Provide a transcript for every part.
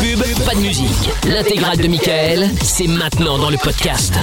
pub, pas de musique. L'intégrale de Michael, c'est maintenant dans le podcast.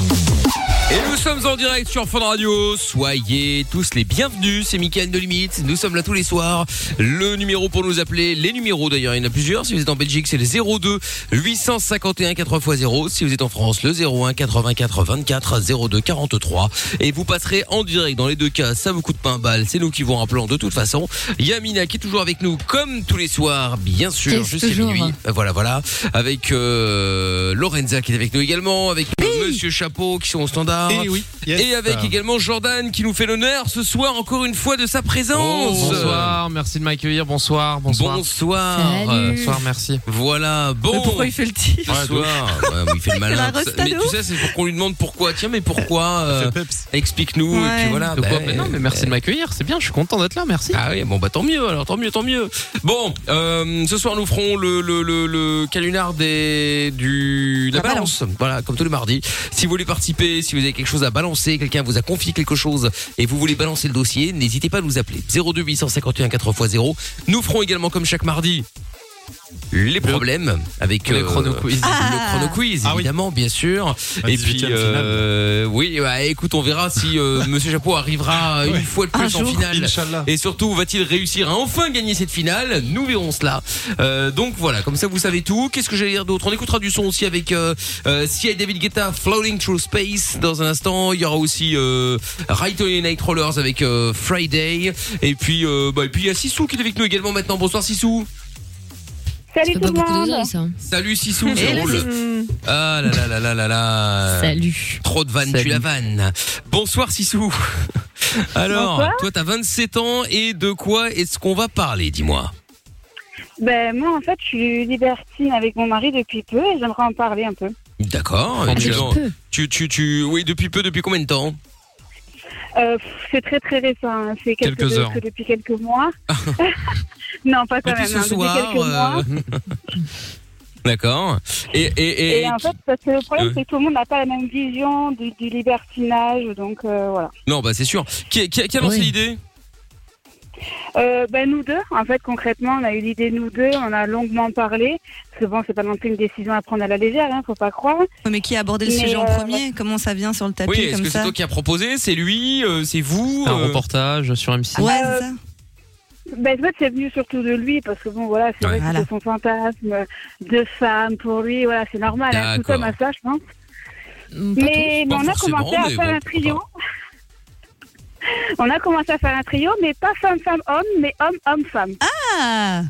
Et nous sommes en direct sur Fun Radio. Soyez tous les bienvenus. C'est Mickaël de Limite. Nous sommes là tous les soirs. Le numéro pour nous appeler, les numéros d'ailleurs, il y en a plusieurs. Si vous êtes en Belgique, c'est le 02 851 4x0. Si vous êtes en France, le 01 84 24 02 43. Et vous passerez en direct dans les deux cas. Ça vous coûte pas un bal. C'est nous qui vous rappelons de toute façon. Yamina qui est toujours avec nous comme tous les soirs, bien sûr, Qu'est-ce jusqu'à toujours minuit. Euh, Voilà, voilà. Avec euh, Lorenza qui est avec nous également, avec euh, Monsieur Chapeau qui sont au standard. Eh oui, yes. Et avec Ah. également Jordan qui nous fait l'honneur ce soir encore une fois de sa présence. bonsoir, merci de m'accueillir. Bonsoir, bonsoir. Bonsoir. Salut. Bonsoir, merci. Voilà, bon. pourquoi il fait le titre Ouais, Bonsoir. Ouais, il Il fait fait le la malin. Mais restado. tu sais, c'est pour qu'on lui demande pourquoi. Tiens, mais pourquoi euh, Explique-nous. Et puis voilà. De quoi bah, Mais non, mais merci de m'accueillir, c'est bien, je suis content d'être là, merci. Ah oui, bon bah tant mieux, alors tant mieux, tant mieux. Bon, euh, ce soir nous ferons le, le, le, le canular des, du, de la, balance. Voilà, comme tous les mardis. Si vous voulez participer, si vous avez quelque chose à balancer, quelqu'un vous a confié quelque chose et vous voulez balancer le dossier, n'hésitez pas à nous appeler. 02 851 4x0. Nous ferons également comme chaque mardi. Les problèmes avec euh, le chrono quiz. Ah le chrono quiz évidemment bien sûr et puis euh, oui bah, écoute on verra si euh, Monsieur Chapeau arrivera une fois de Un plus en jour. finale Inch'Allah. et surtout, va-t-il réussir à enfin gagner cette finale Nous verrons cela. Euh, donc voilà, comme ça vous savez tout. Qu'est-ce que j'allais dire d'autre On écoutera du son aussi avec euh, euh, Sia et David Guetta, Floating Through Space dans un instant. Il y aura aussi euh, Right Away Night Rollers avec euh, Friday. Et puis, euh, bah, et puis il y a Sissou qui est avec nous également maintenant. Bonsoir Sissou. Salut tout le monde. Salut Sissou, Et c'est là, drôle. c'est- Ah là là là là là là. Salut. Trop de vannes, tu la vannes. Bonsoir Sissou. Alors, Bonsoir. toi t'as 27 ans et de quoi est-ce qu'on va parler, dis-moi Ben, moi, en fait, je suis libertine avec mon mari depuis peu et j'aimerais en parler un peu. D'accord. Ah, Et tu, depuis l'en- peu. tu, tu, tu- oui, depuis peu, depuis combien de temps Euh, pff, c'est très très récent, hein. c'est quelque Quelques chose heures. que depuis quelques mois. non, pas quand Depuis même, ce hein, soir. depuis quelques mois. euh, D'accord. Et, et, et- Et en fait, parce que le problème, Euh. c'est que tout le monde n'a pas la même vision du, du libertinage, donc euh, voilà. non, bah c'est sûr. Qui, qui- qui a lancé l'idée Euh, ben, nous deux, en fait, concrètement, on a eu l'idée, nous deux, on a longuement parlé, parce que bon, c'est pas non plus une décision à prendre à la légère, hein, faut pas croire. Mais qui a abordé le Mais, sujet en euh, premier Comment ça vient sur le tapis Oui, est-ce comme que c'est ça toi qui a proposé C'est lui euh, C'est vous Un euh, reportage sur M6. Ouais, Euh, c'est ça. Ben, en fait, c'est venu surtout de lui, parce que bon, voilà, c'est vrai Ouais. que Voilà. c'était son fantasme de femme pour lui, voilà, c'est normal, hein, tout D'accord. Mm, homme a ça, je pense. Mais, mais Pas on a forcément, commencé à mais faire bon, Ah. un trio. on a commencé à faire un trio, mais pas femme-femme-homme, mais homme-homme-femme. Ah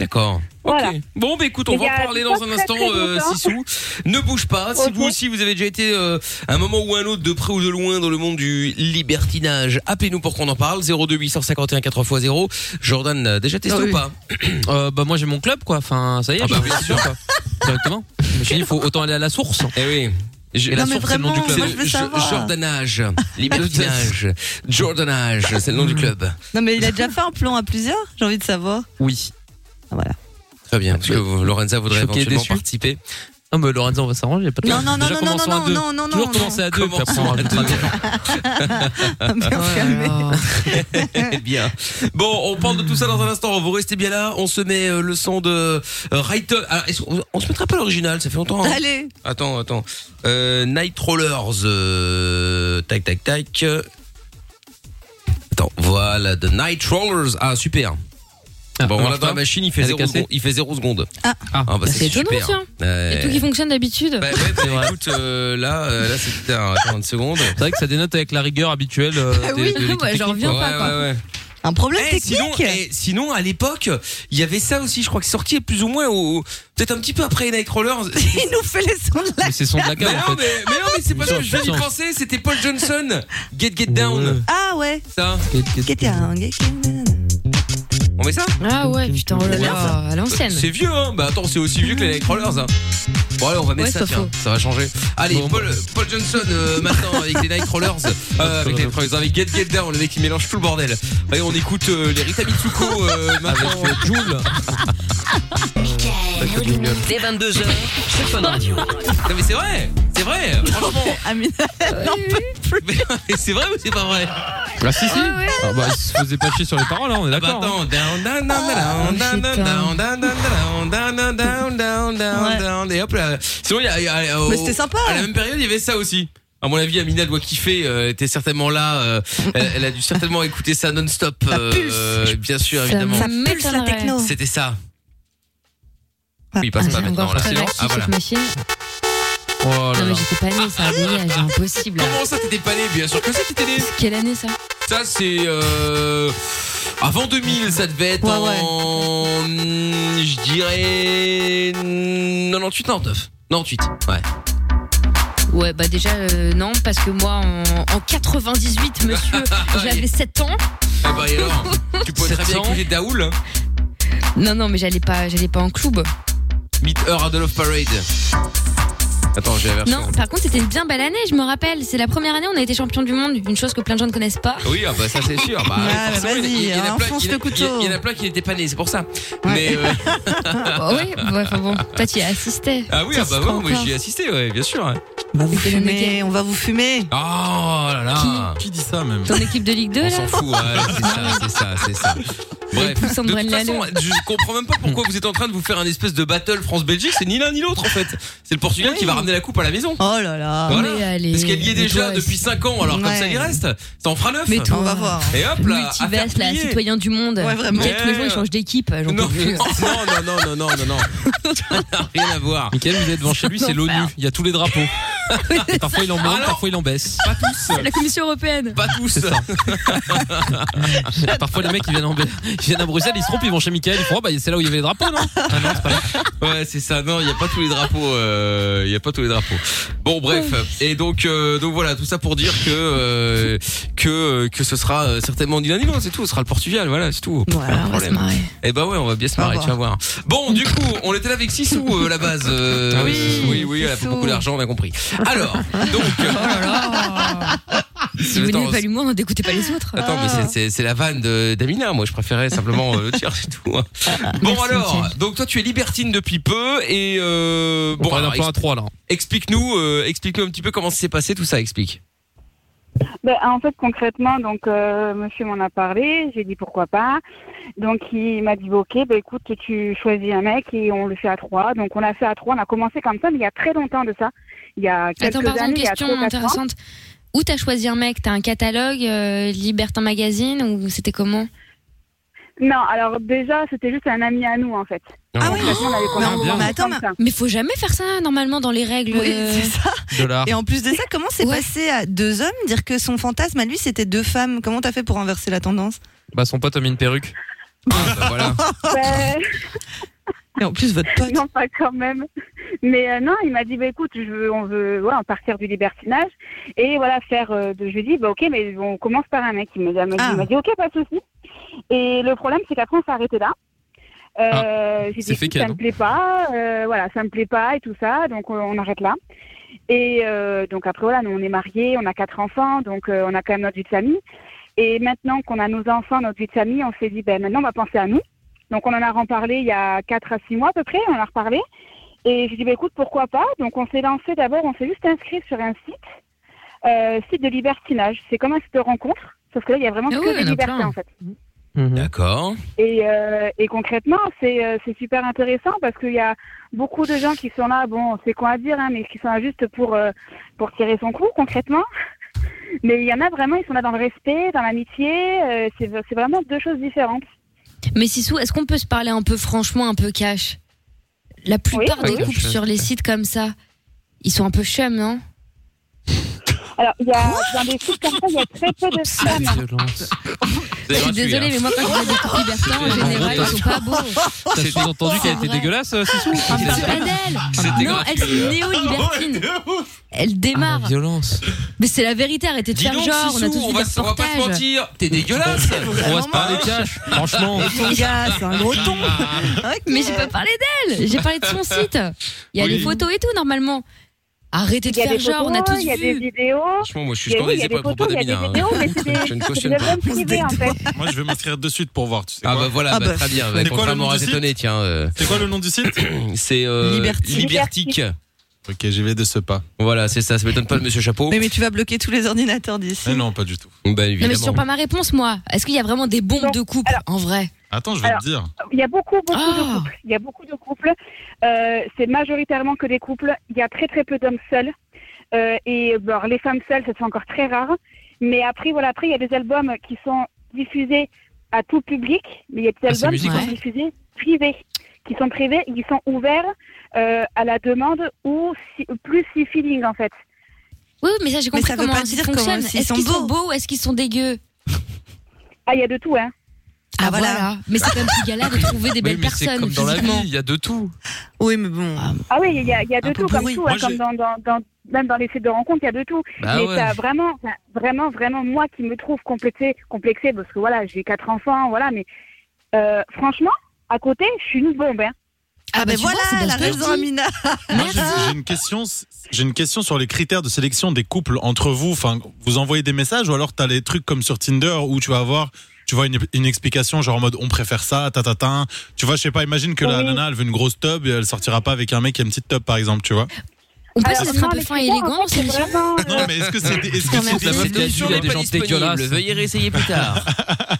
D'accord. Voilà. Bon, bah écoute, on Il y va a en parler dans pas un très, instant, très euh, longtemps. Sissou. Ne bouge pas. Si vous aussi, vous avez déjà été euh, à un moment ou à un autre, de près ou de loin, dans le monde du libertinage, appelez-nous pour qu'on en parle. 02 851 4x0. Jordan, euh, déjà testé Ah ou oui. pas Euh, bah moi j'ai mon club quoi, enfin ça y est, Ah bah je oui, suis sûr. sûr quoi. Directement. Je me suis dit, il faut autant aller à la source. Eh oui. Je- Et la Non, mais source, c'est le nom du vraiment, club. moi, je veux savoir. Jordanage, libertinage, Jordanage, c'est le nom du club. Non, mais il a déjà fait un plan à plusieurs, j'ai envie de savoir. Oui. Ah, Voilà. Très bien, parce que vous- Lorenza voudrait Choqué, éventuellement déçu. participer. Non, mais Lorenzo, on va s'arranger, y a pas de Non, problème. non, non, Déjà, non, non, commençons à non, deux. non, non, Toujours non, commencer à deux, puis après on Commençons à rajoutera deux. Ah, Ah, Eh bien. Bon, on parle de tout ça dans un instant. Vous restez bien là. On se met euh, le son de euh, Right. Up. Ah, est-ce qu'on- on se mettra pas l'original. Ça fait longtemps. hein. Allez. Attends, attends. Euh, Night Rollers. euh, tac, tac, tac. Attends, voilà. The Night Rollers. Ah, super. bon, on Ah, marche l'a dans pas la machine. Il fait Elle est 0 cassée secondes. Il fait zéro seconde. Ah. bah, Bah, c'est étonnant, super. tiens. Ouais. Et tout qui fonctionne d'habitude. Bah ouais, bah, écoute, euh, là, euh, là c'était un 40 secondes. C'est vrai que ça dénote avec la rigueur habituelle. euh, Ah des- oui, de l'équipe bah, ouais, j'en technique, reviens quoi. pas, quoi. Un problème Eh, technique sinon, eh, sinon, à l'époque, il y avait ça aussi. Je crois que c'est sorti plus ou moins au, peut-être un petit peu après Nightcrawlers. Il nous fait les sons de la Mais c'est son de la Mais cave, en non, fait. mais, mais non, mais c'est pas Putain, ce que je viens d'y putain. penser. C'était Paul Johnson. Get Get Down. Ah ouais. Ça. Qu'était un gars qui- On met ça Ah ouais, putain, oh là là, à l'ancienne. C'est vieux, hein. Bah attends, c'est aussi vieux que les Nightcrawlers. Hein. Bon, allez, on va mettre Ouais, ça, ça tiens. Ça va changer. Allez, Paul, Paul Johnson euh, maintenant avec les Nightcrawlers. Euh, avec les Nightcrawlers, avec Get Get Down, le mec qui mélange tout le bordel. Allez, on écoute euh, les Rita Mitsuko euh, maintenant. Joule. Dès 22h, c'est Fun Radio. Non mais c'est vrai, c'est vrai, franchement. Mais non, mais c'est vrai ou c'est pas vrai Ah si, si. Ah, bah, il se faisait pas chier sur les paroles, hein, on est Bah d'accord. attends, hein. down, down, down, down, down, down, down, down, down, down, down, down, down, down, Ouais. down. Et hop là. Sinon, il y a, il y a- euh, au- Mais c'était sympa. À la même période, il y avait ça aussi. À mon avis, Amina doit kiffer. Euh, T'es certainement là. euh, elle, elle a dû certainement écouter ça non-stop. euh, pulse. bien sûr, Ça évidemment. Ça pulse la m'étonnerait. techno. C'était ça. Ah, Oui, il passe Ah, pas j'ai maintenant. encore Là, très c'est bon. mal Ah kiffé voilà. cette machine. Oh là Non, mais là. j'étais pas née, c'est un voyage, impossible. Comment ça, t'étais pas né Bien sûr que ça, t'étais né. Quelle année ça Ça, c'est. Euh, avant 2000, ça devait être Ouais, ouais. en. hmm, Je dirais. 98, 99. 98, ouais. Ouais, bah déjà, euh, non, parce que moi, en, en 98, monsieur, j'avais 7 ans. Ah bah, et alors Tu peux très bien 700. écouter Daoul, hein. Non, non, mais j'allais pas, j'allais pas en club. Meet Her at the Love Parade. Attends, j'ai la version. Non, par contre, c'était une bien belle année, je me rappelle. C'est la première année où on a été champion du monde, une chose que plein de gens ne connaissent pas. Oui, ah bah ça c'est sûr. Bah, Ouais, oui, bah, forcément, il y- il y en a vas-y, plein- enfonce il y en a- le couteau. Il y en a plein qui n'étaient pas nés, c'est pour ça. Mais, euh, Ah, Bah oui, ouais, enfin bon, toi, tu y as assisté. ah oui, ah bah T'assistes ouais, moi encore. j'y ai assisté, ouais, bien sûr. ouais. On va vous C'était le fumer, mec. on va vous fumer. Oh là là. Qui dit ça même Ton équipe de Ligue 2, On là Ah s'en fout, ouais, c'est ça, c'est ça, c'est ça. Bref, poussins de de toute Brendan façon, je comprends même pas pourquoi vous êtes en train de vous faire un espèce de battle France-Belgique, c'est ni l'un ni l'autre en fait. C'est le Portugal qui va ramener la coupe à la maison. Oh là là. Voilà. Mais allez, Parce qu'elle y est mais déjà toi, depuis 5 ans, alors comme Ouais. ça il reste. Ça en fera 9. Mais toi, On va voir. Et hop là, à faire multiverse, là, plier. citoyen du monde. Ouais, vraiment. Michael, tous les jours, il change d'équipe. j'en peux Non, plus. non, non, non, non, non, non, non. Ça n'a Rien à voir. Michael, vous êtes devant chez lui, c'est l'ONU. Il y a tous les drapeaux. Parfois il en monte, Alors parfois il en baisse. Pas tous. La Commission européenne. Pas tous. ça. Parfois les mecs ils viennent, en... ils viennent à Bruxelles, ils se trompent, ils vont chez Michael, ils font oh, bah c'est là où il y avait les drapeaux non Ah non c'est pas là. Ouais, c'est ça. Non, il y a pas tous les drapeaux. euh, Il y a pas tous les drapeaux. Bon, bref. Et donc, euh, donc voilà, tout ça pour dire que euh, que euh, que ce sera euh, certainement ni l'un ni l'autre. C'est tout. Ce sera le Portugal. Voilà, c'est tout. Pas de Voilà, on va se problème. marrer. Eh ben ouais, on va bien se Au marrer, revoir. tu vas voir. Bon, du coup, on était là avec Sissou euh, à la base. euh, Ah oui, oui, oui, elle a pas Sissou. beaucoup d'argent, on a compris. Alors, donc. Ah. Si vous Attends, n'avez pas l'humour, n'écoutez pas les autres. Attends, mais c'est- c'est- c'est la vanne de- d'Amina. Moi, je préférais simplement euh, le dire, c'est tout. hein. Bon, Ah, Merci, alors, Michel. donc toi, tu es libertine depuis peu et euh, Bon, bon, on parle alors, d'un point à trois là. ex- explique-nous, euh, explique-nous un petit peu comment ça s'est passé tout ça. Explique. Ben, en fait, concrètement, donc euh, monsieur m'en a parlé. J'ai dit pourquoi pas. Donc il m'a dit ok, ben écoute, tu choisis un mec et on le fait à trois. Donc on l'a fait à trois. On a commencé comme ça, mais il y a très longtemps de ça. Il y a Ah. quelques Attends, pardon, années, il y a question trois, quatre ans. intéressante. Où t'as choisi un mec T'as un catalogue, euh, Libertin Magazine, ou c'était comment Non, alors déjà, c'était juste un ami à nous en fait. Ah oui. Concrètement, on avait commencé bien. Mais attends, comme ça. Mais faut jamais faire ça, normalement, dans les règles. Oui, euh, c'est ça. Dollars. Et en plus de ça, comment c'est Ouais. passé à deux hommes dire que son fantasme à lui c'était deux femmes Comment t'as fait pour inverser la tendance Bah son pote a mis une perruque. Ah, bah, voilà. Ben, Et en plus votre pote. non, pas quand même. Mais euh, non, il m'a dit, bah, écoute, je veux, on veut ouais, en partir du libertinage et voilà faire. euh, de, je lui ai dit, bah, ok, mais on commence par un mec. Il m'a il m'a dit, Ah. il m'a dit, ok, pas de souci. Et le problème, c'est qu'après, on s'est arrêté là. Euh, j'ai Ah, c'est dit, fait écoute, qu'elle, ça non me plaît pas, euh, voilà, ça me plaît pas et tout ça, donc euh, on, on arrête là. Et euh, donc après, voilà, nous, on est mariés, on a quatre enfants, donc euh, on a quand même notre vie de famille. Et maintenant qu'on a nos enfants, notre vie de famille, on s'est dit, ben maintenant, on va penser à nous. Donc on en a reparlé il y a 4 à 6 mois à peu près, on en a reparlé. Et j'ai dit, bah, écoute, pourquoi pas Donc on s'est lancé d'abord, on s'est juste inscrit sur un site, euh, site de libertinage. C'est comme un site de rencontre, sauf que là, il y a vraiment Ah que oui, il y des en a libertins plein. en fait. D'accord. Et, euh, et concrètement, c'est euh, c'est super intéressant parce qu'il y a beaucoup de gens qui sont là, bon, c'est quoi à dire, hein, mais qui sont là juste pour, euh, pour tirer son coup concrètement. Mais il y en a vraiment, ils sont là dans le respect, dans l'amitié. euh, c'est c'est vraiment deux choses différentes. Mais Sissou, est-ce qu'on peut se parler un peu franchement, un peu cash La plupart Oui, des oui. couples sur les sites comme ça, ils sont un peu chum, non Alors, il y a, dans des sites comme ça, il y a très peu de La femmes. violence. Je suis désolée, mais moi, quand je vois des couples libertins, en général, ils sont pas beaux. T'as sous-entendu qu'elle était vrai. dégueulasse euh, Sissou C'est pas C'était d'elle Non, elle, gratuit. c'est néo-libertine. Elle démarre. violence. Mais c'est la vérité, arrêtez de Ah, bah, faire Dis donc, genre, on a Sissou, tous on vu va, des se- on va pas se reportages. mentir. T'es dégueulasse. On va se Vraiment, parler cash, franchement. Ton gars, c'est un gros ton. Ok. Ah. Mais j'ai pas parlé d'elle, j'ai parlé de son site. Il y a Oui. les photos et tout normalement. Arrêtez de Il y a faire des genre, on a photos, tous il y a des vu. vidéos. Franchement, moi, je suis Il y a, oui, il y scandalisé a des par le propos photos, il y a d'Amina. des hein. vidéos, mais c'est des, Je ne c'est cautionne des pas. hommes On se privés en fait. Moi, je vais m'inscrire de suite pour voir. Tu sais Ah quoi bah voilà, Ah bah, bah. très bien. C'est quoi Contrairement le nom à du site étonné, tiens. euh, C'est quoi le nom du site C'est euh, Libertique. Libertique. Ok, j'y vais de ce pas. Voilà, c'est ça. Ça m'étonne pas de Monsieur Chapeau. Mais, mais tu vas bloquer tous les ordinateurs d'ici. Eh non, pas du tout. Ben Non mais évidemment. c'est toujours pas ma réponse moi. Est-ce qu'il y a vraiment des bombes Non. de couple en vrai Attends, je vais Alors, te dire. Il y a beaucoup, beaucoup de Ah. couples. Il y a beaucoup de couples. Euh, c'est majoritairement que des couples. Il y a très, très peu d'hommes seuls. Euh, et bon, alors, les femmes seules, c'est encore très rare. Mais après, voilà, après, il y a des albums qui sont diffusés à tout public, mais il y a des Ah, c'est albums musique, qui ouais. sont diffusés privés, qui sont privés, et qui sont ouverts euh, à la demande ou si- plus si feeling, en fait. Oui, oui, mais ça, j'ai Mais compris ça veut comment pas ça dire comment- fonctionne. s'ils Est-ce sont qu'ils sont beaux. beaux ou est-ce qu'ils sont dégueux Ah, il y a de tout, hein. Ah, voilà. Mais c'est quand même plus galère de trouver des belles mais c'est personnes comme dans la vie, physiquement. il y a de tout. Oui, mais bon. Ah, Ah oui, il y a, il y a de Un tout, peu comme pourri. tout, hein, Moi, comme j'ai- dans, dans, dans, même dans les fêtes de rencontre, il y a de tout. Bah mais ouais. t'as vraiment, t'as vraiment, vraiment, moi qui me trouve complexée, complexée parce que voilà, j'ai quatre enfants, voilà, mais euh, franchement, à côté, je suis une bombe. Hein. Ah, ben bah, tu vois, voilà, c'est bien la ce que je raison, dis. Amina. Moi, j'ai- J'ai une question. J'ai une question sur les critères de sélection des couples entre vous. Enfin, vous envoyez des messages ou alors t'as les trucs comme sur Tinder où tu vas avoir, tu vois une, une explication genre en mode on préfère ça, ta ta ta. Tu vois, je sais pas. Imagine que la Oui. nana elle veut une grosse tub et elle sortira pas avec un mec qui a une petite tub par exemple. Tu vois. On peut Alors, essayer d'être Ah, Ah, un non, peu les fin et critères, en élégant, fait, c'est c'est sûr. vraiment, euh, Non, mais est-ce que c'est des, est-ce que Merci. c'est des La meuf qui a Solution dit, il y a n'est des pas gens disponible. dégueulasses. Veuillez réessayer plus tard.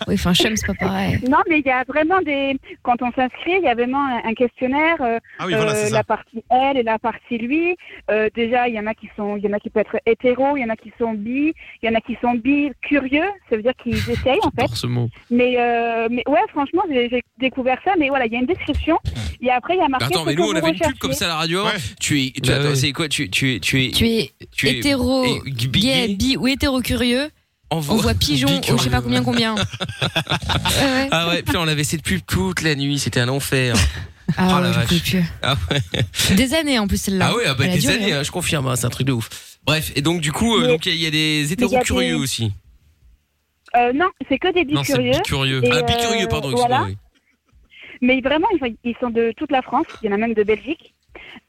Oui, enfin, chum, c'est pas pareil. non, mais il y a vraiment des. Quand on s'inscrit, il y a vraiment un un questionnaire. euh, Ah oui, voilà, Euh, c'est ça. la partie elle et la partie lui. Euh, déjà, il y en a qui sont, il y en a qui peuvent être hétéro, il y en a qui sont bi, il y en a qui sont bi curieux, ça veut dire qu'ils essayent en fait. J'adore ce mot. Mais, euh, mais ouais, franchement, j'ai j'ai découvert ça. Mais voilà, il y a une description et après il y a marqué. Attends, ce mais que nous on vous avait une pub recherchez. comme ça à la radio. Ouais. Tu es, tu Bah attends, oui. c'est quoi Tu tu es tu es Tu es tu es hétéro, et- bi- gay, gay bi ou hétéro curieux. envoie- On voit pigeon, bi- ou je sais pas combien combien. Ouais, ouais. Ah ouais, putain, on avait cette pub toute la nuit, c'était un enfer. Ah Oh la ouais, j'en vache. pouvais plus. Ah Des années en plus celle-là. Ah ouais, ah bah, Elle a des duré, années, hein. hein, je confirme, hein, c'est un truc de ouf. Bref, et donc du coup, euh, Mais- donc il y, a des hétéros il y a curieux des- aussi. Euh, non, c'est que des bi Non, c'est curieux. bicurieux. Et ah, euh, puis curieux, pardon, voilà. excuse-moi. oui. Mais vraiment, ils sont- ils sont de toute la France. Il y en a même de Belgique.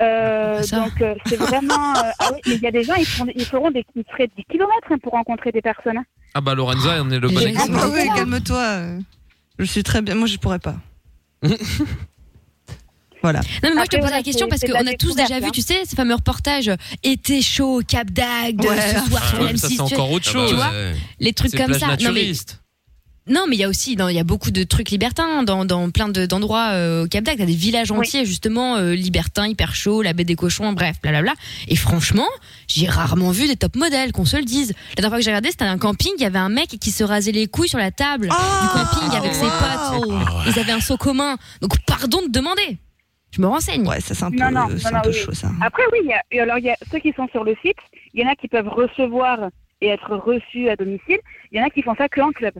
Euh, Ça. donc euh, c'est vraiment. euh, ah oui, mais il y a des gens, ils feront, ils feront des, ils feraient des kilomètres hein, pour rencontrer des personnes. hein. Ah bah Lorenza, on est le bon J'ai- Ah, exemple. bah c'est oui, ça. calme-toi. euh. Je suis très bien. Moi, je pourrais pas. voilà. Non, mais moi, je te Après, pose voilà, la question c'est- parce c'est de la qu'on a tous découverte, déjà hein. vu, tu sais, ces fameux reportages euh, été chaud, au Cap d'Agde, Ouais. ce soir sur Ouais, mais M6, ça tu c'est sais, encore autre Ah bah, chose. vois, ouais. les trucs C'est comme plage ça. Non mais, naturiste. non, mais il y a aussi, dans- il y a beaucoup de trucs libertins hein, dans, dans plein de- d'endroits euh, au Cap d'Agde. T'as des villages Oui. entiers, justement, euh, libertins, hyper chauds, la baie des cochons, bref, blablabla. Et franchement, j'ai rarement vu des top modèles, qu'on se le dise. La dernière fois que j'ai regardé, c'était un camping, il y avait un mec qui se rasait les couilles sur la table Oh du camping avec ses potes. Ils avaient un seau commun. Donc, pardon de demander. Je me renseigne. Ouais, ça c'est un peu, Ah Non, non, Euh, c'est non, un peu oui. chaud ça. hein. Après, oui, il y a- et alors il y a ceux qui sont sur le site, il y en a qui peuvent recevoir et être reçus à domicile, il y en a qui font ça que en club.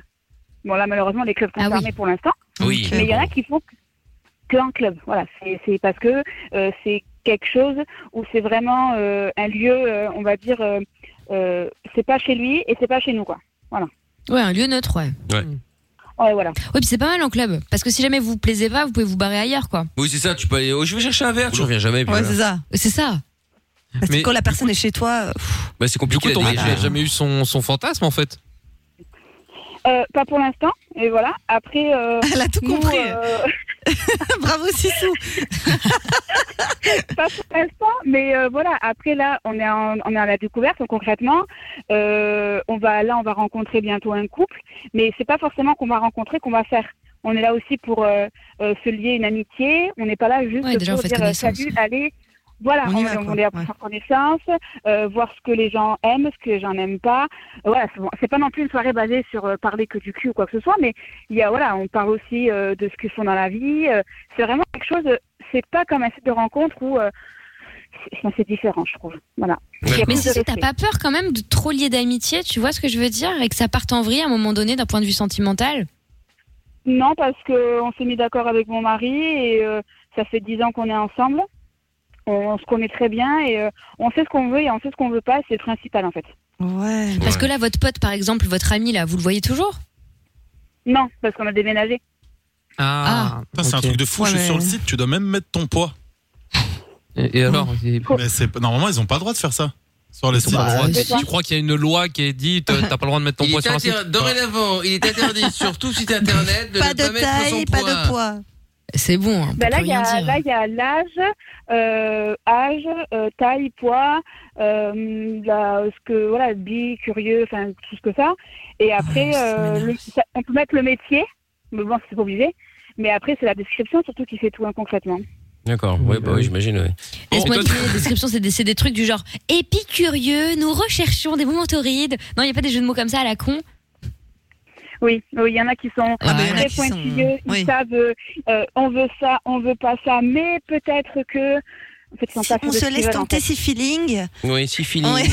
Bon, là, malheureusement, les clubs sont Ah oui. fermés pour l'instant, Oui. mais il y en a qui font que- que en club. Voilà, c'est c'est parce que euh, c'est quelque chose où c'est vraiment euh, un lieu, euh, on va dire, euh, euh, c'est pas chez lui et c'est pas chez nous, quoi. Ouais, un lieu neutre, ouais. Ouais, voilà. Oui, puis c'est pas mal en club. Parce que si jamais vous vous plaisez pas, vous pouvez vous barrer ailleurs, quoi. Oui, c'est ça, tu peux aller. oh, je vais chercher un verre, tu reviens jamais. puis Ouais, voilà. C'est c'est ça. ça. Parce que Mais- quand la personne est chez toi, euh, pff, Bah, c'est Du coup, compliqué ton à mec dégager. n'a jamais eu son, son fantasme en fait. Euh, pas pour l'instant, et voilà. Après, euh, elle a tout nous, compris. euh, Bravo Sissou. pas pour l'instant, mais euh, voilà. Après là, on est en- on est à la découverte donc concrètement. euh, on va là, on va rencontrer bientôt un couple, mais c'est pas forcément qu'on va rencontrer qu'on va faire. On est là aussi pour euh, euh, se lier une amitié. On n'est pas là juste Ouais, déjà, pour vous faites dire euh, connaissance. salut, allez. Voilà, On on, y va, on quoi. est là pour Ouais. faire connaissance, euh, voir ce que les gens aiment, ce que les gens n'aiment pas. Euh, Voilà, c'est bon, c'est pas non plus une soirée basée sur euh, parler que du cul ou quoi que ce soit, mais il y a voilà, on parle aussi euh, de ce qu'ils font dans la vie. euh, c'est vraiment quelque chose. euh, C'est pas comme un site de rencontre où euh, c'est- enfin, c'est différent, je trouve. Voilà. Il y a Mais plus si, de si, t'as respect. pas peur quand même de trop lier d'amitié, tu vois ce que je veux dire Et que ça parte en vrille à un moment donné d'un point de vue sentimental Non, parce que on s'est mis d'accord avec mon mari et euh, ça fait dix ans qu'on est ensemble. On, on se connaît très bien et euh, on sait ce qu'on veut et on sait ce qu'on veut pas. C'est le principal en fait. Ouais. Parce Ouais. que là, votre pote, par exemple, votre ami, là, vous le voyez toujours Non, parce qu'on a déménagé. Ah, Putain, c'est un ok. truc de fou. Ouais, je suis mais- sur le site. Tu dois même mettre ton poids. Et, et alors il- Mais c'est normalement ils ont pas le droit de faire ça sur le Ils sont site. pas droits. c'est Tu ça. crois qu'il y a une loi qui est dit euh, t'as t'as pas le droit de mettre ton Il poids est sur un site interdit- dorénavant, il est interdit sur tout site internet de Pas ne de pas mettre son taille, pas poids. de poids. C'est bon, hein, on Ben peut là, il plus y rien a dire. là il y a l'âge, euh, âge, euh, taille, poids, euh, la- ce que voilà, bi, curieux, enfin tout ce que ça. Et après, ça euh, le- ça- on peut mettre le métier, mais bon, c'est pas obligé. Mais après, c'est la description surtout qui fait tout hein, concrètement. D'accord, ouais, bah oui, j'imagine, ouais. Laisse-moi Bon, deviner, la description, c'est des, c'est des trucs du genre épicurieux, nous recherchons des moments torrides. Non, il n'y a pas des jeux de mots comme ça à la con. Oui, oui, il y en a qui sont Ah, mais il y en a très qui sont- pointilleux. Ils oui. savent, euh, euh, on veut ça, on veut pas ça, mais peut-être que. En fait, ils sont pas sûrs On de se ce qu'ils laisse veulent, en tenter fait. ses feelings. Oui, si fini. Ouais.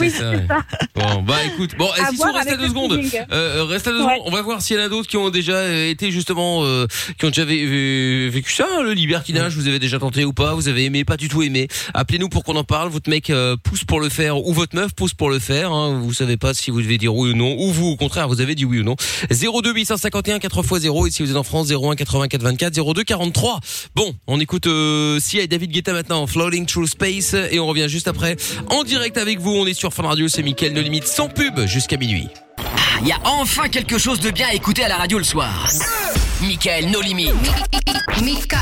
Oui, c'est ça. Bon, bah écoute, bon, À est-ce qu'ils voir sont restés avec à deux le secondes feeling. Euh, euh, Reste à deux Ouais. secondes. On va voir s'il y en a d'autres qui ont déjà euh, été justement, euh, qui ont déjà vé- vé- vécu ça, hein, le libertinage. Vous avez déjà tenté ou pas Vous avez aimé, pas du tout aimé Appelez-nous pour qu'on en parle. Votre mec euh, pousse pour le faire ou votre meuf pousse pour le faire. Hein. Vous savez pas si vous devez dire oui ou non, ou vous au contraire vous avez dit oui ou non. 02 851 4 x 0 et si vous êtes en France 01 84 24 02 43. Bon, on écoute euh, Sia et David Guetta maintenant, Floating Through Space, et on revient juste après en direct avec vous. On est sur Fun Radio, c'est Mickaël No Limite sans pub jusqu'à minuit. Il Ah, y a enfin quelque chose de bien à écouter à la radio le soir. Michael No Limit. Michael.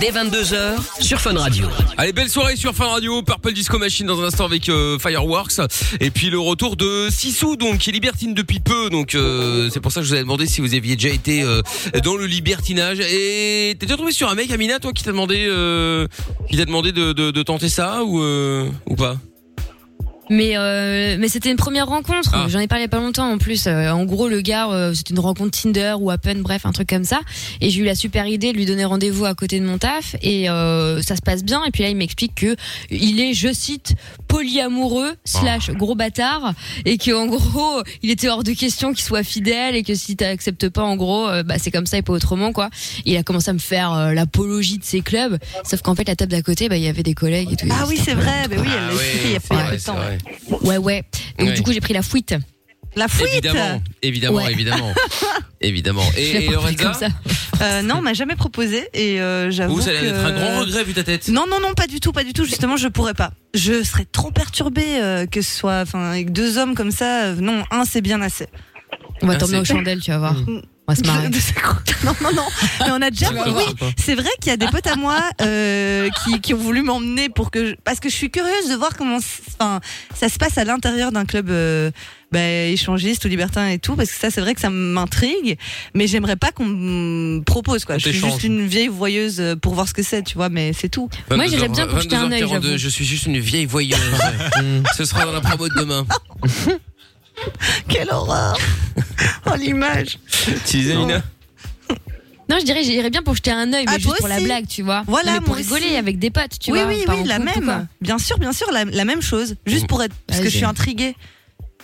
Dès 22h sur Fun Radio. Allez, belle soirée sur Fun Radio, Purple Disco Machine dans un instant avec euh, Fireworks. Et puis le retour de Sissou, donc, qui est libertine depuis peu. Donc, euh, c'est pour ça que je vous avais demandé si vous aviez déjà été euh, dans le libertinage. Et t'es déjà tombé sur un mec, Amina, toi, qui t'a demandé, euh, qui t'a demandé de, de- de tenter ça ou, euh, ou pas Mais euh, mais c'était une première rencontre. Ah. J'en ai parlé il y a pas longtemps en plus. Euh, en gros, le gars, euh, c'était une rencontre Tinder ou Appen, bref, un truc comme ça. Et j'ai eu la super idée de lui donner rendez-vous à côté de mon taf. Et euh, ça se passe bien. Et puis là, il m'explique que il est, je cite, polyamoureux slash gros bâtard et que en gros, il était hors de question qu'il soit fidèle et que si t'acceptes pas, en gros, euh, bah c'est comme ça et pas autrement quoi. Et il a commencé à me faire euh, l'apologie de ses clubs. Sauf qu'en fait, la table d'à côté, bah il y avait des collègues et tout. Ah oui, c'est vrai. Ben oui, elle l'a expliqué il y a pas vrai, de temps. c'est vrai. Ouais ouais. Donc Ouais. du coup, j'ai pris la fuite. La fuite Évidemment, Ah évidemment, Ouais. évidemment. évidemment. Je l'ai Et, et pas pris Lorenza, comme ça. Euh, Non, on m'a jamais proposé et euh, j'avoue vous, ça allait que- être un grand regret vu ta tête. Non, non, non, pas du tout, pas du tout. Justement, je pourrais pas. Je serais trop perturbée euh, que ce soit, enfin, avec deux hommes comme ça. euh, non, un c'est bien assez. On va Ah, t'emmener c'est- aux chandelles, tu vas voir. Mm. On va se marrer. non, non, non. Mais on a déjà. Tu vas Oui, voir, toi. c'est vrai qu'il y a des potes à moi euh, qui, qui ont voulu m'emmener pour que, je- parce que je suis curieuse de voir comment, s- enfin, ça se passe à l'intérieur d'un club euh, bah, échangiste ou libertin et tout, parce que ça, c'est vrai que ça m'intrigue. Mais j'aimerais pas qu'on me propose quoi. On Je suis t'échange. juste une vieille voyeuse euh, pour voir ce que c'est, tu vois. Mais c'est tout. Moi, j'irais bien pour jeter un œil, 22h42, j'avoue. Je suis juste une vieille voyeuse. Mm. Ce sera dans la promo de demain. Quelle horreur Oh l'image. Tu disais, Lina Non, je dirais, j'irais bien pour jeter un œil, mais Ah, juste toi pour la aussi. blague, tu vois. Voilà, Non, mais pour moi rigoler aussi. avec des potes, tu oui, vois. oui, pas en oui, la couple ou même. Bien sûr, bien sûr, la, la même chose. Juste pour être, parce que Vas-y. je suis intriguée.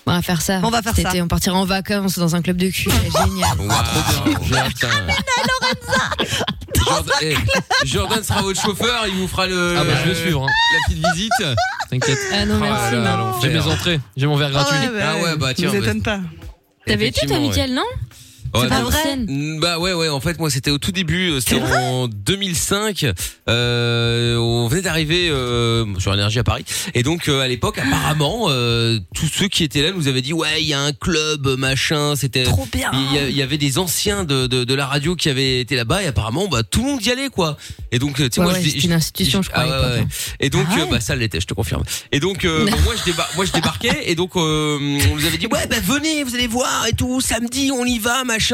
quoi. On va faire ça. On va faire Cet ça. Ah, été, on partira en vacances dans un club de cul. C'est Génial. Waouh, Jordan. Ah, Jordan, eh, Jordan sera votre chauffeur, il vous fera le. Ah bah je vais euh, suivre, hein. La petite visite. t'inquiète. Ah non, Ah merci. là là, non. J'ai mes entrées, j'ai mon verre gratuit. ouais, Ah ouais, bah, tiens, vous bah, étonne pas. T'avais été, toi, Effectivement, Mickaël, non ouais. Ouais, pas non, vrai. Martienne. Mm, Bah ouais ouais en fait moi c'était au tout début euh, c'était en 2005 euh, on venait d'arriver euh, sur énergie à Paris et donc euh, à l'époque apparemment euh, tous ceux qui étaient là nous avaient dit ouais il y a un club machin c'était Trop bien. il y a- il y avait des anciens de, de, de la radio qui avaient été là-bas et apparemment bah tout le monde y allait quoi et donc euh, tu sais Ouais, moi ouais, je- c'était je- une institution, je- je crois, ah à l'époque, ouais, ouais. et donc Ah euh, ouais. bah ça l'était je te confirme et donc euh, bon, moi je débar- moi je débarquais et donc euh, on nous avait dit ouais bah venez vous allez voir et tout samedi on y va machin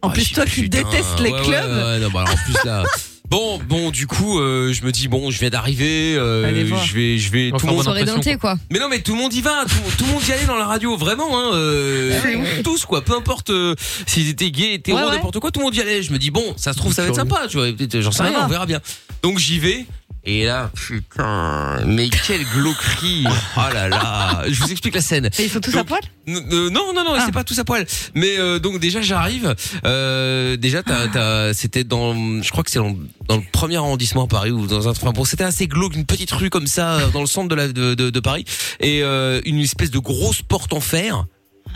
En ah, plus, j'ai- toi, tu putain, détestes les Ah, ouais, clubs. Ouais, ouais, non, bah, alors, en plus, là. Bon, bon, du coup, euh, je me dis, bon, je viens d'arriver, euh, Allez voir. je vais, je vais, On va tout faire le bonne monde. Soirée impression, dentée, quoi. Mais non, mais tout le monde y va, tout, tout le monde y allait dans la radio, vraiment, hein, euh, tous, quoi, peu importe euh, s'ils étaient gays, hétéros, Ouais, ouais. n'importe quoi, tout le monde y allait. Je me dis, bon, ça se trouve, ça va être sympa, tu vois, peut-être, j'en sais Ouais, rien, on ouais. verra bien. Donc, j'y vais. Et là, putain, mais quelle glauquerie! Oh là là! Je vous explique la scène. Et ils sont tous Donc, à poil N- euh, non, non, non, Ah. c'est pas tous à poil. Mais euh, donc déjà j'arrive. Euh, déjà, t'as, t'as- c'était dans, je crois que c'est dans, dans le premier arrondissement à Paris ou dans un, enfin bon, c'était assez glauque, une petite rue comme ça euh, dans le centre de la de, de- de Paris et euh, une espèce de grosse porte en fer.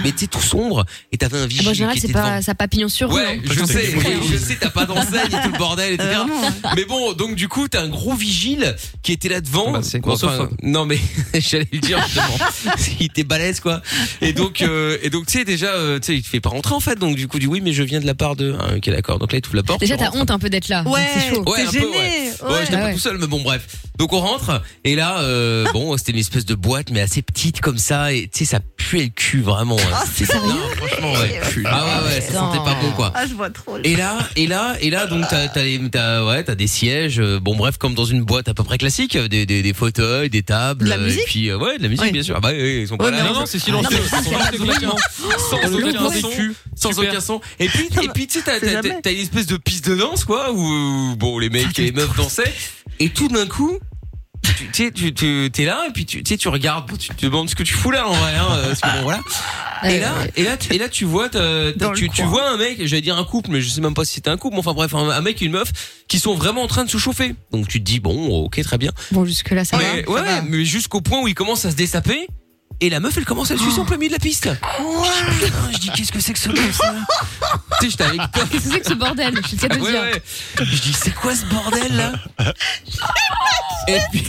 Mais tu sais, tout sombre et t'avais un Ah, vigile bon, en général, qui c'est était pas, ça papillon sur devant. rue. Ouais, hein. Ah, bah, je Ah, Parce que sais, t'as des je sais, t'as pas d'enseigne et tout le bordel, etc. Vraiment. Mais bon, donc du coup, t'as un gros vigile qui était là devant. Bah, c'est Bon, enfin, grossophobe. non mais j'allais le dire justement. il était balèze quoi. Et donc euh, et donc tu sais déjà euh, tu sais il te fait pas rentrer en fait. Donc du coup du oui mais je viens de la part de. Ah, ok d'accord. Donc là il t'ouvre la porte. Déjà, tu t'as rentres. honte un peu d'être là. Ouais, C'est chaud. Ouais, un t'es peu, gêné. Ouais, j'étais Ah pas ouais. tout seul, mais bon, bref. Donc on rentre, et là, euh, bon, c'était une espèce de boîte, mais assez petite comme ça, et tu sais, ça puait le cul vraiment. hein. Ah, c'est sérieux Non, franchement, ouais. Ah ouais, ouais, ça sentait pas bon, quoi. Ah, je vois trop. Et là, et là, et là, donc t'as t'as les- t'as- ouais, t'as des sièges, euh, bon bref, comme dans une boîte à peu près classique, euh, des, des, des fauteuils, des tables, De la euh, musique et puis euh, ouais, de la musique bien sûr. Ah bah oui, ils sont pas Ouais, là. mais ils non, sont- non, c'est silencieux. Ah, Ils sont là, ils sont là. Sans Le aucun bruit. son, Vécu. sans Super. aucun son. Et puis, et puis tu sais, t'as- c'est t'as jamais. t'as une espèce de piste de danse, quoi, où bon, les mecs et les meufs dansaient, et tout d'un coup. Tu tu sais, tu- tu- t'es là, et puis tu tu sais, tu regardes, tu te demandes ce que tu fous là en vrai, hein, euh, parce que bon, voilà. Et là, et là, et là, tu vois, t'as- t'as- Dans le tu, tu coin. vois un mec, j'allais dire un couple, mais je sais même pas si c'était un couple, mais enfin bref, un, un mec et une meuf qui sont vraiment en train de se chauffer. Donc tu te dis bon, ok, très bien. Bon, jusque-là, Ah, ça mais va, ouais, ça va. mais jusqu'au point où ils commencent à se dessaper. Et la meuf, elle commence à le sucer en plein milieu de la piste. Oh. Putain, je dis qu'est-ce que c'est que ce truc ça Tu sais, j'étais avec toi. va. Qu'est-ce que c'est que ce bordel Je sais te Ouais, dire. ouais. Je dis c'est quoi ce bordel là Et puis,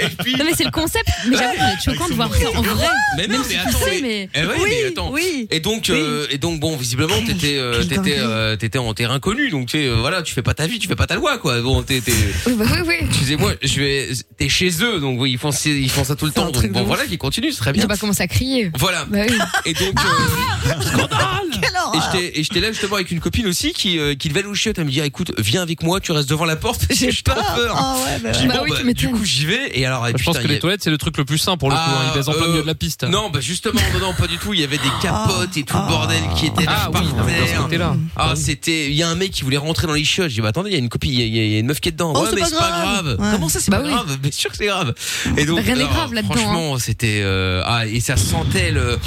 et puis Non, mais c'est le concept. Mais j'avoue, c'est choquant de voir ça en vrai. mais non, mais tu attends, sais, mais, mais. eh ouais, mais attends. oui. Et donc, euh, et donc bon, visiblement, t'étais, euh, quelle t'étais, dinguerie. euh, t'étais en terrain connu, donc tu sais, euh, voilà, tu fais pas ta vie, tu fais pas ta loi, quoi. Bon, t'es, t'es- Oui, bah, oui, oui. excusez-moi, je vais, t'es chez eux, donc oui, ils font, ça- ils font ça tout le C'est un temps. Donc, truc de bon, ouf. voilà, qui continue, c'est très Je bien. sais pas comment ça crier. Voilà. Bah oui. Et donc, euh, Quelle et horreur. j'étais, et j'étais là justement avec une copine aussi qui, euh, qui devait aller au chiottes. Elle me dit, ah, écoute, viens avec moi, tu restes devant la porte. J'ai pas peur. Ah ouais, bah Je ouais. dis, Bah bon, oui, tu du m'étonnes. coup, j'y vais. Et alors, et Bah, Je pense putain, que il y les a- toiles, c'est le truc le plus sain pour le coup. hein. Ils baissent en plein Ah, milieu euh, de la piste. Non, bah justement, non, non, pas du tout. Il y avait des capotes et tout le bordel qui était Ah oui, non, mais dans ce par terre. côté-là. Ah, c'était. Il y a un mec qui voulait rentrer dans les chiottes. J'ai dit, bah attendez, il y a une copie, il y, a- il y a- il y a une meuf qui est dedans. Oh, ouais, c'est mais pas c'est pas grave. grave. Ouais. Comment ça, c'est Bah pas oui. grave Bien sûr que c'est grave. Et donc, Rien n'est alors, grave hein. là-dedans, Franchement, c'était. euh, ah, et ça sentait le.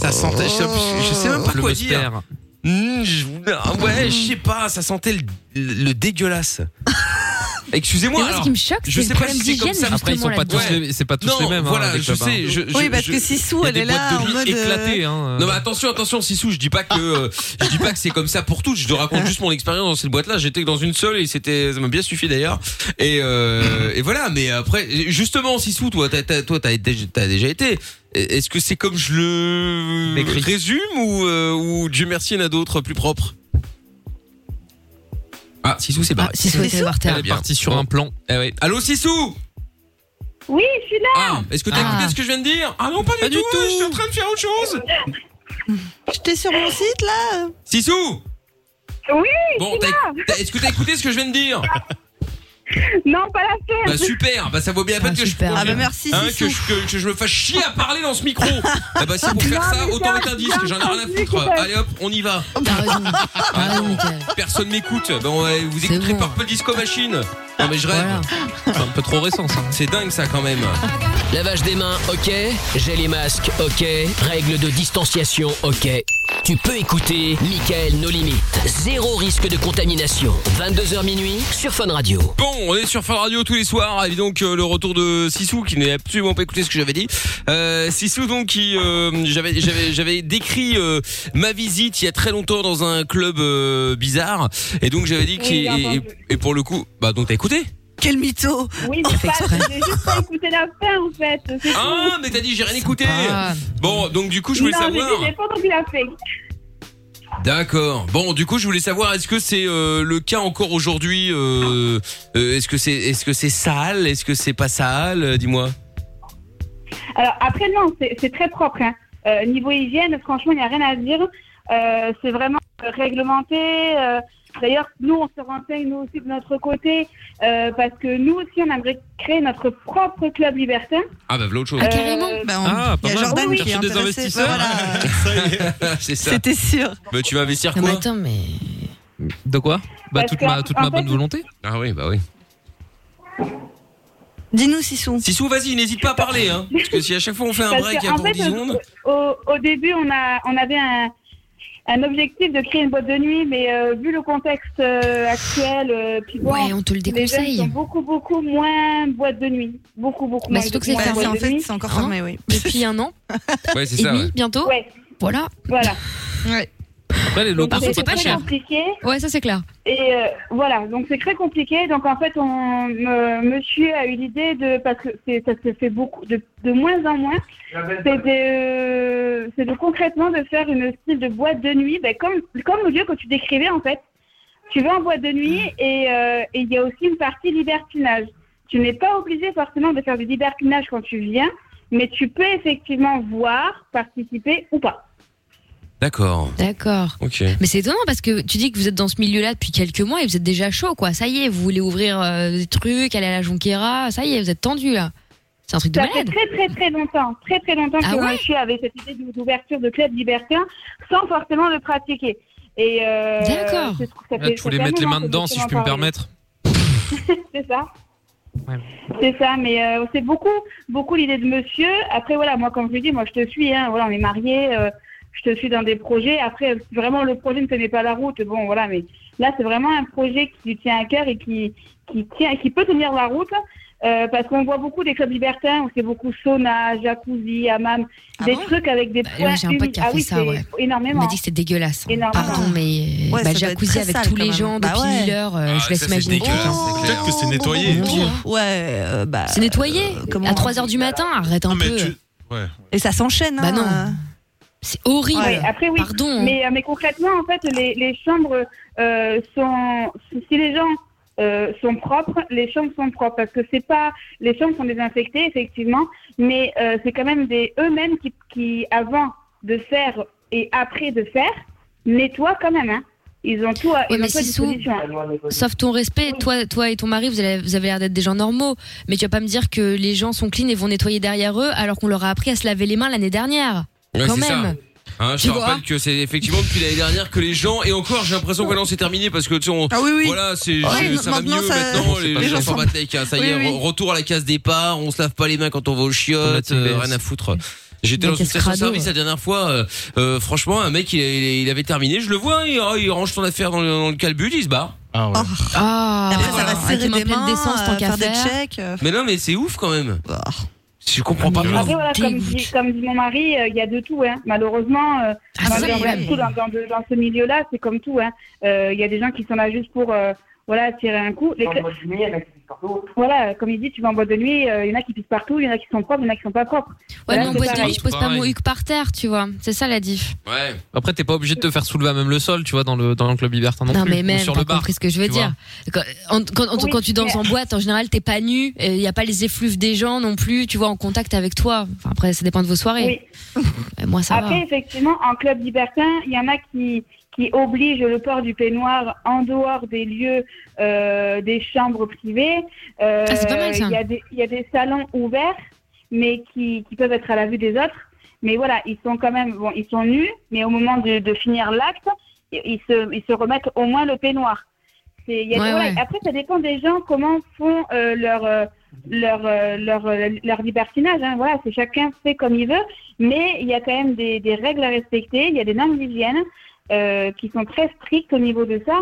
Ça sentait. Je sais, je sais même pas Le quoi dire. mystère. Mmh, je- ah, ouais, je sais pas. Ça sentait le, le dégueulasse. Mais Excusez-moi. moi, ce alors. qui me choque, je c'est le sais pas problème si c'est d'hygiène, comme ça. justement. Après, ils sont pas tous là-dedans. Ouais. les, c'est pas tous non, les mêmes. hein, voilà, les je clubs, hein. sais. Je, je- Oui, parce je- que Sissou, Il y a elle des est là boîtes en de mode. euh, nuit éclatées. hein. Non mais attention, attention, Sissou, je dis pas que euh, je dis pas que c'est comme ça pour toutes. Je te raconte juste mon expérience dans cette boîte-là. J'étais que dans une seule et c'était ça m'a bien suffi d'ailleurs. Et, euh, et voilà. Mais après, justement, Sissou, toi, t'as, t'as- toi, t'as, été- t'as déjà été. Est-ce que c'est comme je le Décris. résume ou, euh, ou Dieu merci, il y en a d'autres plus propres Ah, Sissou, c'est Ah, barré. si souhaité voir Elle terre. est partie sur un plan. Eh ouais. Allô, Sissou Oui, je suis là. Ah, est-ce que t'as Ah. écouté ce que je viens de dire Ah non, pas du Pas du tout. tout. Je suis en train de faire autre chose. J'étais sur mon site là. Sissou Oui, Bon, t'as- t'as- est-ce que t'as écouté ce que je viens de dire Non, pas la Bah peine. super, bah ça vaut bien la peine Ah, que je, super. Ah bah que, merci, hein, que Sissou. je, que- que je me fasse chier à parler dans ce micro. ah bah si pour faire Non, ça, mais autant ça, mettre un disque, j'en ai rien à ça, foutre. ça. Allez hop, on y va. Ah, T'as raison. T'as raison, Mickaël. Personne m'écoute. Bah, on va- vous C'est écouterez bon. Purple Disco Machine. Non mais je rêve. Voilà. C'est un peu trop récent, ça. C'est dingue ça quand même. Lavage des mains, ok. Gel et masque, ok. Règles de distanciation, ok. Tu peux écouter Michael No Limites. Zéro risque de contamination. 22h minuit sur Fun Radio. Bon, on est sur Fun Radio tous les soirs. Et donc euh, le retour de Sissou qui n'est absolument pas écouté ce que j'avais dit. Euh, Sissou donc qui euh, j'avais j'avais j'avais décrit euh, ma visite il y a très longtemps dans un club euh, bizarre et donc j'avais dit que Oui, j'ai et, et- entendu. et pour le coup bah donc t'as écouté Quel mytho. Oui, mais pas, j'ai juste pas écouté la fin en fait. C'est tout. Ah mais t'as dit j'ai rien écouté. Ah. Bon donc du coup je voulais non, j'ai savoir. dit, j'ai pas entendu la fin. D'accord. Bon du coup je voulais savoir est-ce que c'est euh, le cas encore aujourd'hui euh, euh, Est-ce que c'est est-ce que c'est sale Est-ce que c'est pas sale Euh, Dis-moi. Alors après, non, c'est c'est très propre. hein. Euh, niveau hygiène, franchement, il n'y a rien à dire. Euh, c'est vraiment euh, réglementé. euh, D'ailleurs, nous, on se renseigne, nous aussi, de notre côté, euh, parce que nous aussi, on aimerait créer notre propre club libertin. Ah bah voilà autre chose. Ah, carrément. Euh, Bah, on- Ah, Il pas y a mal. Jordan Oui, qui est chercher des intéressé. investisseurs. Bah, voilà. c'est ça. C'était sûr. Bah tu vas investir Non, mais quoi attends, mais. De quoi Bah, Parce toute que, ma, toute en ma fait, bonne volonté. Ah oui, bah oui. Dis-nous, Sissou. Sissou, vas-y, n'hésite pas à parler, hein. Parce que si à chaque fois on fait un Parce break que, hein, en pour fait, 10 secondes. Au, au début, on, a, on avait un, un objectif de créer une boîte de nuit, mais euh, vu le contexte euh, actuel, euh, puis bon, Ouais, on te le les jeunes sont déconseille. beaucoup, beaucoup moins boîte de nuit. Beaucoup, beaucoup Bah, moins. surtout que moins c'est fermé, boîte en de fait, nuit. c'est encore Hein fermé, oui. Depuis un an Ouais, c'est et ça. demi, bientôt. Ouais, Voilà. Hein voilà. Ouais. Après, les Donc, locaux c'est sont pas très cher. compliqué. Ouais, ça c'est clair. Et euh, voilà, donc c'est très compliqué. Donc en fait, on, me- monsieur a eu l'idée de, parce que c'est- ça se fait beaucoup, de, de moins en moins, c'est de, c'est de concrètement de faire une style de boîte de nuit, ben, comme, comme le lieu que tu décrivais en fait. Tu vas en boîte de nuit et euh, et il y a aussi une partie libertinage. Tu n'es pas obligé forcément de faire du libertinage quand tu viens, mais tu peux effectivement voir, participer ou pas. D'accord. D'accord. Ok. Mais c'est étonnant parce que tu dis que vous êtes dans ce milieu-là depuis quelques mois et vous êtes déjà chaud, quoi. Ça y est, vous voulez ouvrir euh, des trucs, aller à la Jonquera, ça y est, vous êtes tendu là. C'est un truc de Ça fait malade. très très très longtemps, très très longtemps Ah que moi ouais je suis avec cette idée d'ou- d'ouverture de club libertin sans forcément le pratiquer. Et euh, D'accord. je trouve que ça Là, fait- tu ça voulais fait un mettre les moment mains que dedans, si je puis me parler. permettre. C'est ça. Ouais. C'est ça, mais euh, c'est beaucoup, beaucoup l'idée de monsieur. Après, voilà, moi, comme je l'ai dit, moi, je te suis, hein, voilà, on est mariés, euh, je te suis dans des projets. Après, si vraiment, le projet ne tenait pas la route. Bon, voilà, mais là, c'est vraiment un projet qui lui tient à cœur et qui, qui, tient, qui peut tenir la route. euh, parce qu'on voit beaucoup des clubs libertins où c'est beaucoup sauna, jacuzzi, hammam, Ah des bon trucs avec des Bah, points j'ai un pote humides. qui a Ah fait oui, ça, c'est ouais. On énormément. m'a dit que c'était dégueulasse. hein. Énormément. Pardon, mais euh, Ouais, bah, ça doit être jacuzzi très avec sale, tous quand les même. gens Bah depuis ouais. Miller, euh, Ah, je laisse Ah, ça, c'est imaginer. dégueulasse, Putain. c'est clair. Peut-être que c'est nettoyé. Mon Dieu. Ouais, euh, bah. C'est nettoyé euh, comment- à 3h du matin, arrête un Non, mais peu. tu- Ouais. Et ça s'enchaîne, hein. Bah non. C'est horrible. Ouais. Oui, après, oui, Pardon. hein. Mais, euh, mais concrètement, en fait, les, les chambres euh, sont. Si si les gens euh, sont propres, les chambres sont propres. Parce que c'est pas. Les chambres sont désinfectées, effectivement, mais euh, c'est quand même des eux-mêmes qui, qui, avant de faire et après de faire, nettoient quand même. Hein. Ils ont tout à, ils mais ont tout à c'est sous- disposition. hein. Sauf ton respect, toi, toi et ton mari, vous avez, vous avez l'air d'être des gens normaux. Mais tu vas pas me dire que les gens sont clean et vont nettoyer derrière eux alors qu'on leur a appris à se laver les mains l'année dernière. Ouais, Quand c'est ça. même. Hein, je Tu te vois rappelle que c'est effectivement depuis l'année dernière que les gens et encore j'ai l'impression que maintenant c'est terminé parce que tu sais on- Ah oui, oui. Voilà, c'est Ouais, j'ai- non, ça va maintenant, mieux ça- maintenant. Les, les les gens gens s'en sont- battent les couilles, hein, Ça y est, Oui, oui. re- retour à la case départ. On se lave pas les mains quand on va aux chiottes. Comme la euh, TBS. rien à foutre. J'étais La dans une caisse station crado, service ouais. la dernière fois. euh, euh, franchement, un mec, il, il- il avait terminé. Je le vois, il, oh, il range son affaire dans le, dans le calbut, il se barre. Ah ouais. Oh. Ah, Et Après, ça voilà. va se serrer des mains, d'essence tant euh, qu'à faire des faire. checks. euh, Mais non, mais c'est ouf quand même. bah. Je comprends pas. Mais vraiment. Après, Ah, voilà, comme, dégoûte. dit, comme dit mon mari, euh, il y a de tout. Hein. Malheureusement, euh, Ah, Dans, ça, dans- oui. dans- dans- dans- dans ce milieu-là, c'est comme tout. hein. Euh, Il y a des gens qui sont là juste pour euh, voilà, tirer un coup. Les cl- Voilà, comme il dit, tu vas en boîte de nuit, euh, il y en a qui pissent partout, il y en a qui sont propres, il y en a qui sont pas propres. Ouais, Voilà, mais on c'est pose pareil. je pose pas Pareil. mon huc par terre, tu vois. C'est ça la diff. Ouais. Après, t'es pas obligé de te faire soulever à même le sol, tu vois, dans le, dans le club libertin non, Non, plus. mais Ou même, sur le t'as bar. compris ce que je veux tu dire. Quand, en- quand- en- Oui, quand tu danses mais- en boîte, en général, t'es pas nu, il n'y a pas les effluves des gens non plus, tu vois, en contact avec toi. Enfin, après, ça dépend de vos soirées. Oui. Euh, Moi, ça Après, effectivement, en club libertin, il y en a qui, qui obligent le port du peignoir en dehors des lieux, euh, des chambres privées. Euh, Ah, c'est pas mal, ça. Il y, a des- il y a des salons ouverts, mais qui, qui peuvent être à la vue des autres. Mais voilà, ils sont quand même, bon, ils sont nus, mais au moment de, de finir l'acte, ils se, ils se remettent au moins le peignoir. C'est- il y a- Ouais, voilà, ouais. Après, ça dépend des gens, comment font euh, leur, euh, leur, euh, leur, euh, leur libertinage. hein. Voilà, c'est chacun fait comme il veut, mais il y a quand même des, des règles à respecter, il y a des normes d'hygiène euh, qui sont très strictes au niveau de ça.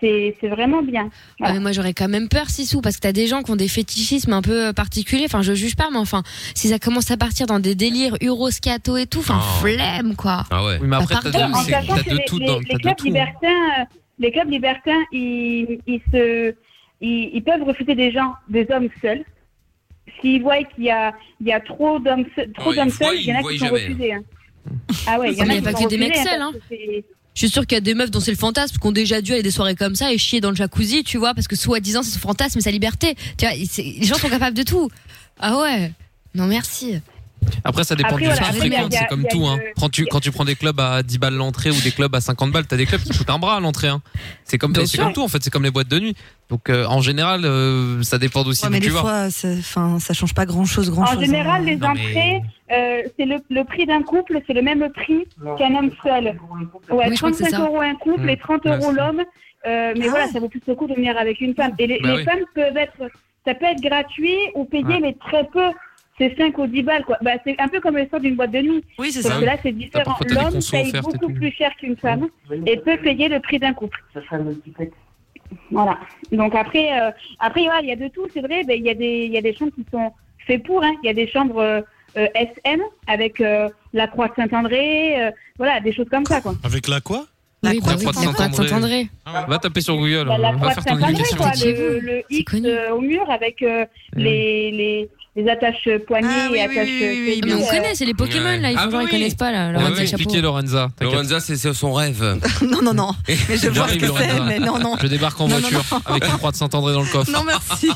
C'est c'est vraiment bien. va. Ouais, mais moi, j'aurais quand même peur, Sissou, parce que t'as des gens qui ont des fétichismes un peu euh, particuliers. Enfin, je juge pas, mais enfin, si ça commence à partir dans des délires uroscato et tout, enfin, Oh. flemme, quoi. Ah ouais. Oui, mais après, Bah, t'as de, pardon. en c'est- sachant t'as que de les, tout les- dans les t'as de clubs tout. libertins, euh, les clubs libertins, ils, ils se, ils, ils peuvent refuser des gens, des hommes seuls. S'ils voient qu'il y a, il y a trop d'hommes, se- trop Ouais, d'hommes ils voient, seuls, il y en a ils qui voient sont jamais. refusés. hein. Ah ouais, il y en a Mais il y a qui pas sont hein. que des mecs refusés, seuls, hein. parce que c'est- Je suis sûre qu'il y a des meufs dont c'est le fantasme, qui ont déjà dû aller à des soirées comme ça et chier dans le jacuzzi, tu vois, parce que soi-disant c'est son fantasme et sa liberté. Tu vois, c'est- les gens sont capables de tout. Ah ouais. Non merci. Après, ça dépend Après, du voilà, tu après, fréquentes, il y a- c'est il comme y a tout. Hein. une- Quand, tu, quand tu prends des clubs à 10 balles l'entrée ou des clubs à 50 balles, t'as des clubs qui coûtent un bras à l'entrée. Hein. C'est comme, Bien c'est sûr. comme tout, en fait, c'est comme les boîtes de nuit. Donc, euh, en général, euh, ça dépend aussi Ouais, d'où mais tu des vas. fois, c'est- enfin, ça change pas grand chose, grand En chose. hein. général, les Non, mais- entrées, euh, c'est le, le prix d'un couple, c'est le même prix qu'un homme seul. Ouais, Oui, je crois que c'est 35 ça. euros un couple Mm. et 30 Ouais, euros c'est- l'homme. Euh, mais Ah voilà, ouais. ça vaut plus le coup de venir avec une femme. Et les, Bah les oui. femmes peuvent être, ça peut être gratuit ou payé, Ouais. mais très peu. C'est 5 ou 10 balles, quoi. Bah, c'est un peu comme le sort d'une boîte de nuit. Oui, c'est Sauf Ah ça. que oui. là, c'est différent. parfois, t'as des L'homme consos paye offertes et beaucoup tout. plus cher qu'une femme et peut payer le prix d'un couple. Voilà. Donc après, euh, après voilà, il y a de tout, c'est vrai. Ben, Il y, a des- il y a des chambres qui sont faites pour. hein. Il y a des chambres euh, euh, SM avec euh, la croix de Saint-André, euh, voilà, des choses comme ça. Quoi. Avec la quoi La Ah oui, bah croix de oui, la Saint-André. croix de Saint-André. Ah Va taper sur Google, Bah, la va croix de faire ton Saint-André, éducation. quoi, C'est le, le C'est X connu. euh, au mur avec euh, les, les, les attaches poignées Ah oui, et oui, attaches. oui, oui, oui, cuisses. Mais on bien sûr. connaît, c'est les Pokémon Ouais. là, ils Ah font genre, bah ils oui. connaissent pas là. On va Lorenza Chapeau. t'expliquer Lorenza. t'inquiète. Lorenza, c'est c'est son rêve. Non, non, non. Mais je vois ce J'arrive, que c'est, Lorenza. mais non, non. Je débarque en Non, non, voiture avec une croix de Saint-André dans le coffre. Non, merci.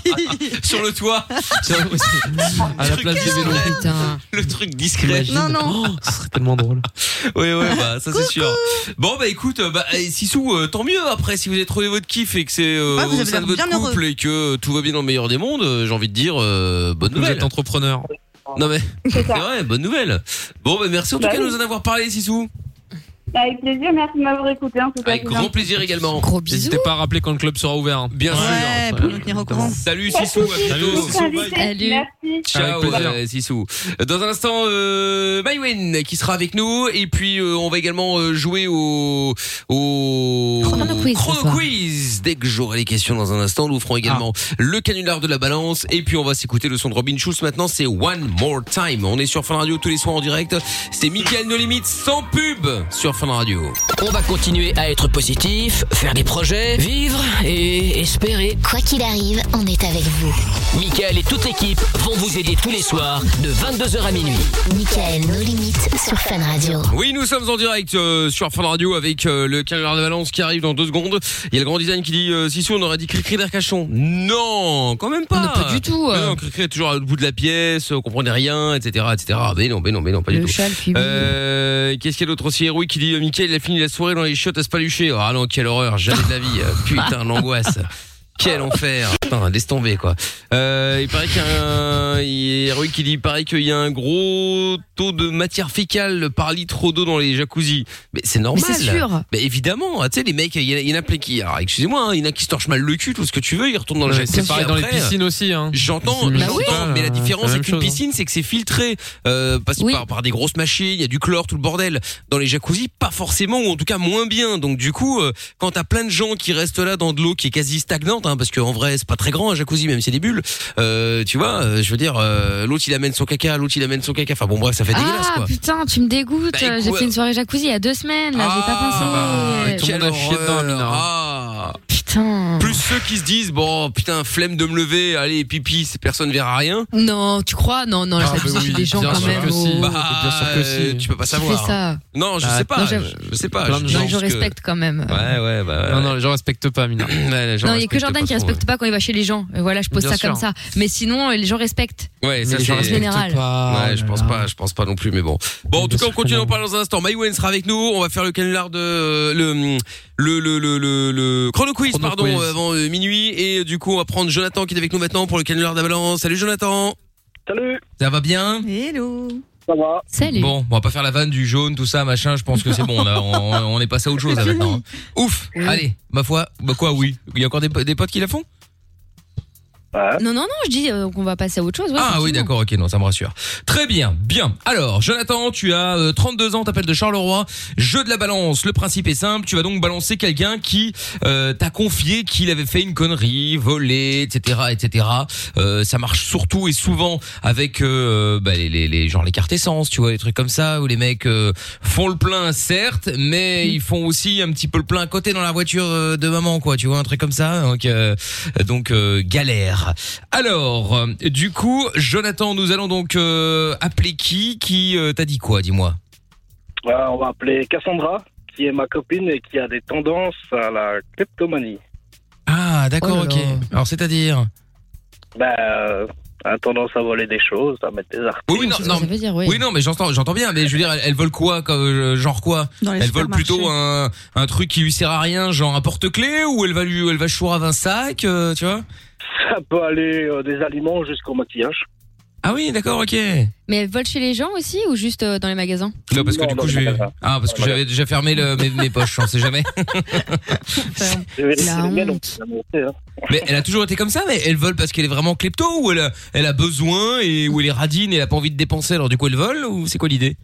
Sur le toit, à la place des vélos. Putain. le truc discret. Imagine. Non, non. Oh, ce serait tellement drôle. Oui, oui, bah, ça c'est sûr. Bon, bah écoute, euh, bah, eh, Sissou, euh, tant mieux après si vous avez trouvé votre kiff et que c'est euh, Ouais, vous au avez sein l'air de votre bien couple et que euh, tout va bien dans le meilleur des mondes, euh, j'ai envie de dire, euh, bonne Vous nouvelle. êtes entrepreneur. Non mais, C'est c'est ça. vrai, bonne nouvelle. Bon, bah merci en tout Bah cas de oui. nous en avoir parlé, Sissou. Avec plaisir, merci de m'avoir écouté en tout Bah, cas. Avec c'est grand gentil. plaisir également. Gros bisous. N'hésitez pas à rappeler quand le club sera ouvert. hein. Bien sûr. Ouais, pour nous tenir au courant. Salut Sissou, à Salut, bientôt. Vous Sissou. invitez, Salut. Merci. Ciao, Avec plaisir. euh, Sissou. Dans un instant, euh, Maïwen qui sera avec nous et puis euh, on va également euh, jouer au, au Chrono quiz, chrono ce soir. Ah. quiz. Dès que j'aurai les questions dans un instant, nous ferons également le canular de la balance et puis on va s'écouter le son de Robin Schulz. Maintenant, c'est One More Time. On est sur Fun Radio tous les soirs en direct. C'est Mickaël No Limite sans pub sur Fun Radio. On va continuer à être positif, faire des projets, vivre et espérer. Quoi qu'il arrive, on est avec vous. Michael et toute l'équipe vont vous aider tous les soirs de 22h à minuit. Michael, nos limites sur Fan Radio. Oui, nous sommes en direct euh, sur Fun Radio avec euh, le canular de Valence qui arrive dans deux secondes. Il y a le grand design qui dit euh, Sissou, on aurait dit Cricri d'Arcachon. Non, quand même pas. Non, pas du tout. Mais euh, non, Cricri est toujours à l'autre bout de la pièce, on comprenait rien, etc., etc. Ah, Mais non, mais non, mais non, pas du Le tout. chat, le fuit, oui. Euh, Qu'est-ce qu'il y a d'autre aussi héroïque qui dit euh, Mickaël, il a fini la soirée dans les chiottes à se palucher. Ah non, quelle horreur, jamais de la vie. Euh, Putain, l'angoisse. Quel enfer. Eh, Putain, laisse tomber, quoi. Euh, il paraît qu'il y a un, il y a héroïque qui dit, il paraît qu'il y a un gros taux de matière fécale par litre d'eau dans les jacuzzis. Mais c'est Mais normal. c'est sûr. Mais évidemment, ah, tu sais, les mecs, il y, en a- il y en a plein qui, alors, excusez-moi, hein, il y en a qui se torchent mal le cul, tout ce que tu veux, ils retournent dans le Ouais, jacuzzi. C'est pareil dans les après. piscines aussi. Hein. J'entends, Bah j'entends, oui. mais la différence C'est la c'est même qu'une chose, hein. piscine, c'est que c'est filtré euh, parce Oui. par, par des grosses machines, il y a du chlore, tout le bordel. Dans les jacuzzis, pas forcément, ou en tout cas moins bien. Donc du coup, euh, quand t'as plein de gens qui restent là dans de l'eau qui est quasi stagnante, hein, parce qu'en vrai c'est pas très grand un jacuzzi, même si c'est des bulles, euh, tu vois, euh, je veux dire, euh, l'autre il amène son caca, l'autre il amène son caca. Enfin bon bref, ça fait dégueulasse Ah quoi. putain, tu me dégoûtes. Bah, J'ai écoute- fait une soirée jacuzzi il y a deux semaines. Là, Ah, j'ai pas pensé. bah, tout le quelle monde a chié dedans, horreur. Amina. hein. Ah. Putain. Plus ceux qui se disent bon putain flemme de me lever, allez pipi, personne verra rien. Non, tu crois Non, non, la Ah, bah jacuzzi, oui, des gens bien quand sûr même. que si. oh, Bah, bien sûr que si. euh, tu peux pas qui fait savoir. ça Non, je Bah, sais pas. non, je, j'avoue. je sais pas. Plein de gens Non, pense je que- respecte quand même. Ouais, ouais, bah. Non, non, les gens respectent pas, Mina. Non, il n'y a que Jordan qui respecte pas quand il va chez les gens. Et Voilà, je pose Bien ça sûr. comme ça. Mais sinon, euh, les gens respectent. Ouais, les ça gens c'est. respectent. général. pas. Ouais, Oh je là pense là. Eh, pas, je pense pas non plus, mais bon. Bon, en Mais tout cas, bien on sûr continue que d'en non. parler dans un instant. Maïwen sera avec nous. On va faire le canular de euh, le le le le le, le- chrono quiz, Chrono pardon, quiz. avant euh, minuit. Et euh, du coup, on va prendre Jonathan qui est avec nous maintenant pour le canular d'Avalance. Salut, Jonathan. Salut, Ça va bien Hello. ça va Salut. Bon, on va pas faire la vanne du jaune, tout ça, machin. Je pense que c'est bon. Là, on, on est passé à autre chose là, maintenant. hein. Ouf. Oui. Allez, ma foi. Bah quoi, oui. Il y a encore des, des potes qui la font. Non, non, non, je dis euh, qu'on va passer à autre chose. ouais, ah oui, effectivement. d'accord, ok, non, ça me rassure. Très bien, bien. Alors, Jonathan, tu as euh, 32 ans, t'appelles de Charleroi. Jeu de la balance, le principe est simple, tu vas donc balancer quelqu'un qui euh, t'a confié qu'il avait fait une connerie, volé, etc., etc. Euh, ça marche surtout et souvent avec euh, bah, les, les, les genre les cartes essence, tu vois, les trucs comme ça où les mecs euh, font le plein, certes, mais ils font aussi un petit peu le plein à côté dans la voiture euh, de maman, quoi, tu vois, un truc comme ça. Donc, euh, donc euh, galère. Alors, euh, du coup, Jonathan, nous allons donc euh, appeler qui Qui euh, t'a dit quoi Dis-moi. Euh, On va appeler Cassandra, qui est ma copine et qui a des tendances à la kleptomanie. Ah, d'accord, Oh là ok. là. Alors, c'est-à-dire Ben, euh, a tendance à voler des choses, à mettre des articles. Oui, oui, non, Je sais non. pas ce que Ça veut dire, oui. Oui, non, mais j'entends, j'entends bien. Mais je veux dire, elles, elles veulent quoi, comme, euh, genre quoi Dans les Elles veulent supermarchés. plutôt un, un truc qui lui sert à rien, genre un porte-clés, ou elle va lui, elle va chourave un sac, euh, tu vois Ça peut aller euh, des aliments jusqu'au maquillage. Ah oui, d'accord, ok. Mais elles volent chez les gens aussi ou juste euh, dans les magasins Non, parce que Non, du non, coup, je je vais. vais pas faire Ah, parce que Voilà. j'avais déjà fermé le, mes, mes poches, on sait jamais. Je vais laisser La les miennes, honte. on peut les annoncer, hein. Mais elle a toujours été comme ça, mais elle vole parce qu'elle est vraiment klepto ou elle a, elle a besoin et ou elle est radine et elle a pas envie de dépenser alors du coup elle vole ou c'est quoi l'idée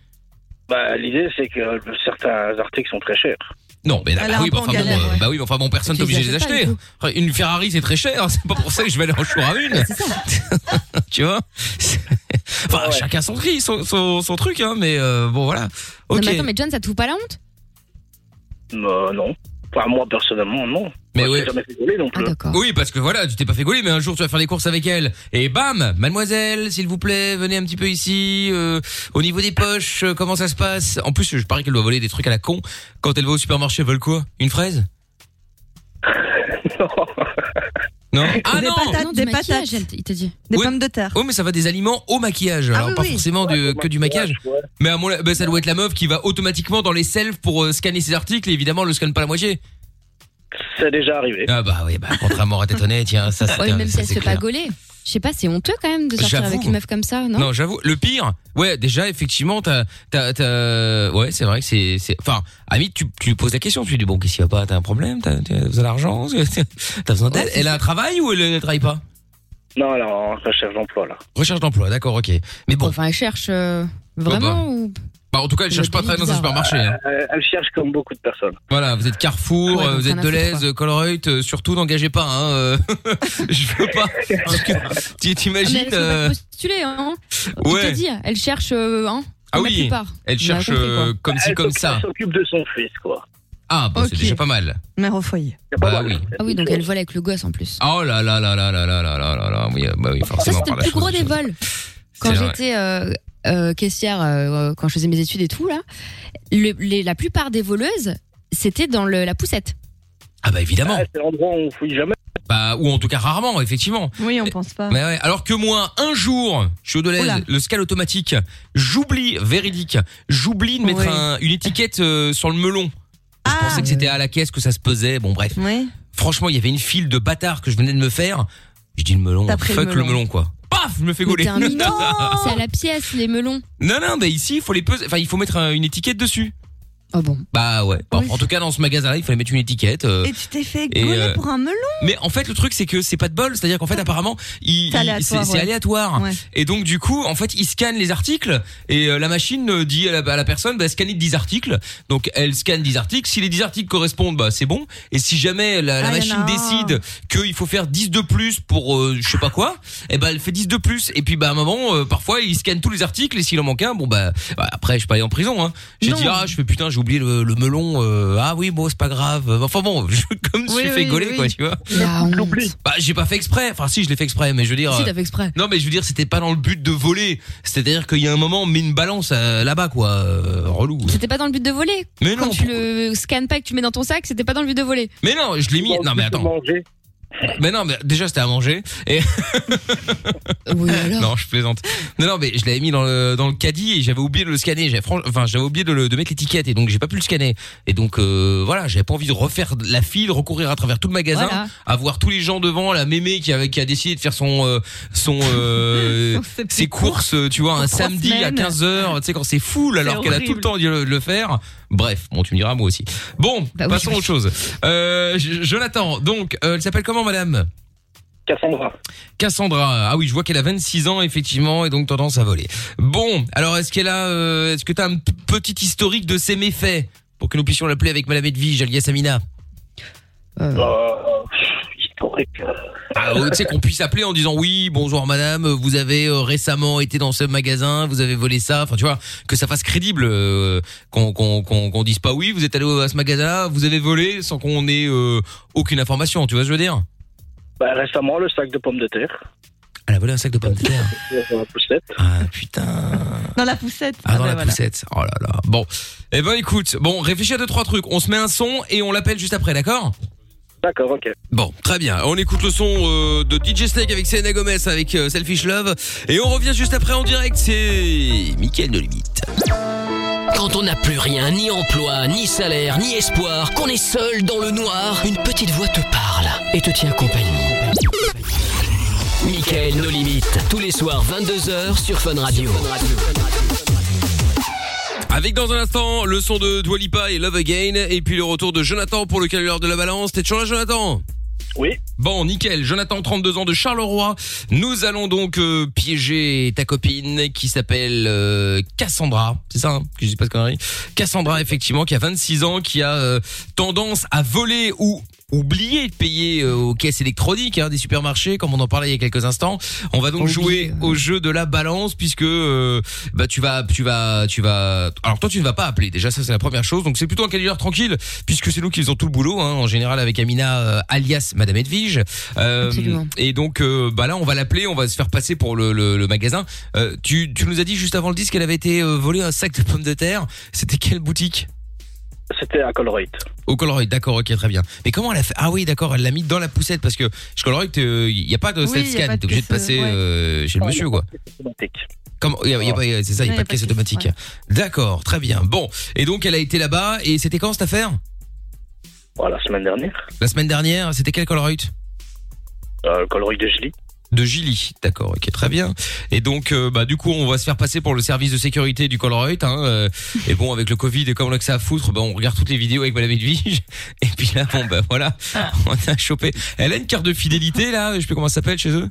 Ben, L'idée, c'est que euh, certains articles sont très chers. Non, mais là, Elle a bah un oui, bah, peu en enfin, bon, galère, euh, ouais. bah oui, mais enfin bon, personne Tu t'est obligé de les les achètes pas, acheter. hein. du Enfin, Une Ferrari c'est très cher, c'est pas pour ça que je vais aller en choix à une, C'est ça. tu vois. enfin, Ah Ouais. chacun son prix, son, son, son truc, hein, mais euh, bon voilà. Non, Ok. mais attends, mais John, ça te fout pas la honte Euh, non. Enfin, moi, personnellement, non. Mais Moi, oui. je l'ai jamais fait voler Ah, euh, non plus. Oui, parce que voilà, tu t'es pas fait gauler, mais un jour tu vas faire les courses avec elle. Et bam, mademoiselle, s'il vous plaît, venez un petit peu ici. euh, au niveau des poches, euh, comment ça se passe En plus, je parie qu'elle doit voler des trucs à la con. Quand elle va au supermarché, elle vole quoi Une fraise Non. Ah des non patates, Non, du des maquillage, patates, elle- il te dit. des Oui. pommes de terre. Oh mais ça va des aliments au maquillage, Ah alors oui, pas oui. forcément de, que du maquillage. ouais. Mais à mon, bah, ça doit être la meuf qui va automatiquement dans les selfs pour euh, scanner ses articles et évidemment elle le scanne pas la moitié. C'est déjà arrivé. Ah bah oui, bah contrairement à tête honnête, tiens, ça c'est Ouais, même ça, si elle se c'est fait pas clair. gauler. Je sais pas, c'est honteux quand même de sortir J'avoue. avec une meuf comme ça, non, Non, j'avoue. Le pire, ouais, déjà, effectivement, t'as, t'as, t'as- ouais, c'est vrai que c'est, c'est, enfin, Amit, tu, tu poses la question, tu lui dis, bon, qu'est-ce qu'il va pas, t'as un problème, t'as, t'as besoin d'argent, t'as besoin d'aide, elle a un travail ou elle, elle travaille pas? Non, alors en recherche d'emploi là. Recherche d'emploi, d'accord, ok. Mais bon, Oh, Enfin, elle cherche euh, vraiment ou Ah, bah, en tout cas, elle cherche pas à travailler dans un supermarché, hein. Euh, elle cherche comme beaucoup de personnes. Voilà, vous êtes Carrefour, Ah Ouais, euh, donc vous ça êtes n'a fait Deleuze, euh, Colruyt, euh, surtout n'engagez pas, hein, euh, je veux pas, parce que, tu- Ah, mais t'imagines, elles sont euh, pas postulées, hein On ouais, t'a dit, elle cherche, euh, hein Ah la oui, plupart. elle On a cherche, compris, euh, comme ci, Elle comme s'occupe- ça. Elle s'occupe de son fils quoi. Ah, bah, c'est Ok. déjà pas mal. Mère au foyer. C'est pas Bah mal. oui. Ah oui, donc elle vole avec le gosse en plus. Oh là là là là là là là là là là, oui, euh, bah oui, Ça, forcément. c'était par le la plus chose gros des des choses. vols. Quand C'est vrai. j'étais euh, euh, caissière, euh, euh, quand je faisais mes études et tout, là, le- les- la plupart des voleuses, c'était dans le- la poussette. Ah bah évidemment. Ah, c'est l'endroit où on fouille jamais. Bah, ou en tout cas rarement, effectivement. Oui, on pense pas. Mais ouais, alors que moi, un jour, je suis au Deleuze, Oula. le scan automatique, j'oublie, véridique, j'oublie de mettre Oui. un- une étiquette euh, sur le melon. Je Ah. pensais que c'était à la caisse que ça se pesait, bon bref. Oui. Franchement, il y avait une file de bâtards que je venais de me faire. Je dis le melon, T'as pris le fuck le melon. melon. quoi. Paf, je me fais Mais gauler. t'es un minot. Oh. C'est à la pièce, les melons. Non, non, bah ici, il faut les peser, enfin, il faut mettre un- une étiquette dessus. Oh bon. Bah ouais. Bon, Oui. En tout cas, dans ce magasin-là, il fallait mettre une étiquette. euh, Et tu t'es fait Et, gauler euh, pour un melon Mais en fait, le truc, c'est que c'est pas de bol. C'est-à-dire qu'en fait, apparemment, il, il- C'est aléatoire, c'est c'est ouais. aléatoire. Ouais. Et donc, du coup, en fait, il scanne les articles et euh, la machine euh, dit à la, à la personne, bah, scanner 10 articles. Donc, elle scanne 10 articles. Si les 10 articles correspondent, bah, c'est bon. Et si jamais la, la Ah, y en machine a un. décide qu'il faut faire 10 de plus pour euh, je sais pas quoi, et ben elle fait 10 de plus. Et puis, bah, à un moment, euh, parfois, il scanne tous les articles et s'il en manque un, bon, bah, bah, après, je peux aller en prison. Hein. J'ai Non. dit, ah, je fais putain, j'ai oublié le, le melon. euh, ah oui, bon, c'est pas grave. Enfin bon, je- comme je Oui, suis fait oui, gauler, oui. quoi, tu vois. La honte. l'oublies. Bah, j'ai pas fait exprès. Enfin, si, je l'ai fait exprès, mais je veux dire. Si, euh, t'as fait exprès. Non, mais je veux dire, c'était pas dans le but de voler. C'est-à-dire qu'il y a un moment, on met une balance euh, là-bas, quoi. Euh, relou. C'était pas dans le but de voler. Mais Quand non, tu pour- le scannes pas et que tu le mets dans ton sac, c'était pas dans le but de voler. mais non, je l'ai mis. Non, mais attends. Manger. Mais non, mais déjà, c'était à manger. Oui, alors. Non, je plaisante. Non, non, mais je l'avais mis dans le, dans le caddie et j'avais oublié de le scanner. J'avais franch- Enfin, j'avais oublié de, le, de mettre l'étiquette et donc j'ai pas pu le scanner. Et donc, euh, voilà, j'avais pas envie de refaire la file, recourir à travers tout le magasin. Voilà. à voir tous les gens devant la mémé qui a, qui a décidé de faire son euh, son euh, ses courses euh, tu vois un trois samedi semaines. à 15h tu sais quand c'est full alors qu'elle a tout le horrible. temps dû le, le faire bref bon tu me diras moi aussi bon Bah oui, passons oui. aux choses euh, J- Jonathan donc euh, elle s'appelle comment madame Cassandra. Cassandra ah oui je vois qu'elle a 26 ans effectivement et donc tendance à voler bon alors est-ce qu'elle a euh, est-ce que t'as un p- petit historique de ses méfaits pour que nous puissions l'appeler avec madame Edwige alias Amina Euh, Euh, pff, historique. euh, Ah, euh, tu sais qu'on puisse appeler en disant oui bonjour madame euh, vous avez euh, récemment été dans ce magasin vous avez volé ça enfin tu vois que ça fasse crédible euh, qu'on qu'on qu'on qu'on dise pas oui vous êtes allé au- à ce magasin là vous avez volé sans qu'on ait euh, aucune information tu vois ce que je veux dire bah, récemment, le sac de pommes de terre. Ah, elle a volé un sac de pommes de terre Dans la poussette. ah putain Dans la poussette. ah dans ben la voilà. poussette oh là là bon eh ben écoute bon réfléchis à deux trois trucs on se met un son et on l'appelle juste après d'accord D'accord, ok. Bon, très bien. On écoute le son euh, de DJ Snake avec Selena Gomez avec euh, Selfish Love et on revient juste après en direct. C'est Mickaël de Limite. Quand on n'a plus rien, ni emploi, ni salaire, ni espoir, qu'on est seul dans le noir, une petite voix te parle et te tient compagnie. Michael, nos limites, tous les soirs 22h sur Fun Radio. Avec dans un instant le son de Dwalipa et Love Again et puis le retour de Jonathan pour le calendrier de la balance. T'es toujours là, Jonathan Oui. Bon, nickel. Jonathan, 32 ans de Charleroi. Nous allons donc euh, piéger ta copine qui s'appelle euh, Cassandra. C'est ça, hein, que je dis pas de conneries. Cassandra, effectivement, qui a 26 ans, qui a euh, tendance à voler ou oublié de payer euh, aux caisses électroniques hein, des supermarchés, comme on en parlait il y a quelques instants. On va donc jouer au jeu de la balance puisque euh, bah tu vas tu vas tu vas alors toi tu ne vas pas appeler déjà ça c'est la première chose donc c'est plutôt un canular tranquille puisque c'est nous qui faisons tout le boulot hein, en général avec Amina euh, alias Madame Edwige Euh, Absolument. et donc euh, bah là on va l'appeler on va se faire passer pour le, le- le magasin Euh, tu tu nous as dit juste avant le disque qu'elle avait été euh, volée un sac de pommes de terre c'était quelle boutique C'était à Colruyt. au Colruyt, d'accord, ok, très bien. Mais comment elle a fait Ah oui, d'accord, elle l'a mis dans la poussette parce que chez Colruyt, il n'y a pas de Oui, y self a scan, pas de t'es obligé de caisse, passer euh, ouais. euh, chez le Ah, y a monsieur, pas quoi. Automatique. Comme, y a- y a pas- c'est ça, il Ouais, n'y a pas de caisse automatique. D'accord, très bien. Bon, et donc elle a été là-bas et c'était quand cette affaire Voilà, la semaine dernière, La semaine dernière, c'était quel Colruyt euh, Colruyt de Gilly. de Gilly, d'accord, ok, très bien. Et donc, euh, bah, du coup, on va se faire passer pour le service de sécurité du Colruyt. Hein, euh, et bon, avec le Covid et comme on a que ça à foutre, bah, on regarde toutes les vidéos avec Madame Edwige. Et puis là, bon, bah voilà, on a chopé. Elle a une carte de fidélité là, je sais plus comment ça s'appelle chez eux.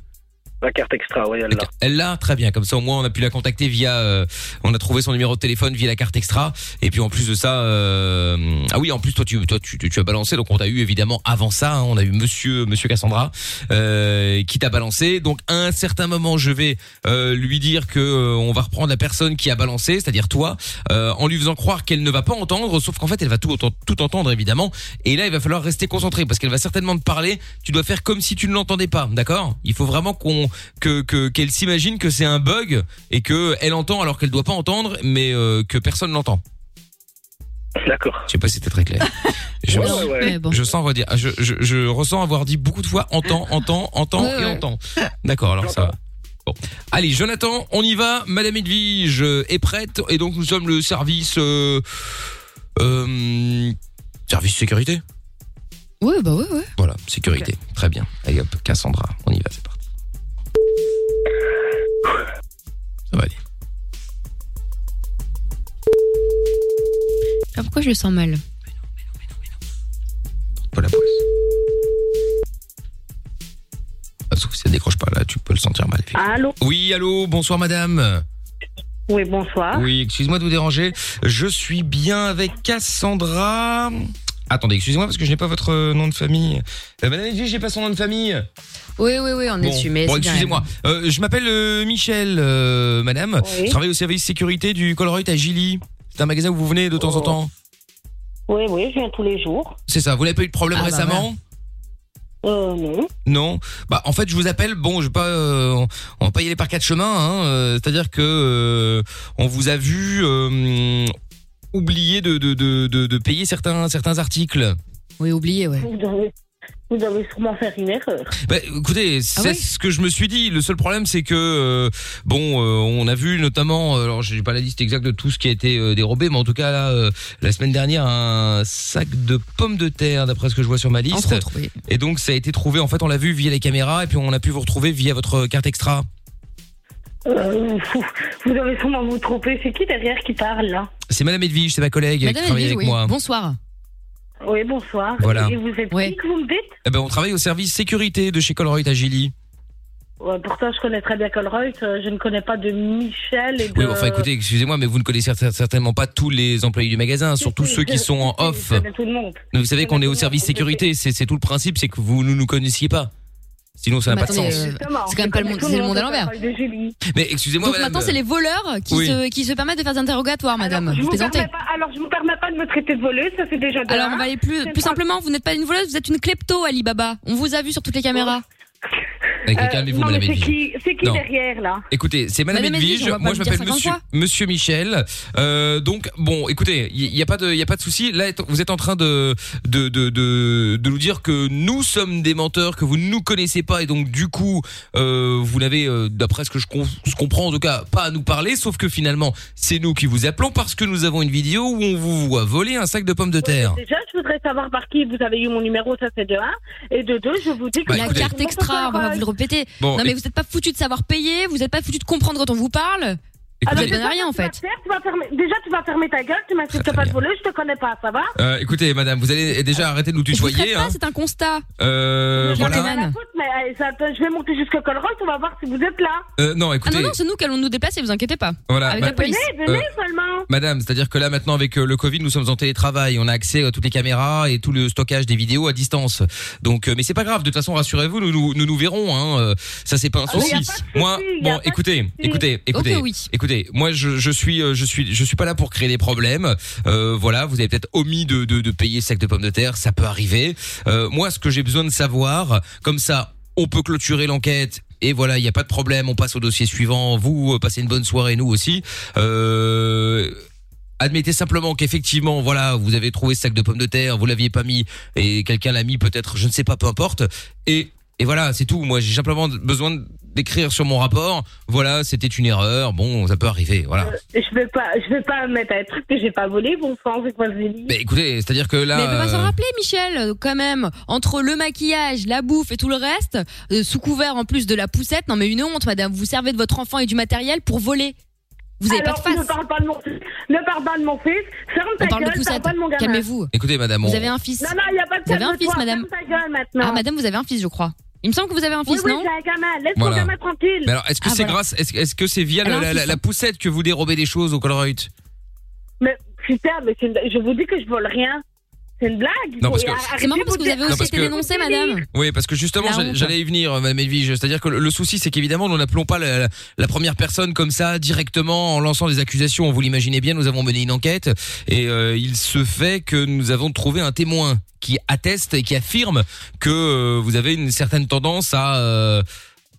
La carte extra, oui, elle l'a. Elle l'a, très bien. Comme ça, au moins, on a pu la contacter via. euh, on a trouvé son numéro de téléphone via la carte extra. Et puis, en plus de ça, euh, ah oui, en plus, toi, tu, toi, tu, tu- tu as balancé. Donc, on t'a eu évidemment avant ça. hein, on a eu Monsieur, Monsieur Cassandra, euh, qui t'a balancé. Donc, à un certain moment, je vais euh, lui dire que euh, on va reprendre la personne qui a balancé, c'est-à-dire toi, euh, en lui faisant croire qu'elle ne va pas entendre. Sauf qu'en fait, elle va tout, entendre- tout entendre évidemment. Et là, il va falloir rester concentré parce qu'elle va certainement te parler. Tu dois faire comme si tu ne l'entendais pas, d'accord Il faut vraiment qu'on que que- qu'elle s'imagine que c'est un bug et que elle entend alors qu'elle doit pas entendre, mais euh, que personne l'entend. D'accord. Je sais pas si c'était très clair. Je, Ouais, ouais, ouais. Mais bon. je sens redire. Je, je, je ressens avoir dit beaucoup de fois entend, entend, entend Ouais, et ouais. entend. D'accord, alors ça va. Bon. Allez, Jonathan, on y va. Madame Edwige euh, est prête et donc nous sommes le service euh, euh, service sécurité. Ouais, bah ouais, ouais. Voilà, sécurité. Très bien. Allez hop, Cassandra, on y va, c'est parti. Ça va aller. Ah, pourquoi je le sens mal pas la poisse. Ah, Sauf si ça décroche pas là, tu peux le sentir mal. Allô Oui, allô, bonsoir madame. Oui, bonsoir. Oui, excuse-moi de vous déranger. Je suis bien avec Cassandra. Attendez, excusez-moi parce que je n'ai pas votre euh, nom de famille. Euh, madame Edwige, j'ai pas son nom de famille. Oui, oui, oui, on est Bon, dessus, mais bon, c'est bien. excusez-moi. Euh, je m'appelle euh, Michel, euh, madame. Oui. Je travaille au service sécurité du Colruyt à Gilly. C'est un magasin où vous venez de temps en temps. Oui, oui, je viens tous les jours. C'est ça, vous n'avez pas eu de problème Ah, bah, récemment voilà. Euh, non. Non. Bah en fait, je vous appelle. Bon, je vais pas. euh, on- on va pas y aller par quatre chemins. Hein, euh, C'est-à-dire que euh, on vous a vu euh, oublier de, de, de, de, de payer certains certains articles. Oui, oublié, ouais. Vous avez, vous avez sûrement fait une erreur. Bah, écoutez, c'est ce que je me suis dit. Le seul problème, c'est que euh, bon, euh, on a vu notamment, euh, alors j'ai pas la liste exacte de tout ce qui a été euh, dérobé, mais en tout cas là, euh, la semaine dernière, un sac de pommes de terre, d'après ce que je vois sur ma liste. Et donc ça a été trouvé. En fait, on l'a vu via les caméras, et puis on a pu vous retrouver via votre carte extra. Euh, vous, vous avez sûrement vous trompé. C'est qui derrière qui parle, là C'est Madame Edwige, c'est ma collègue qui travaille avec moi. Bonsoir. Oui, bonsoir. Voilà. Et vous êtes qui que vous me dites Eh ben, on travaille au service sécurité de chez Colruyt à Gilly. Ouais, Pourtant, je connais très bien Colruyt. euh, Je ne connais pas de Michel et de... Oui, bon, enfin écoutez, excusez-moi, mais vous ne connaissez cer- certainement pas tous les employés du magasin, surtout ceux qui sont en off. Je connais tout le monde. Mais vous savez qu'on est au service sécurité, c'est c'est tout le principe, c'est que vous ne nous connaissiez pas. Sinon, ça n'a Mais pas de attendez, sens. euh, C'est quand même pas le monde, c'est le monde à l'envers. Mais excusez-moi, Donc madame. maintenant, c'est les voleurs qui, Oui. se, qui se permettent de faire des interrogatoires, madame. Je Vous vous plaisantez. permets pas, alors, je vous permets pas de me traiter de voleuse, ça c'est déjà de Alors, un. on va aller plus, plus simplement. Vous n'êtes pas une voleuse, vous êtes une klepto, Alibaba. On vous a vu sur toutes les caméras. Avec- Euh, Calmez-vous, non, mais madame c'est Edwige. qui, c'est qui Non. derrière, là Écoutez, c'est Madame, Madame Edwige, Edwige. on va pas Moi, le je dire m'appelle 50 Monsieur, fois. Monsieur Michel. Euh, donc, bon, écoutez, il n'y a pas de, il y a pas de souci. Là, étant- vous êtes en train de, de, de, de, de nous dire que nous sommes des menteurs, que vous ne nous connaissez pas, et donc du coup, euh, vous n'avez, euh, d'après ce que je, com- je comprends, en tout cas, pas à nous parler. Sauf que finalement, c'est nous qui vous appelons parce que nous avons une vidéo où on vous voit voler un sac de pommes de terre. Déjà, je voudrais savoir par qui vous avez eu mon numéro, ça c'est de 1. Et de 2, je vous dis que... la carte extra, on va vous le répéter. Bah, Bon, non, mais et- vous n'êtes pas foutu de savoir payer, vous n'êtes pas foutu de comprendre quand on vous parle. Écoute, Alors, ça donne déjà, rien, en tu vas fait. te faire, tu vas fermer- Déjà, tu vas fermer ta gueule, tu m'insultes pas de voleuse, je te connais pas, ça va Euh, écoutez, madame, vous allez déjà arrêter de nous tutoyer. Hein. C'est un constat. Euh, J'en ai voilà. rien à foutre, mais euh, ça- attends, je vais monter jusqu'au Colrol, on va voir si vous êtes là. Euh, non, Ah écoutez. non, non, c'est nous qui allons nous déplacer, vous inquiétez pas. Voilà, Avec bah- la police. Venez, venez Euh, seulement. Madame, c'est-à-dire que là maintenant avec euh, le Covid, nous sommes en télétravail, on a accès à toutes les caméras et tout le stockage des vidéos à distance. Donc, euh, mais c'est pas grave. De toute façon, rassurez-vous, nous nous, nous nous verrons. Hein, euh, ça c'est pas un Ah, mais souci. y a pas de souci, moi, y a bon, pas de écoutez, souci. écoutez, écoutez, Ok, oui. écoutez. Moi, je, je suis, euh, je suis, je suis pas là pour créer des problèmes. Euh, voilà, vous avez peut-être omis de, de, de payer ce sac de pommes de terre, ça peut arriver. Euh, moi, ce que j'ai besoin de savoir, comme ça, on peut clôturer l'enquête. Et voilà, il n'y a pas de problème, on passe au dossier suivant. Vous, euh, passez une bonne soirée, nous aussi. Euh, Admettez simplement qu'effectivement, voilà, vous avez trouvé ce sac de pommes de terre, vous l'aviez pas mis, et quelqu'un l'a mis peut-être, je ne sais pas, peu importe. Et, et voilà, c'est tout. Moi, j'ai simplement besoin d'écrire sur mon rapport. Voilà, c'était une erreur. Bon, ça peut arriver. Voilà. Je vais pas, je vais pas mettre un truc que j'ai pas volé, bon sang, c'est quoi ce délire Mais écoutez, c'est-à-dire que là. Mais il peut pas s'en euh, rappeler, Michel, euh, quand même. Entre le maquillage, la bouffe et tout le reste, euh, sous couvert en plus de la poussette, non mais une honte, madame. Vous servez de votre enfant et du matériel pour voler. Vous avez Alors, pas de Ne face. parle pas de mon fils, ne parle pas de mon fils, ferme ta On parle de gueule, parle poussette. pas de mon gamin. Calmez-vous. Écoutez, madame. Vous on- avez un fils. Non, non, il y a pas de Vous avez calme un fils, toi, madame. ferme ta gueule maintenant. Ah, madame, vous avez un fils, je crois. Il me semble que vous avez un Oui, fils, oui, non j'ai un gamin, laisse Voilà. mon gamin tranquille. Mais alors, est-ce que Ah, c'est grâce, est-ce est-ce que c'est via Elle a la, un la- la- fils, la hein. poussette que vous dérobez des choses au Colruyt Mais putain, mais c'est une- je vous dis que je vole rien. C'est une blague. Non, parce que- Et arrêtez C'est marrant de parce que vous avez dire- aussi parce été que- dénoncé, madame. Oui, parce que justement, La j'allais- honte. j'allais y venir, euh, Madame Edwige. C'est-à-dire que le, le souci, c'est qu'évidemment, nous n'appelons pas la, la- la première personne comme ça directement en lançant des accusations. Vous l'imaginez bien, nous avons mené une enquête et euh, il se fait que nous avons trouvé un témoin qui atteste et qui affirme que euh, vous avez une certaine tendance à euh,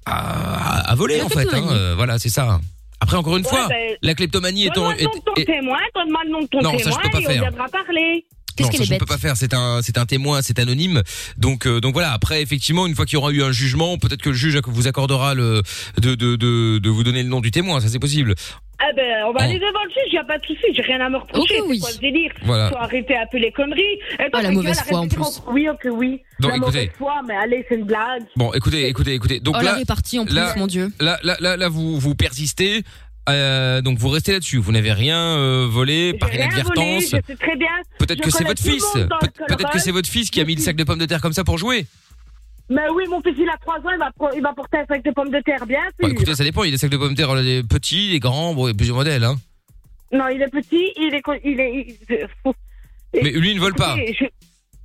à, à- à voler La en fait. hein. kleptomanie. Euh, voilà, c'est ça. Après, encore une Ouais, fois, ben, la kleptomanie étant Donne-moi le nom de ton est- est- témoin, donne-moi le nom de ton Non, ça, je témoin peux pas et faire. on viendra parler. non, ça, je ne peux pas faire. C'est un, c'est un témoin, c'est anonyme. Donc, euh, donc voilà. Après, effectivement, une fois qu'il y aura eu un jugement, peut-être que le juge vous accordera le de de de, de vous donner le nom du témoin. Ça, c'est possible. Eh ben, Oh. on va aller devant le juge, y a pas de souci, j'ai rien à me reprocher. c'est quoi le délire Voilà. Faut arrêter un peu les conneries. Et Ah, la mauvaise foi, en plus. Oui, ok, oui. Non, la écoutez. mauvaise foi, mais allez, c'est une blague. Bon, écoutez, écoutez, écoutez. Donc oh, là, la répartie en plus, là- mon Dieu. là, là, là, là, vous vous persistez. Euh, donc vous restez là-dessus. Vous n'avez rien euh, volé par Rien volé, inadvertance. je sais très bien. Peut-être Je que c'est connais votre tout le fils. monde dans le Peut- Peut-être que Colorado. c'est votre fils qui a mis le sac de pommes de terre comme ça pour jouer. Mais oui, mon fils, il a 3 ans, il va, pro- il va porter un sac de pommes de terre, bien sûr. Bah, écoutez, ça dépend. Il y a des sacs de pommes de terre euh, des petits, des grands, bon, il y a plusieurs modèles. Hein. Non, il est petit, il est. co- Il est il- je- faut- Mais lui, il ne vole pas. écoutez,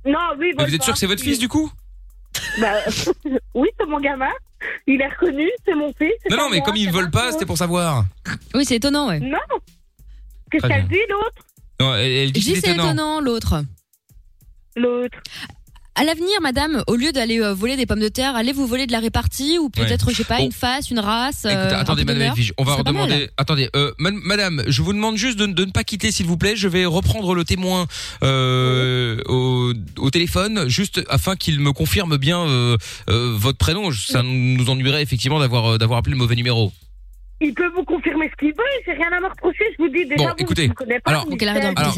je- Non, lui, il Mais vole vous êtes pas. sûr que c'est votre fils du coup Bah, Oui, c'est mon gamin. Il est reconnu, c'est mon fils. c'est Non, pas non, mais moi, comme ils c'est ne veulent pas, c'était pour savoir. Oui, c'est étonnant, ouais. Non Qu'est-ce Très qu'elle dit, l'autre Non, elle, elle dit J'ai que dit c'est étonnant, l'autre. L'autre. À l'avenir, madame, au lieu d'aller euh, voler des pommes de terre, allez vous voler de la répartie ou peut-être, Ouais. je sais pas, Bon. une face, une race. euh, Écoutez, un attendez, peu madame d'honneur. Edwige, on va Ce serait pas mal. redemander. Attendez, euh, man- madame, je vous demande juste de, de ne pas quitter, s'il vous plaît. Je vais reprendre le témoin euh, au, au téléphone, juste afin qu'il me confirme bien euh, euh, votre prénom. Je- Ça nous ennuierait effectivement d'avoir euh, d'avoir appelé le mauvais numéro. Il peut vous confirmer ce qu'il veut, j'ai rien à me reprocher, je vous dis déjà. Bon, vous, écoutez, Je vous connais pas, alors, mais c'est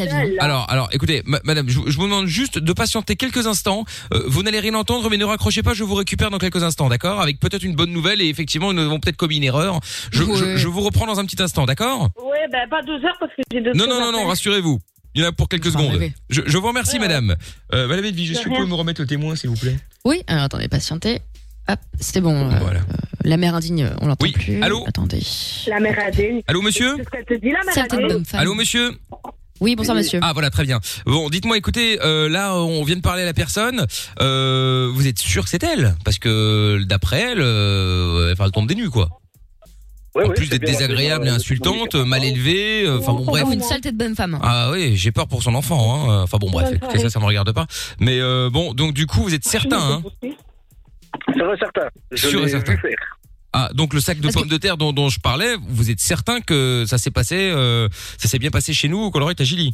alors, elle, là. alors, alors, écoutez, ma- madame, je, je vous demande juste de patienter quelques instants. Euh, vous n'allez rien entendre, mais ne raccrochez pas, je vous récupère dans quelques instants, d'accord Avec peut-être une bonne nouvelle, et effectivement, nous avons peut-être commis une erreur. Je, je- Ouais. je vous reprends dans un petit instant, d'accord Ouais, ben pas deux heures parce que j'ai deux Non, choses non, à non, non, faire. rassurez-vous. Il y en a pour quelques secondes. rêver. Je, je vous remercie, madame. Euh, madame Edwige, De est-ce que vous rien. pouvez me remettre le témoin, s'il vous plaît Oui, alors attendez, patientez. Hop, c'est bon. euh, euh, la mère indigne, euh, on l'entend plus. allô Attendez. La mère indigne. Allô, monsieur C'est ce qu'elle te dit, hein la mère Certaines indigne. bonnes femmes. Allô, monsieur Oui, bonsoir, monsieur. Ah, voilà, très bien. Bon, dites-moi, écoutez, euh, là, on vient de parler à la personne. Euh, vous êtes sûr que c'est elle Parce que, d'après elle, euh, enfin, elle tombe des nues, quoi. en plus d'être désagréable et insultante, mal élevée, euh, enfin, bon, bref. Oh, Une sale tête de bonne femme. Ah oui, j'ai peur pour son enfant. Hein. Enfin bon, bref, Bonne écoutez, ça, ça me regarde pas. Mais euh, bon, donc du coup, vous êtes certain. Hein. Sûr et certain. Je Sûr et l'ai certain. vu faire. Ah, donc le sac de pommes de terre dont, dont je parlais, vous êtes certain que ça s'est passé, euh, ça s'est bien passé chez nous au Colorado à Gilly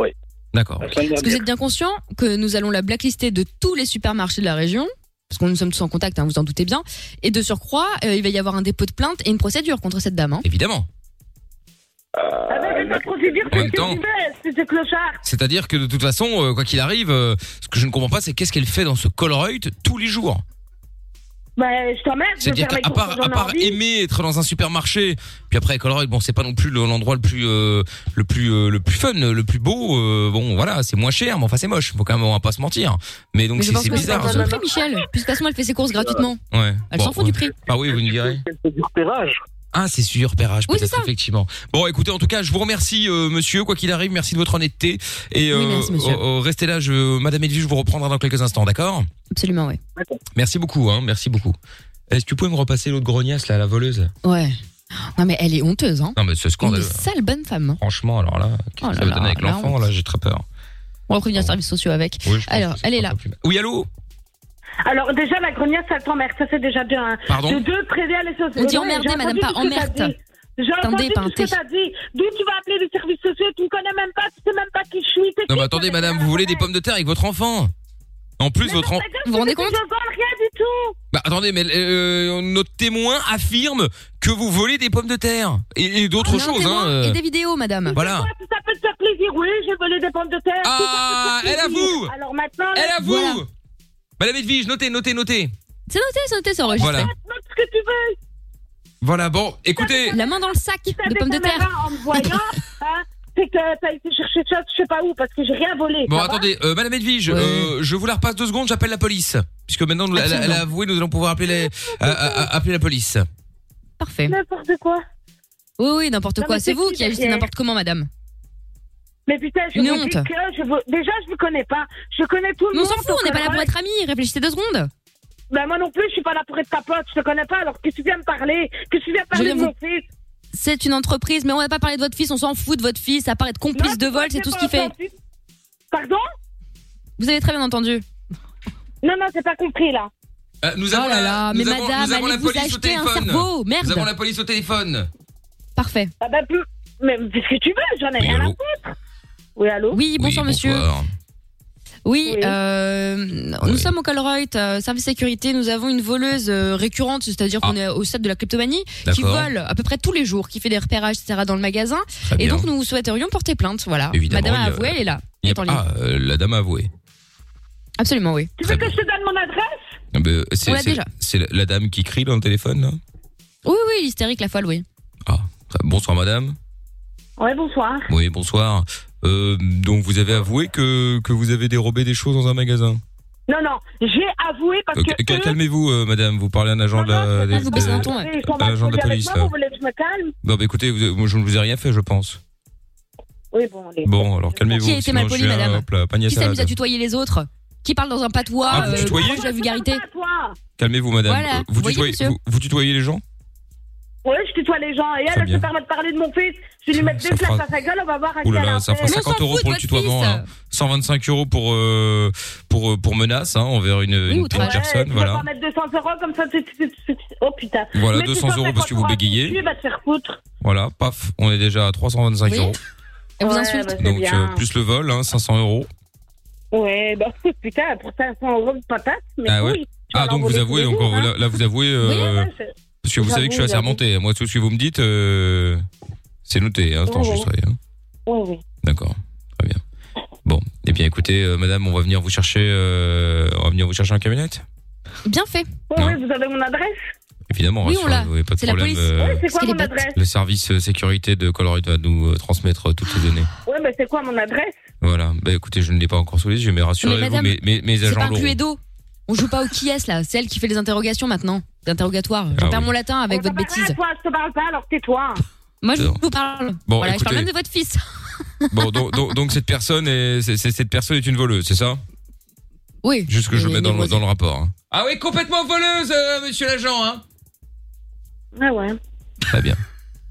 Oui. D'accord. Est-ce que vous êtes bien conscient que nous allons la blacklister de tous les supermarchés de la région Parce qu'on nous sommes tous en contact, hein, vous en doutez bien. Et de surcroît, euh, il va y avoir un dépôt de plainte et une procédure contre cette dame. hein. Évidemment. Ah ben, c'est pas procédure, c'est même ce que temps- tu veux, c'est ce clochard. C'est-à-dire que de toute façon, euh, quoi qu'il arrive, euh, ce que je ne comprends pas, c'est qu'est-ce qu'elle fait dans ce Colorado tous les jours Bah, je t'emmerde, je vais C'est-à-dire faire mes qu'à part, courses à part aujourd'hui. aimer être dans un supermarché, puis après Colorado, bon, c'est pas non plus le- l'endroit le plus euh, le plus euh, le plus fun, le plus beau. euh, bon, voilà, c'est moins cher, mais enfin c'est moche. Faut quand même on va pas se mentir. Mais donc Mais je c'est pense c'est que c'est bizarre. hein. pas ça. le prix, Michel. Puis de toute façon, elle fait ses courses gratuitement. Ouais. Elle Bon, s'en fout du prix. Ah oui, vous me direz. C'est du repérage. Ah, c'est sur repérage, Oui, c'est peut-être, ça. effectivement. Bon, écoutez, en tout cas, je vous remercie, euh, monsieur, quoi qu'il arrive. Merci de votre honnêteté. Et Oui, merci, monsieur. oh, oh, restez là, je, madame Edwige vous reprendra dans quelques instants, d'accord Absolument, ouais. Merci beaucoup, hein, merci beaucoup. Est-ce que tu pouvais me repasser l'autre grognasse, là, la voleuse Ouais. Non, mais elle est honteuse, hein. Non, mais c'est Une scandaleux. sale bonne femme. hein. Franchement, alors là, qu'est-ce Oh là que ça va là, donner avec la l'enfant, honte. là, j'ai très peur. On va prévenir les services sociaux avec. Oui, je pense Alors, elle est là. Oui, allô Alors, déjà, la grognasse, ça t'emmerde. Ça, c'est déjà bien. hein. Pardon De deux, prévenez les choses. On dit Non, mais emmerder, j'ai entendu madame, pas tout ce que t'as emmerde. dit. J'ai Attendez, entendu pas tout un ce que thé. t'as dit. D'où tu vas appeler les services sociaux Tu me connais même pas, tu sais même pas qui je suis. t'es qui, Non, mais attendez, toi, madame, vous voulez des pommes de terre avec votre enfant En plus, votre enfant. Vous vous rendez compte Je vole rien du tout. Bah attendez, mais euh, notre témoin affirme que vous volez des pommes de terre et, et d'autres On a un choses. Ah témoin Hein, euh. Et des vidéos, madame. Voilà. Si ça peut te faire plaisir, oui, j'ai volé des pommes de terre. si ça peut te Ah, faire elle plaisir. avoue. Alors maintenant, Elle là, avoue voilà. Madame Edwige, notez, notez, notez. C'est noté, c'est noté, c'est enregistré. Voilà. Note ce que tu veux. Voilà, bon, écoutez. La main dans le sac T'as de des pommes de caméras terre. En me voyant, hein, c'est que t'as été chercher ça, je sais pas où, parce que j'ai rien volé. Bon, ça va attendez, euh, Madame Edwige, euh, je vous la repasse deux secondes, j'appelle la police. Puisque maintenant, elle, Absolument. elle a avoué, nous allons pouvoir appeler, les, à- à- à- appeler la police. Parfait. N'importe quoi. Oui, oui, n'importe Non, quoi. mais C'est c'est vous qui qui agissez derrière n'importe comment, madame. Mais putain, je Une vous dis honte. que je vous... déjà je vous connais pas. Je connais tout le Mais on monde. s'en fout, sauf on n'est pas là pour Colorado. être amis. Réfléchissez deux secondes. Ben, moi non plus, je suis pas là pour être ta pote. Je te connais pas. Alors que tu viens me parler, que tu viens parler viens de vous- mon fils. C'est une entreprise, mais on n'a pas parlé de votre fils, on s'en fout de votre fils, à part être complice de vol, c'est tout ce qu'il fait. Pardon Vous avez très bien entendu. Non, non, j'ai pas compris là. Euh, Oh nous avons là la, là, nous mais avons, madame, nous avons la allez vous police au acheter un téléphone. cerveau, merde. Nous avons la police au téléphone. Parfait. Ah ben plus. Mais dis ce que tu veux, j'en ai rien à foutre. Oui, allô Oui, bonsoir monsieur. Oui, euh, nous sommes au Colruyt, euh, service sécurité, nous avons une voleuse euh, récurrente, c'est-à-dire qu'on est au stade de la kleptomanie, qui Ah. D'accord. vole à peu près tous les jours, qui fait des repérages, etc. dans le magasin. Très et bien. donc nous souhaiterions porter plainte, voilà. Évidemment, Madame il y a a- avoué, elle est là. Il y a- Attends, Ah, euh, la dame a avoué. Absolument, oui. Tu veux que je te donne mon adresse Ah, ben, c'est- On l'a c'est- déjà. C'est la- la dame qui crie dans le téléphone, là Oui, oui, hystérique la folle, oui. Très- Bonsoir madame. Ouais, bonsoir. Oui, bonsoir. Euh, donc vous avez avoué que, que vous avez dérobé des choses dans un magasin. Non, non, j'ai avoué parce Euh, que. ca- eux- Calmez-vous, euh, madame. Vous parlez à un agent de Ah, la, des- Ils sont des- mal un Euh, agent de la polis avec police. moi, là. Vous voulez que je me calme Non, bah écoutez, vous- moi, je ne vous ai rien fait, je pense. Oui, bon, allez. Bon, alors calmez-vous. Qui a été sinon malpoli, je suis un- madame hop là, panier à Qui s'amuse à salade. tutoyer les autres Qui parle dans un patois Ah, vous euh, tutoyez proche de la vulgarité Calmez-vous, madame. Voilà, Euh, vous vous, voyez, tutoyez, monsieur vous, vous tutoyez les gens Ouais, je tutoie les gens. Et Très elle, elle bien. se permet de parler de mon fils. Je vais lui mettre Ça deux claques fera- à sa gueule, on va voir à Ouh qui là elle a là, ça fera affaire. 50 euros pour le tutoiement. hein. 125 euros pour, euh, pour, pour menace hein, envers une, une telle Ouais, personne. tu vas Voilà. pas mettre 200 euros comme ça. Tu, tu- tu- tu- tu- oh putain. Voilà, Mais tu 200 dois euros faire parce que vous comprendre bégayez. qui Tu vas te faire foutre. Voilà, paf, on est déjà à 325 Oui. euros. Elle vous insulte. Donc, euh, plus le vol, hein, 500 euros. Ouais, bah putain, pour 500 euros de patate. Mais Ah ouais. oui, tu vas Ah, donc vous l'envoler avouez, tous les donc jours, là, hein. là, vous avouez. euh, Oui, ouais, c'est- Parce que vous savez que je suis J'avoue, Oh. assez remonté. Moi, tout ce que vous me dites, euh, c'est noté, hein, c'est Ouais, ouais. enregistré. hein. Oui, oui. D'accord, très bien. Bon, eh bien, écoutez, euh, madame, on va venir vous chercher, euh, on va venir vous chercher en camionnette. Bien fait. Oui, oui, vous avez mon adresse Évidemment, Oui, on rassurez-vous, l'a. vous n'avez pas de C'est la problème. police. euh, Ouais, c'est quoi qu'elle mon est bête. adresse le service euh, sécurité de Colorado va nous euh, transmettre euh, toutes les données. Ouais, mais c'est quoi mon adresse Voilà. Bah, écoutez, je ne l'ai pas encore sous les yeux, mais Mais rassurez-vous, madame, mes, mes, mes C'est pas agents un l'auront. cluedo. On joue pas au qui est là. C'est elle qui fait les interrogations maintenant. Les interrogatoires. J'en Ah perds oui. mon latin avec votre bêtise. Toi, je te parle pas, alors tais-toi. Moi, je Non. vous parle. Bon, voilà, je écoutez. parle même de votre fils. Bon, donc, donc, donc cette personne est, c'est- c'est- cette personne est une voleuse, c'est ça Oui. Juste que je Et le mets dans, le- névrosée. dans le rapport. hein. Ah oui, complètement voleuse, euh, monsieur l'agent, hein Ah ouais. Très bien.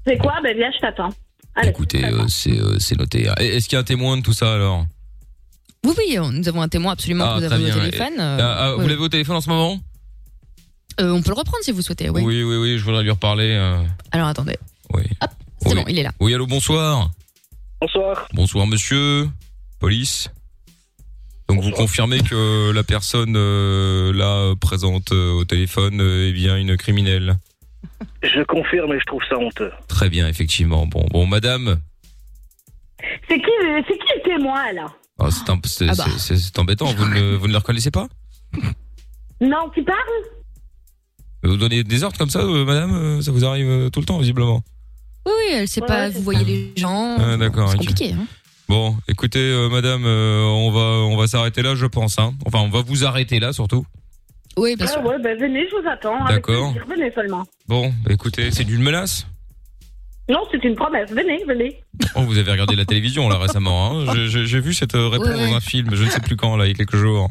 C'est quoi Ben viens, je t'attends. Allez. Écoutez, euh, c'est euh, c'est noté. Et- Est-ce qu'il y a un témoin de tout ça alors Oui, oui, on- nous avons un témoin absolument Ah, que nous très avons au bien. téléphone. Et- euh, Ah, ah, oui, vous oui. l'avez au téléphone en ce moment Euh, on peut le reprendre si vous souhaitez. Oui. oui, oui, oui, je voudrais lui reparler. euh. Alors attendez. Oui. Hop, c'est bon, il est là. Oui, allô, bonsoir. Bonsoir. Bonsoir, monsieur. Police. Donc vous confirmez que la personne euh, là présente euh, au téléphone euh, est bien une criminelle. Je confirme et je trouve ça honteux. Très bien, effectivement. Bon, bon, madame, C'est qui, le- c'est qui le témoin, là ah, c'est un- c'est Ah bah. c'est- c'est- c'est embêtant. Vous ne, vous ne la reconnaissez pas Non, qui parle Vous donnez des ordres comme ça, euh, madame euh, Ça vous arrive euh, tout le temps, visiblement. Oui, oui, elle sait pas, vous voyez les gens. Ah, d'accord, C'est ok. compliqué. hein. Bon, écoutez, euh, madame, euh, on va, on va s'arrêter là, je pense. Hein. Enfin, on va vous arrêter là, surtout. Oui, bien sûr. ouais, ben, venez, je vous attends. avec D'accord. plaisir. Venez seulement. Bon, bah, écoutez, c'est d'une menace. Non, c'est une promesse. Venez, venez. Oh, vous avez regardé la télévision là récemment. Hein. Je- je- J'ai vu cette euh, réponse Ouais, ouais. dans un film, je ne sais plus quand, là, il y a quelques jours.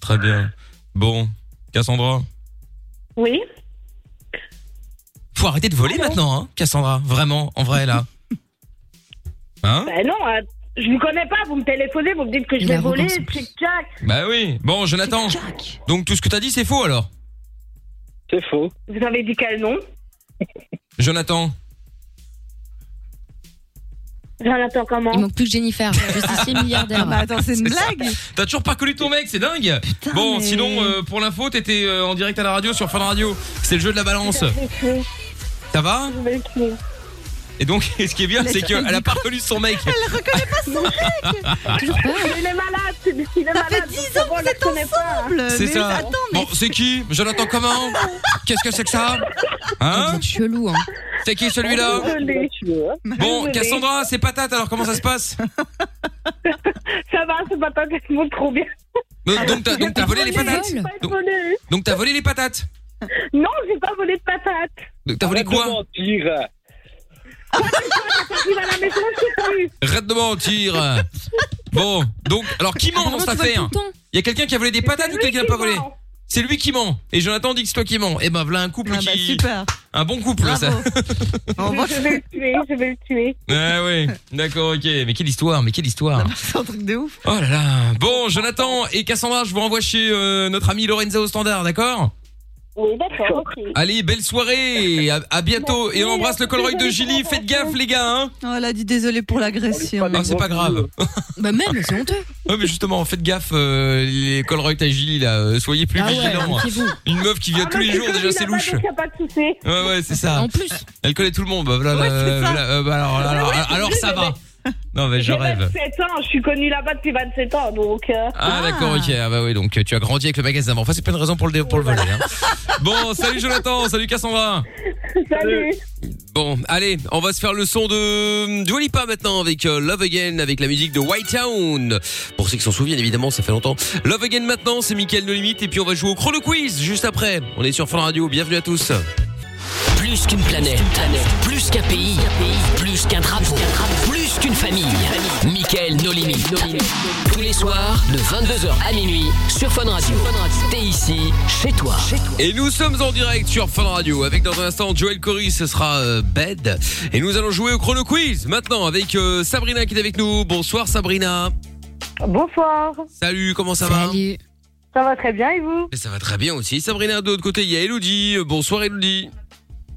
Très bien. Bon, Cassandra. Oui. Faut arrêter de Ah voler maintenant, hein, Cassandra. Vraiment, en vrai, là. Hein Ben non, euh, je vous connais pas. Vous me téléphonez, vous me dites que je vais voler. Tic-tac. Bah oui. Bon, Jonathan. Donc tout ce que t'as dit, c'est faux alors C'est faux. Vous avez dit quel nom Jonathan. Jonathan, comment Il manque plus que Jennifer. Je suis Ah Ah, milliardaire. bah, bah attends, c'est une ça. T'as toujours pas connu ton mec, c'est dingue. bon, mais- sinon, euh, pour l'info, t'étais euh, en direct à la radio sur Fun Radio. C'est le jeu de la balance. Ça va Et donc, ce qui est bien, Mais c'est ça- qu'elle a pas reconnu son mec. Elle reconnaît pas son Ah. mec Il est malade, il est malade. Ça fait 10 ans que vous êtes ensemble C'est ça. Bon, c'est qui Jonathan comment Qu'est-ce que c'est que ça Hein Chelou, hein. C'est qui celui-là Oh, hein? Bon, Cassandra, c'est patate, alors comment ça se passe Ça va, c'est pas toi qui se montre trop bien. Euh, Donc, t'as- donc t'as volé les patates J'ai pas volé. Donc t'as volé les patates Non, j'ai pas volé de patates. Ah, Donc t'as volé quoi Il va à la maison, je sais plus. Arrête de mentir Bon, donc, alors qui ment dans cette Apparemment, Ah, tu affaire voles tout le temps. Il y a quelqu'un qui a volé des patates ou quelqu'un n'a pas volé C'est lui qui ment Et Jonathan dit que c'est toi qui mens Et ben voilà un Ah, couple bah, qui... Un bon couple ça Je vais le tuer, je vais le tuer. Ouais Ah, ouais, d'accord ok Mais quelle histoire, mais quelle Ah, histoire bah, C'est un truc de ouf. Oh là là Bon Jonathan et Cassandra, je vous renvoie chez euh, notre ami Lorenza au standard, d'accord Oui, d'accord, ok. Allez, belle soirée, à, à bientôt, et on embrasse le Colroy de Gilly, faites gaffe les gars, hein Oh, elle a dit désolé pour l'agression. Ah, c'est pas grave. Bah même, c'est honteux. Ouais, mais justement, faites gaffe, euh, les Colroy à Gilly, là, euh, soyez plus Ah ouais, vigilants. méfiez-vous. Une meuf qui vient tous les jours, déjà, c'est louche. Ah, Il a pas de soucis. Ouais, ouais, c'est ça. En plus. Elle connaît tout le monde, bah, voilà, euh, ça. voilà, euh, bah, alors, alors, ouais, alors, j'ai alors, vu, ça mais- va. Non, mais je J'ai rêve. 27 ans, je suis connue là-bas depuis 27 ans, donc... euh, Ah, d'accord, ok. Ah, bah oui, donc euh, tu as grandi avec le magasin. Bon, Enfin, c'est pas une raison pour le, dé- pour le voler. hein. Bon, salut Jonathan, salut Cassandra. Salut Bon, allez, on va se faire le son de Dua Lipa maintenant avec euh, Love Again, avec la musique de White Town. Pour ceux qui s'en souviennent, évidemment, ça fait longtemps. Love Again maintenant, c'est Mickaël No Limite et puis on va jouer au chrono quiz juste après. On est sur Fun Radio, bienvenue à tous. Plus qu'une planète, plus qu'un pays, plus qu'un drapeau, plus qu'une famille. Michael No Limit. Tous les soirs, de 22h à minuit, sur Fun Radio. T'es ici, chez toi. Et nous sommes en direct sur Fun Radio avec dans un instant Joël Cory, ce sera euh, Bed. Et nous allons jouer au chrono quiz maintenant avec euh, Sabrina qui est avec nous. Bonsoir Sabrina. Bonsoir. Salut, comment ça va Ça va très bien et vous Mais ça va très bien aussi. Sabrina, de l'autre côté, il y a Elodie. Euh, Bonsoir Elodie.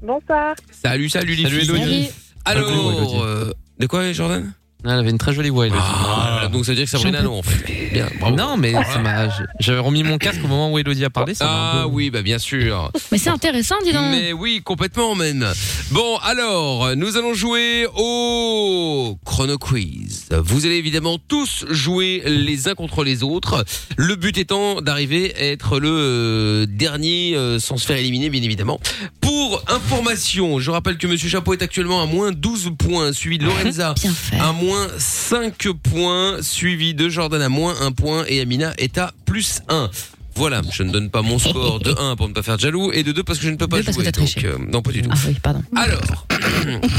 Bonsoir. Salut, salut les Salut, filles. Elodie. Alors, euh, de quoi Jordan Elle avait une très jolie voix. Elodie. Ah, donc ça veut dire que Sabrina, non, en fait. Bien, bravo. Non, mais ça Ah, m'a- j'avais remis mon casque au moment où Elodie a parlé. Ah oui, bah bien sûr. Mais c'est intéressant, dis donc. Mais Eh oui, complètement même. Bon, alors, nous allons jouer au chrono quiz. Vous allez évidemment tous jouer les uns contre les autres. Le but étant d'arriver à être le euh, dernier euh, sans se faire éliminer, bien évidemment. Pour information, je rappelle que Monsieur Chapeau est actuellement à moins 12 points, Ah, suivi de Lorenza à moins 5 points, suivi de Jordan à moins 1 point et Amina est à plus 1. Voilà, je ne donne pas mon score de 1 pour ne pas faire de jaloux et de 2 parce que je ne peux pas Deux parce jouer. que t'as Ah donc, euh, non, pas du tout. Pardon. Alors,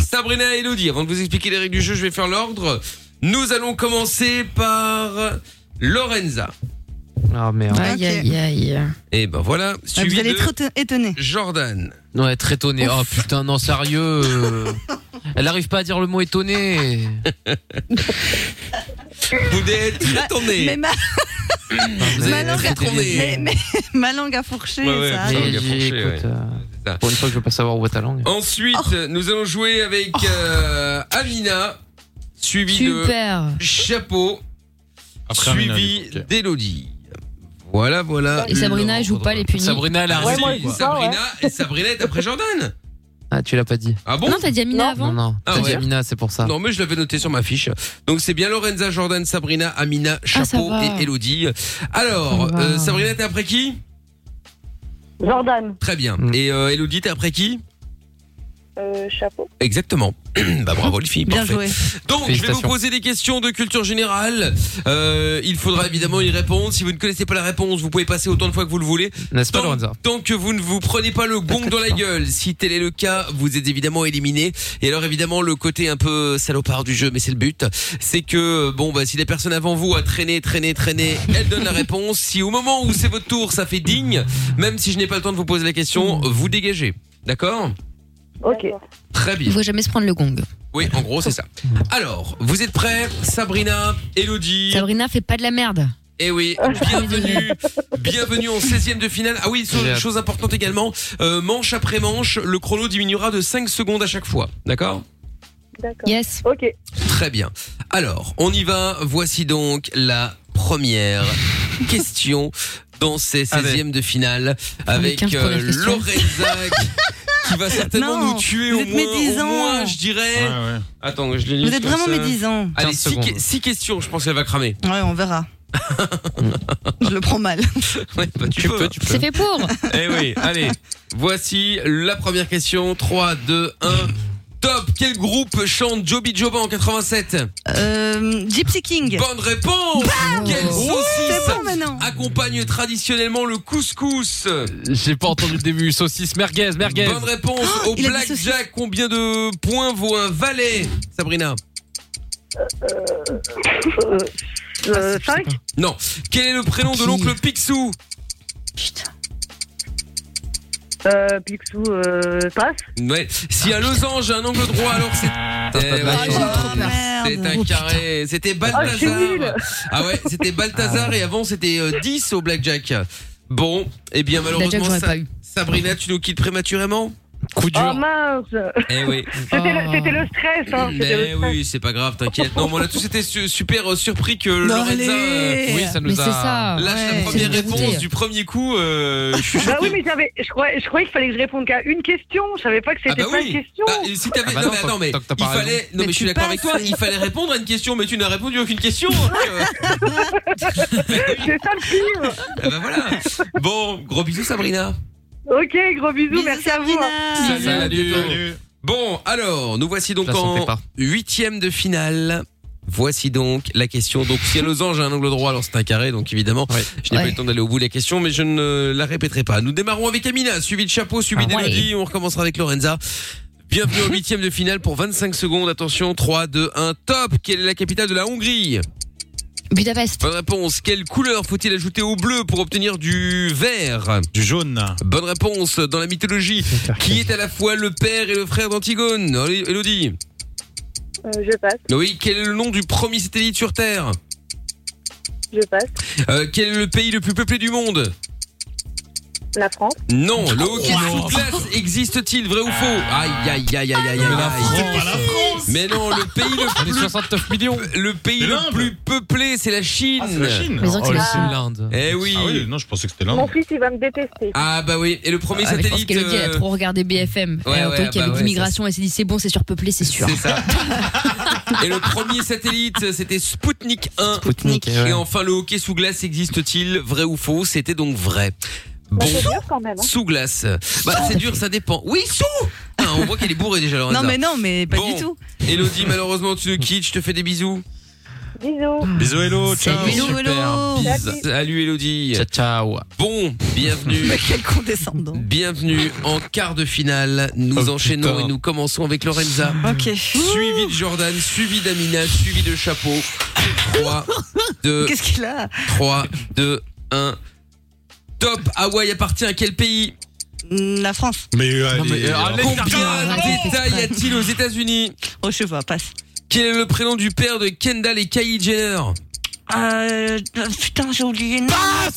Sabrina et Elodie, avant de vous expliquer les règles du jeu, je vais faire l'ordre. Nous allons commencer par Lorenza. Ah merde. Aïe, aïe, aïe. Et ben voilà, suivi vous allez de être éton- étonnés. Jordan. Ouais, très étonné. Oh putain, non, sérieux. euh. Elle arrive pas à dire le mot étonné. Vous êtes très Ah, Mais ma, ma langue a, mais, étonné. mais- ma langue a fourché, ça. arrive. euh, Pour une fois que je peux pas savoir où est ta langue. Ensuite, Oh. nous allons jouer avec euh, Amina, suivi Super. de Chapeau, Après Amina, suivi d'Elodie. Voilà, voilà. Et Sabrina, elle joue pas les punis. Sabrina, elle a Ouais, raison. moi, je joue pas, Sabrina, Ah, et Sabrina est après Jordan. Ah, tu l'as pas dit. Ah bon Non, t'as dit Amina Non. avant. Non, non. Ah T'as dit ouais. Amina, c'est pour ça. Non, mais je l'avais noté sur ma fiche. Donc c'est bien Lorenza, Jordan, Sabrina, Amina, Ah, ça Chapeau va. et Elodie. Alors, Ça va. euh, Sabrina, t'es après qui Jordan. Très bien. Mm. Et euh, Elodie, t'es après qui Euh, chapeau. Exactement. bah bravo les filles, Bien parfait. joué. Donc je vais vous Félicitations. poser des questions de culture générale. Euh, il faudra évidemment y répondre. Si vous ne connaissez pas la réponse, vous pouvez passer autant de fois que vous le voulez. N'est-ce pas, Tant- Lorenza Tant que vous ne vous prenez pas le gong dans la gueule, si tel est le cas, vous êtes évidemment éliminé. Et alors évidemment le côté un peu salopard du jeu, mais c'est le but, c'est que bon bah si la personne avant vous a traîné, traîné, traîné, elle donne la réponse. Si au moment où c'est votre tour, ça fait digne, même si je n'ai pas le temps de vous poser la question, vous dégagez. D'accord Ok. Très bien. Il faut jamais se prendre le gong. Oui, en gros, c'est ça. Alors, vous êtes prêts Sabrina, Elodie. Sabrina fait pas de la merde. Eh oui, bienvenue, bienvenue en 16 e de finale. Ah oui, so- J'ai hâte. chose importante également, euh, manche après manche, le chrono diminuera de 5 secondes à chaque fois. D'accord Ah, D'accord. Yes. Ok. Très bien. Alors, on y va. Voici donc la première question dans ces 16e de finale avec quinze euh, premières questions. Lorenza qui va certainement Non, nous tuer vous au êtes moins, au médisants. moins, je dirais. Attends, je l'ai Vous êtes vraiment médisants. Allez, 15 six, secondes. que- six questions, je pense qu'elle va cramer. Ouais, on verra. Je le prends mal. Ouais, bah, tu, peux, tu peux. C'est fait pour. Eh oui, allez. Voici la première question. 3, 2, 1. Top. Quel groupe chante Joby Joba en 87 Euh, Gypsy King. Bonne réponse. Bah, Quelle Oh, saucisse c'est bon maintenant. accompagne traditionnellement le couscous J'ai pas entendu le début. Saucisse, merguez, merguez. Bonne réponse. Au Oh, il a dit blackjack, combien de points vaut un valet Sabrina Ah, Euh, 5 Non. Quel est le prénom de l'oncle Picsou euh, Picsou, euh, passe. Ouais. Si Ah, un losange a un angle droit, alors c'est. Eh ouais. C'est un carré. C'était Oh, Ah, je suis Balthazar. nulle. Ah ouais, c'était Balthazar et avant c'était euh, 10 au Blackjack. Bon, eh bien Blackjack, malheureusement, j'aurais Sa- pas eu. Sabrina, tu nous quittes prématurément Coup Oh mince Eh oui. C'était le, c'était le stress, hein. c'était Mais le stress. oui, c'est pas grave, t'inquiète. Non, mais on a tous été su- super euh, surpris que Non, Lorenza allez. euh, Oui, ça nous Mais a- c'est ça, lâche ouais. la première C'est réponse dégoûté. du premier coup. euh, je suis Bah choqué. oui, mais j'avais, je croyais, je croyais qu'il fallait que je réponde qu'à une question. Je savais pas que Ah c'était bah pas oui. une question. Bah, et si t'avais- Ah bah non, non, t'as- mais attends, mais t'as- t'as il pas fallait. raison. Non, mais, Mais je suis tu d'accord avec toi. passes. Il fallait répondre à une question, mais tu n'as répondu à aucune question. euh. C'est ça le pire. Ah bah voilà. Bon, gros bisous Sabrina. Ok, gros bisous, merci à vous. hein. Bon, alors, nous voici donc Je la sentais en pas. huitième de finale. Voici donc la question. Donc, si un losange a un angle droit, alors c'est un carré. Donc, évidemment, je n'ai pas eu le temps d'aller au bout de la question, mais je ne la répéterai pas. Nous démarrons avec Amina, suivi de Chapeau, suivi Ah, d'Elodie. On recommencera avec Lorenza. Bienvenue en huitième de finale pour 25 secondes. Attention, 3, 2, 1, top. Quelle est la capitale de la Hongrie Budapest. Bonne réponse. Quelle couleur faut-il ajouter au bleu pour obtenir du vert Du jaune. Bonne réponse. Dans la mythologie, qui est à la fois le père et le frère d'Antigone Allez, Elodie. Euh, je passe, Oui, quel est le nom du premier satellite sur Terre je passe. Euh, Quel est le pays le plus peuplé du monde La France. Non, le Oh, hockey sous glace existe-t-il, vrai ou faux Ah. Aïe, aïe, aïe, aïe, aïe, aïe. aïe. Mais non, le pays le plus. 69 millions. Le pays le plus peuplé, c'est la Chine. Ah, c'est la Chine. Mais donc, Oh, c'est- la Ah. Chine, l'Inde. Eh oui. Ah oui, non, je pensais que c'était Mon l'Inde. fils, il va me détester. Ah bah oui, et le premier Ah, mais je pense satellite. qu'Elodie, elle a euh, trop regardé BFM. Ouais, elle a ouais, entendu qu'il y bah avait ouais, de l'immigration, elle s'est dit c'est bon, c'est surpeuplé, c'est sûr. C'est ça. euh, et le premier satellite, euh, c'était Sputnik 1. Et enfin, le hockey sous glace existe-t-il Vrai ou faux C'était donc vrai. Bon, C'est dur quand même. hein. sous glace. Bah, c'est dur, ça dépend. Oui, sous Ah, On voit qu'elle est bourrée déjà, Lorenza. Non, mais non, mais pas Bon. du tout. Elodie, malheureusement, tu nous quittes. Je te fais des bisous. Bisous. Bisous, Hello. Salut, ciao. Hello, Hello. Salut. Salut, Elodie. Ciao, ciao. Bon, bienvenue. Quel condescendant. Bienvenue en quart de finale. Nous enchaînons et nous commençons avec Lorenza. Ok. Suivi de Jordan, suivi d'Amina, suivi de Chapeau. 3, 2, Qu'est-ce qu'il a 3, 2, 1. Top Hawaï appartient à quel pays Mm, La France. Mais euh, Non, mais, allez, euh, alors, allez, Combien d'états y a-t-il aux États-Unis Oh, je sais pas, passe. Quel est le prénom du père de Kendall et Kylie Jenner Euh, putain, j'ai oublié. Non,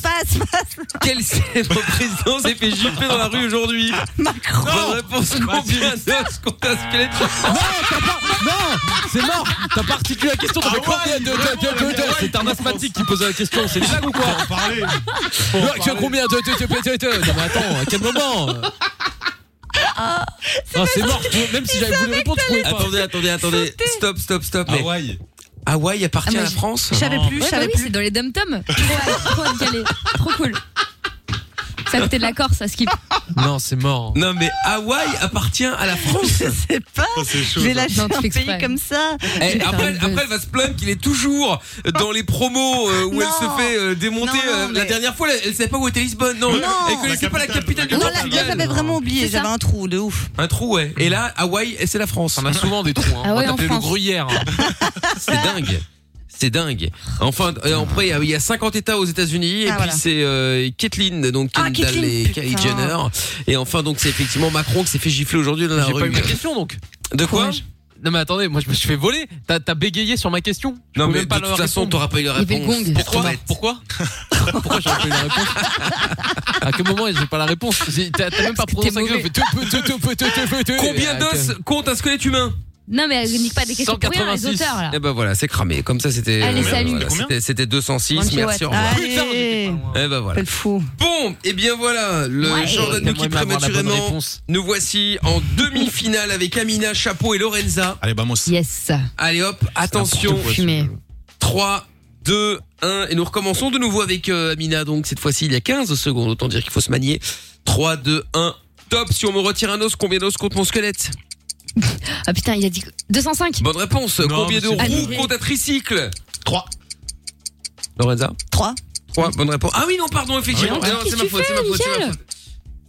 passe, passe. Quel célèbre président s'est fait gifler dans la rue aujourd'hui Macron Bonne réponse combien d'os compte un squelette Non, t'as pas. Non, c'est mort. T'as pas articulé la question. T'as fait combien de, de, de, de, de- C'est un asthmatique qui pose la question. C'est une blague ou quoi Non, Tu as combien de, de, de, de, de- de- Non, mais attends, à quel moment euh Ah, c'est mort. Même si j'avais voulu répondre, je pouvais pas. Attendez, attendez, attendez. Stop, stop, stop. mais- Hawaï. appartient Ah, mais à la je- France Je savais plus, Ouais, je bah savais oui, plus. C'est dans les dom-toms. Ouais, trop calé. Trop cool. C'est à côté de la Corse, ça skip. Non, c'est mort. Non, mais Hawaï appartient à la France. Je sais pas. J'ai lâché un pays comme ça. hein. Eh, après, après, elle va se plaindre qu'il est toujours dans les promos euh, où Non. elle se fait euh, démonter. euh, La dernière fois, elle, elle savait pas où était Lisbonne, non, Non. Elle connaissait pas la capitale du Non, là, là, Portugal. j'avais vraiment oublié, j'avais un trou de ouf. Un trou, ouais. Et là, Hawaï, et c'est la France. On a souvent des trous. hein. Ah On va ouais, en t'appeler le France. gruyère. C'est dingue. C'est dingue. Enfin, euh, après, il y a- il y a 50 États aux États-Unis, et Ah, puis voilà. c'est euh, Caitlyn, donc Ah, Kendall Caitlyn, et putain. Kylie Jenner. Et enfin, donc, c'est effectivement Macron qui s'est fait gifler aujourd'hui dans la J'ai rue. pas eu ma question donc. De quoi Non mais attendez, moi je me suis fait voler. T'as t'as bégayé sur ma question. Je Non, peux mais même pas de leur toute façon, répondre. t'auras pas eu la Il y avait réponse. le gong. Pourquoi Bête. Pourquoi Pourquoi j'aurais pas eu la réponse À quel moment j'ai pas la réponse J'ai- T'as t'as même pas prononcé un mauvais. gueule. Combien d'os compte un squelette humain Non, mais elle nique pas des questions pour rien, les auteurs, là. Et ben voilà, c'est cramé. Comme ça, c'était. Allez, euh, salut. voilà, Combien c'était- C'était 206. Franchi Merci. Watt. Au revoir. Allez. Putain, j'étais Eh ben voilà. fou. Bon, et bien voilà, le Ouais. Jordan nous J'aimerais quitte bien avoir la bonne prématurément. réponse. Nous voici en demi-finale avec Amina, Chapeau et Lorenza. Allez, vamos. Yes. Allez hop, attention. n'importe quoi, Fumé. 3, 2, 1. Et nous recommençons de nouveau avec euh, Amina. Donc cette fois-ci, il y a 15 secondes. Autant dire qu'il faut se manier. 3, 2, 1. Top, si on me retire un os, combien d'os compte mon squelette Ah putain, il a dit 205. Bonne réponse. combien de roues compte un tricycle 3. Lorenza 3. 3, bonne réponse. Ah oui, non, pardon, effectivement. Mais Ah non, qu'est-ce c'est ma que tu faute, c'est ma fais, faute, c'est ma Michel faute.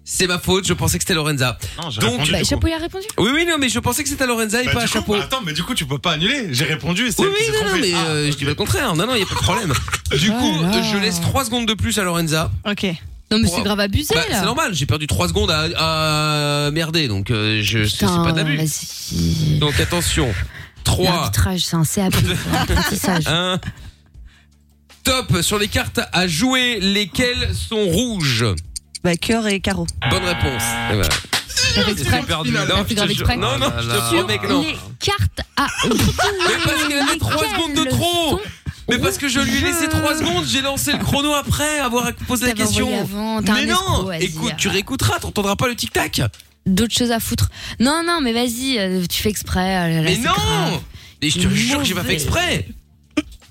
C'est ma faute, je pensais que c'était Lorenza. Donc, Bah, Chapeau, il a répondu. oui, oui, non, mais je pensais que c'était à Lorenza et Bah, pas du à coup, Chapeau. Attends, mais du coup, tu peux pas annuler. J'ai répondu et c'est Oui, elle qui oui, s'est non, non, trompée. mais Ah, euh, je dis pas le contraire. Non, non, il n'y a pas de problème. Du coup, je laisse 3 secondes de plus à Lorenza. Ok. Non, mais Pour- c'est grave abusé, Bah, là. c'est normal, j'ai perdu 3 secondes à, à merder, donc euh, je c'est c'est Putain, pas d'abus. Donc attention, 3, L'arbitrage, c'est un CAP. Apprentissage. Un. hein. Top sur les cartes à jouer, lesquelles sont rouges Bah, cœur et carreau. Bonne réponse. Et voilà. perdu. Non, je te jure. non, non, je te promets que non. Les cartes à Mais parce qu'elle a 3 secondes de trop Mais parce que je lui ai laissé 3 secondes, j'ai lancé le chrono après avoir posé la T'avais envoyé question. avant, t'as Mais un non escroc, vas-y. Écoute, tu réécouteras, t'entendras pas le tic-tac. D'autres choses à foutre. Non, non, mais vas-y, euh, tu fais exprès. euh, là, Mais c'est non grave. Mais je te jure que j'ai pas fait exprès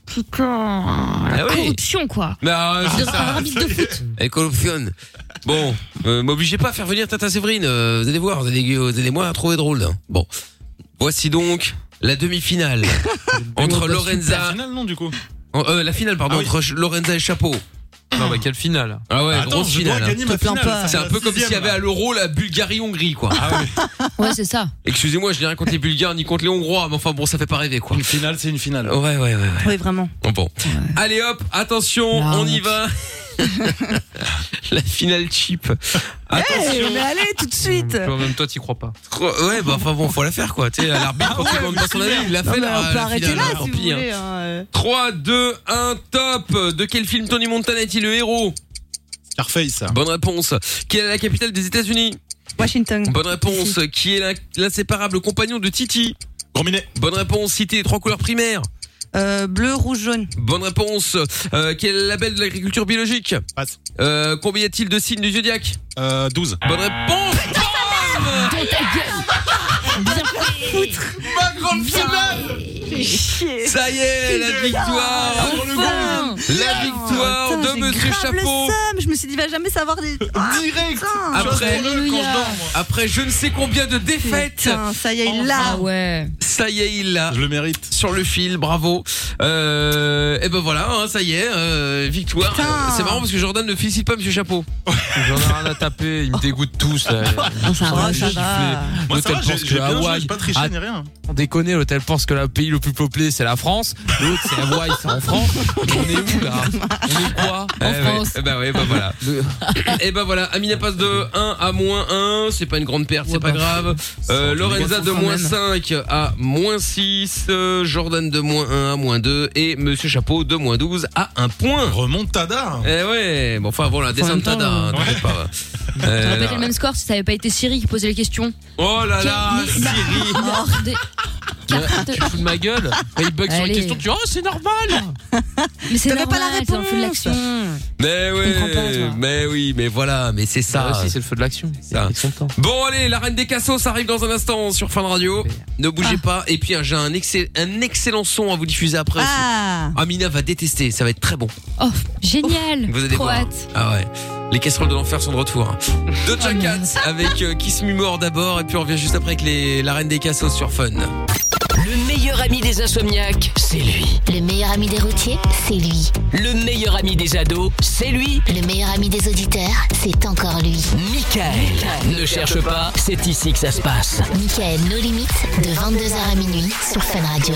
Putain, la Ah oui. corruption, quoi. Mais euh, Je c'est devrais faire ça. un arbitre de foot. Elle corruptionne. Bon, euh, m'obligez pas à faire venir Tata Séverine. euh, vous allez voir, vous allez, vous allez moi trouver drôle. Bon, voici donc la demi-finale entre La Lorenza. finale, non, du coup. en- euh, la finale, pardon, Ah oui. entre Ch- Lorenza et Chapeau. Non, bah quelle finale Ah ouais, Attends, grosse je dois finale. gagner ma Te plains finale, pas. ça C'est va un peu la comme s'il y sixième, Ah avait à l'Euro la Bulgarie-Hongrie, quoi. Ouais, c'est ça. Excusez-moi, je n'ai rien contre les Bulgares ni contre les Hongrois, mais enfin bon, ça fait pas rêver, quoi. Une finale, c'est une finale. Ouais, ouais, ouais. ouais. Oui, vraiment. Bon, bon. Allez hop, attention, on y va. la finale cheap. Hey, mais allez, tout de suite. même toi, t'y crois pas. Ouais, bah enfin bon, faut la faire quoi. Tu sais, à l'arbitre, quand il demande pas son avis, il l'a Non, fait Ah mais là. on peut arrêter là, si vous pire. voulez. hein, euh. 3, 2, 1, top. De quel film Tony Montana est-il le héros Scarface. Bonne réponse. Quelle est la capitale des États-Unis Washington. Bonne réponse. Qui est l'in- l'inséparable compagnon de Titi Grominet. Bonne réponse. Citez les trois couleurs primaires. Euh, bleu, rouge, jaune. Bonne réponse. Euh, quel est le label de l'agriculture biologique Passe. Euh, combien y a-t-il de signes du zodiaque Euh, 12. Bonne réponse. Dans ta gueule Bien foutre Ma grande finale Ça y est, la victoire Ah, Enfin La victoire Putain, de j'ai Monsieur grave le Chapeau seum. Je me suis dit, il va jamais savoir des. Ah, Direct après, après je ne sais combien de défaites ça y est, il l'a. ouais. Ça y est, il l'a Je le mérite. sur le fil, bravo. Euh, et ben voilà, hein, ça y est, euh, victoire. Putain. C'est marrant parce que Jordan ne félicite pas Monsieur Chapeau. J'en ai rien à taper, ils me dégoûtent tous. là. Non, ça va. Oh, ça va. Moi, ça L'hôtel va, j'ai pense j'ai que bien joué, Hawaï. j'ai pas triché ni rien. On déconne, l'hôtel pense que le pays le plus peuplé c'est la France. L'autre c'est Hawaï, c'est en France. Mais on est où là On est quoi Eh En ouais. France. Eh ben ouais, ben voilà. Le- et ben voilà, Amina passe de 1 à moins 1, c'est pas une grande perte, c'est Ouais, pas bah, grave. Euh, Lorenza de quand moins hein, même. 5 à moins 6, euh, Jordan de moins 1 à moins 2 et Monsieur Chapeau de moins 12 à 1 point. Remontada. Eh ouais, bon enfin voilà, descentada, même temps, hein, t'inquiète pas. Euh, J'aurais pas fait le même score si ça avait pas été Siri qui posait les questions. oh là là, Quel- Siri. Merde. Carte- Tu te fous de ma gueule Et il bug sur les Allez. questions, tu dis oh c'est normal Mais c'est T'avais pas normal, la c'est un feu de réponse. l'action. Mais comprends pas, Eh ouais, toi. mais oui, mais voilà, mais c'est ça. Ah ouais, si, c'est le feu de l'action. ça. Ils sont temps. Bon allez, la reine des cassos arrive dans un instant sur Fin de Radio. Ne bougez Ah. pas. Et puis hein, j'ai un, excell- un excellent son à vous diffuser après aussi. Ah Amina va détester, ça va être très bon. Oh, génial. Vous allez Trop voir. hâte. Oh, Ah ouais. Les casseroles de l'enfer sont de retour. Doja Cat avec euh, Kiss Me More d'abord et puis on revient juste après avec les, la reine des cassos sur Fun. Le meilleur ami des insomniaques, c'est lui. Le meilleur ami des routiers, c'est lui. Le meilleur ami des ados, c'est lui. Le meilleur ami des auditeurs, c'est encore lui. Michael. Ne cherche pas, c'est ici que ça se passe. Michael, nos limites, de 22h à minuit sur Fun Radio.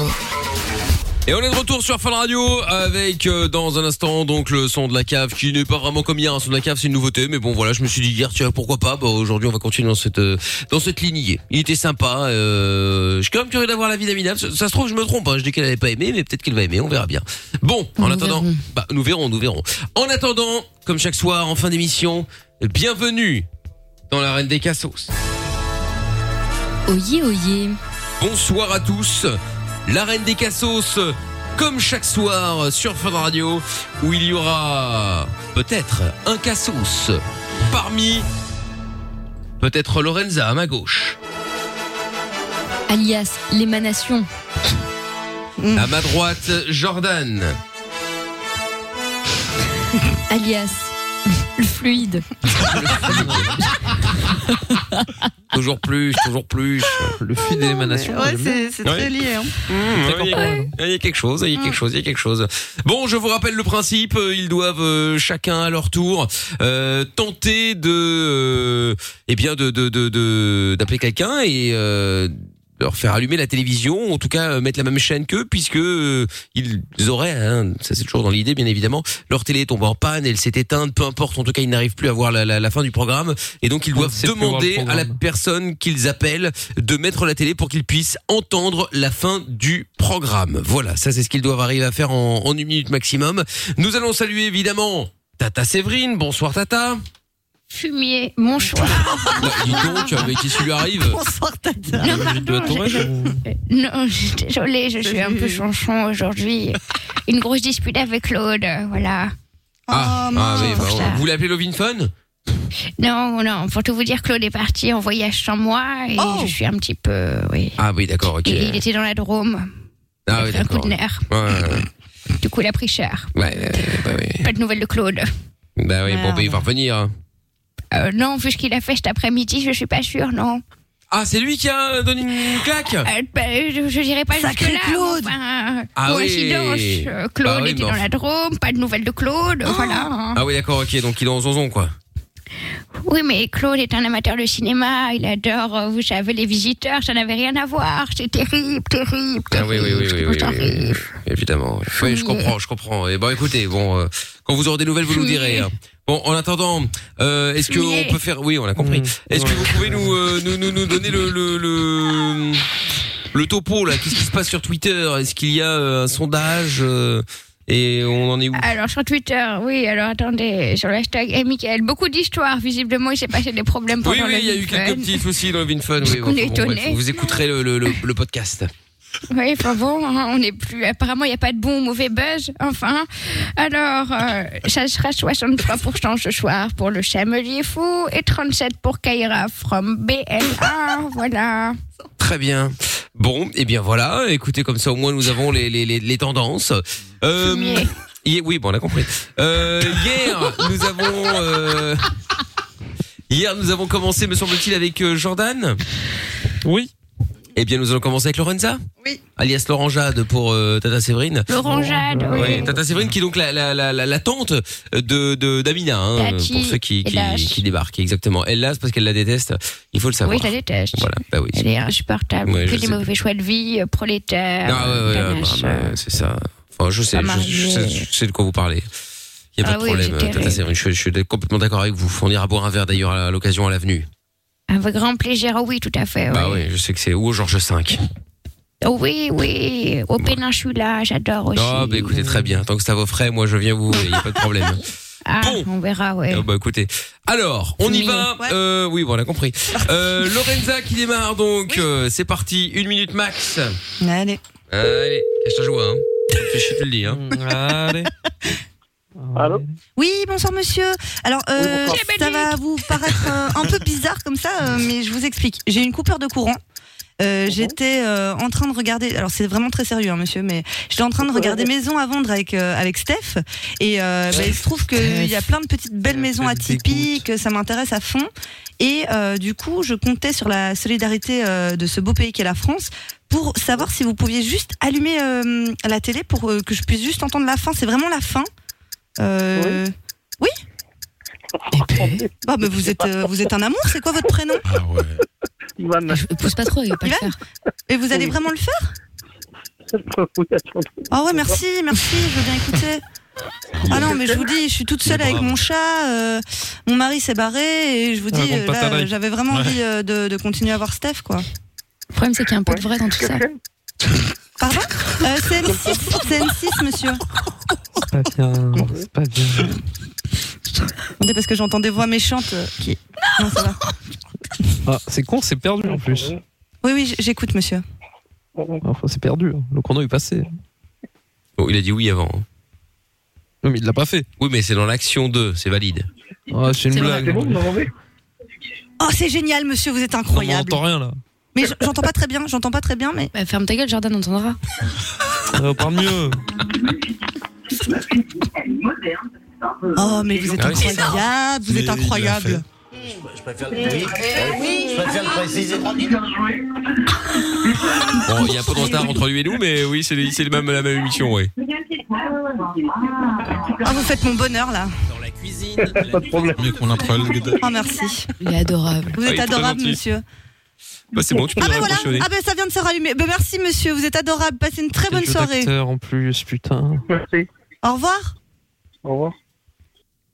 Et on est de retour sur Fun Radio avec euh, dans un instant donc le son de la cave qui n'est pas vraiment comme hier. Un son de la cave c'est une nouveauté, mais bon voilà, je me suis dit hier tiens pourquoi pas. Bah, aujourd'hui on va continuer dans cette euh, dans cette lignée. Il était sympa. euh, je suis quand même curieux d'avoir la vie d'Amina. Ça, ça se trouve je me trompe. hein. Je dis qu'elle n'avait pas aimé, mais peut-être qu'elle va aimer. On verra bien. Bon, en attendant, bah, nous verrons, nous verrons. En attendant, comme chaque soir en fin d'émission, bienvenue dans la reine des cassos. Oyez, oyez. Bonsoir à tous. La reine des cassos, comme chaque soir sur Fun Radio, où il y aura peut-être un cassos parmi peut-être Lorenza à ma gauche, Alias, l'émanation. Mm. à ma droite Jordan, Alias, le fluide. toujours plus, toujours plus, le fil de l'émanation. Ah. Ouais, j'aime bien. c'est c'est très Ouais. lié. hein. Ouais, Mmh, Il y, a- il y a quelque chose, il y a quelque chose, il y a quelque chose. Bon, je vous rappelle le principe. euh, Ils doivent euh, chacun à leur tour euh, tenter de, euh, eh bien, de de- de- de- d'appeler quelqu'un et euh, de leur faire allumer la télévision, en tout cas euh, mettre la même chaîne qu'eux, puisque euh, ils auraient, hein, ça c'est toujours dans l'idée bien évidemment, leur télé tombe en panne, elle s'est éteinte, peu importe, en tout cas ils n'arrivent plus à voir la, la- la fin du programme, et donc ils On ne doivent sait plus voir le demander à la programme. personne qu'ils appellent de mettre la télé pour qu'ils puissent entendre la fin du programme. Voilà, ça c'est ce qu'ils doivent arriver à faire en, en une minute maximum. Nous allons saluer évidemment Tata Séverine, bonsoir Tata. Fumier, mon choix. Ah. Bah, dis donc, mais qu'est-ce qui lui arrive Non, pardon, je- non, je suis désolée, je suis un peu chanchon aujourd'hui. Une grosse dispute avec Claude, euh, voilà. Ah, ah oui, bah, pour ça. vous l'appelez Lovin Fun Non, non, pour tout vous dire, Claude est parti en voyage sans moi et je suis un petit peu, oui. Oh. Ah oui, d'accord, ok. Il, il était dans la Drôme, Ah oui, un coup d'accord. de nerf. Ouais, ouais, ouais. Du coup, il a pris cher. Ouais, ouais, ouais, bah oui. Pas de nouvelles de Claude. Bah oui, bon, Merde. bah, il va revenir. hein. Euh, non, vu ce qu'il a fait cet après-midi, je suis pas sûre, non. Ah, c'est lui qui a donné une claque Euh, bah, je, je dirais pas Sacré jusque-là. Claude. mais enfin, Ah oui. coïncidence, euh, Claude Bah oui, était mais dans enfin- la Drôme, pas de nouvelles de Claude, voilà. hein. Ah oui, d'accord, ok, donc il est en zonzon, quoi. Oui, mais Claude est un amateur de cinéma, il adore, euh, vous savez, les visiteurs, ça n'avait rien à voir, c'est terrible, terrible. Ah oui, oui, oui, oui, oui, oui, oui, évidemment. Oui, je Oui. comprends, je comprends. Et bon, écoutez, bon, euh, quand vous aurez des nouvelles, vous nous direz. hein. Bon, en attendant, euh, est-ce que Oui. on peut faire Oui, on a compris. Est-ce que vous pouvez nous, euh, nous, nous, nous donner le le, le, le topo là Qu'est-ce qui se passe sur Twitter Est-ce qu'il y a euh, un sondage euh, Et on en est où Alors sur Twitter, oui, alors attendez, sur le hashtag et Michael, beaucoup d'histoires, visiblement il s'est passé des problèmes Oui, pendant oui, le il y a eu week-end. quelques petits soucis dans le VinFun. Parce Oui, qu'on enfin, est bon, bref, étonné. vous écouterez le, le, le, le podcast. Oui, enfin bon, hein, on n'est plus. Apparemment, il n'y a pas de bon ou mauvais buzz, enfin. Alors, euh, ça sera 63% ce soir pour le Chamelier Fou et 37% pour Kaira from BLA. voilà. Très bien. Bon, et bien voilà. Écoutez, comme ça au moins nous avons les, les, les, les tendances. Euh, Fumier. hi- oui, bon, on a compris. Euh, hier, nous avons. euh, hier, nous avons commencé, me semble-t-il, avec euh, Jordan. Oui. Eh bien, nous allons commencer avec Lorenza. Oui. Alias Laurent Jade pour euh, Tata Séverine. Laurent Jade, oui. Tata Séverine qui est donc la, la, la, la, la tante de de- d'Amina, hein, Tati, pour ceux qui, qui, hélas. qui débarquent, exactement. Elle là, c'est parce qu'elle la déteste, il faut le savoir. Oui, je la déteste. Voilà, bah oui. Elle est insupportable. Ouais, Fait je des sais. mauvais choix de vie, euh, prolétaire. Ah ouais, ouais, ouais, panache. ouais, ouais, c'est ça. Enfin, je sais, Pas je, je sais, marié. je sais de quoi vous parlez. Il n'y a Ah pas de oui, problème. c'est Tata terrible. Séverine, je, je suis complètement d'accord avec vous. On ira boire un verre d'ailleurs à l'occasion à l'avenue. Avec grand plaisir, oh oui, tout à fait. Bah oui. oui, je sais que c'est où au Georges V. Bah. Oh oui, oui, au Péninsula, j'adore aussi. Ah bah écoutez, très bien. Tant que c'est à vos frais, moi je viens vous, il n'y a pas de problème. Ah, on verra, ouais. Ah, bah écoutez. Alors, on y Mais- va. Euh, oui, bon, on a compris. Euh, Lorenza qui démarre donc. euh, c'est parti, une minute max. Allez. Allez, cache ta joie. Hein. Ça te fait chier, tu le dis. Hein. Allez. Allô Oui, bonsoir monsieur. Alors, euh, ça va vous paraître euh, un peu bizarre comme ça, euh, mais je vous explique. J'ai une coupure de courant. Euh, J'étais euh, en train de regarder. Alors c'est vraiment très sérieux, hein, monsieur, mais j'étais en train de regarder maison à vendre avec euh, avec Steph. Et euh, bah, il se trouve qu'il y a plein de petites belles maisons atypiques. Ça m'intéresse à fond. Et euh, du coup, je comptais sur la solidarité euh, de ce beau pays qu'est la France pour savoir si vous pouviez juste allumer euh, la télé pour euh, que je puisse juste entendre la fin. C'est vraiment la fin. Euh, oui. Bah, mais vous êtes euh, vous êtes un amour. C'est quoi votre prénom Ah Je pousse pas trop, il va pas le faire. Et vous allez vraiment le faire Ah ouais, merci, merci, je veux bien écouter. Ah non, mais je vous dis, je suis toute seule avec mon chat, euh, mon mari s'est barré, et je vous Ah, dis, bon, euh, pas là, pareil. j'avais vraiment Ouais. envie euh, de, de continuer à voir Steph, quoi. Le problème, c'est qu'il y a un peu de vrai dans tout ça. Pardon Euh, C'est M6, c'est M6, monsieur. Pas bien, c'est pas bien. Attendez, parce que j'entends des voix méchantes. euh, qui... Non, ça va. Ah, c'est con, c'est perdu en plus. Oui, oui, j- j'écoute, monsieur. Enfin, c'est perdu. hein. Le chrono est passé. Oh, il a dit oui avant. hein. Non, mais il l'a pas fait. Oui, mais c'est dans l'action 2, c'est valide. Ah, c'est une blague. Oh, c'est génial, monsieur, vous êtes incroyable. rien là. mais j- j'entends pas très bien, j'entends pas très bien, mais. ferme ta gueule, Jordan entendra. Euh, parle mieux. Oh, mais vous êtes Ah oui, c'est ça. incroyable, vous Mais êtes il l'a incroyable. Je préfère le oui. Oui. Je préfère le préciser. Bon, il y a un peu de retard entre lui et nous, mais oui, c'est le- c'est le même, la même émission, oui. Ah, vous faites mon bonheur là. Pas de problème. Mieux qu'on improve. Oh, merci. Il est adorable. Vous Ah, il est êtes très adorable, gentil. monsieur. Bah, c'est bon, tu peux Ah le bah voilà, rapprocher. ah bah ça vient de se rallumer. Bah merci monsieur, vous êtes adorable, passez une très bonne Jeu soirée. d'acteur en plus, putain. Merci. Au revoir. Au revoir.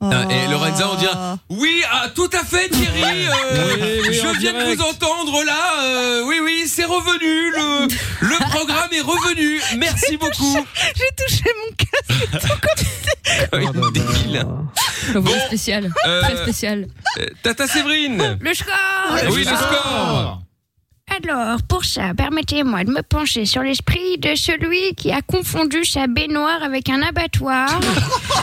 Ah, Et Lorenza, on dirait. Oui, ah, tout à fait, Thierry. euh, Oui, oui, en je viens de direct. vous entendre là. euh, oui, oui, c'est revenu. Le, le programme est revenu. Merci beaucoup. J'ai touché mon casque. Débile. Bon. spécial. Euh, Très spécial. Euh, Tata Séverine. Le score Oui, le score. Alors, pour ça, permettez-moi de me pencher sur l'esprit de celui qui a confondu sa baignoire avec un abattoir.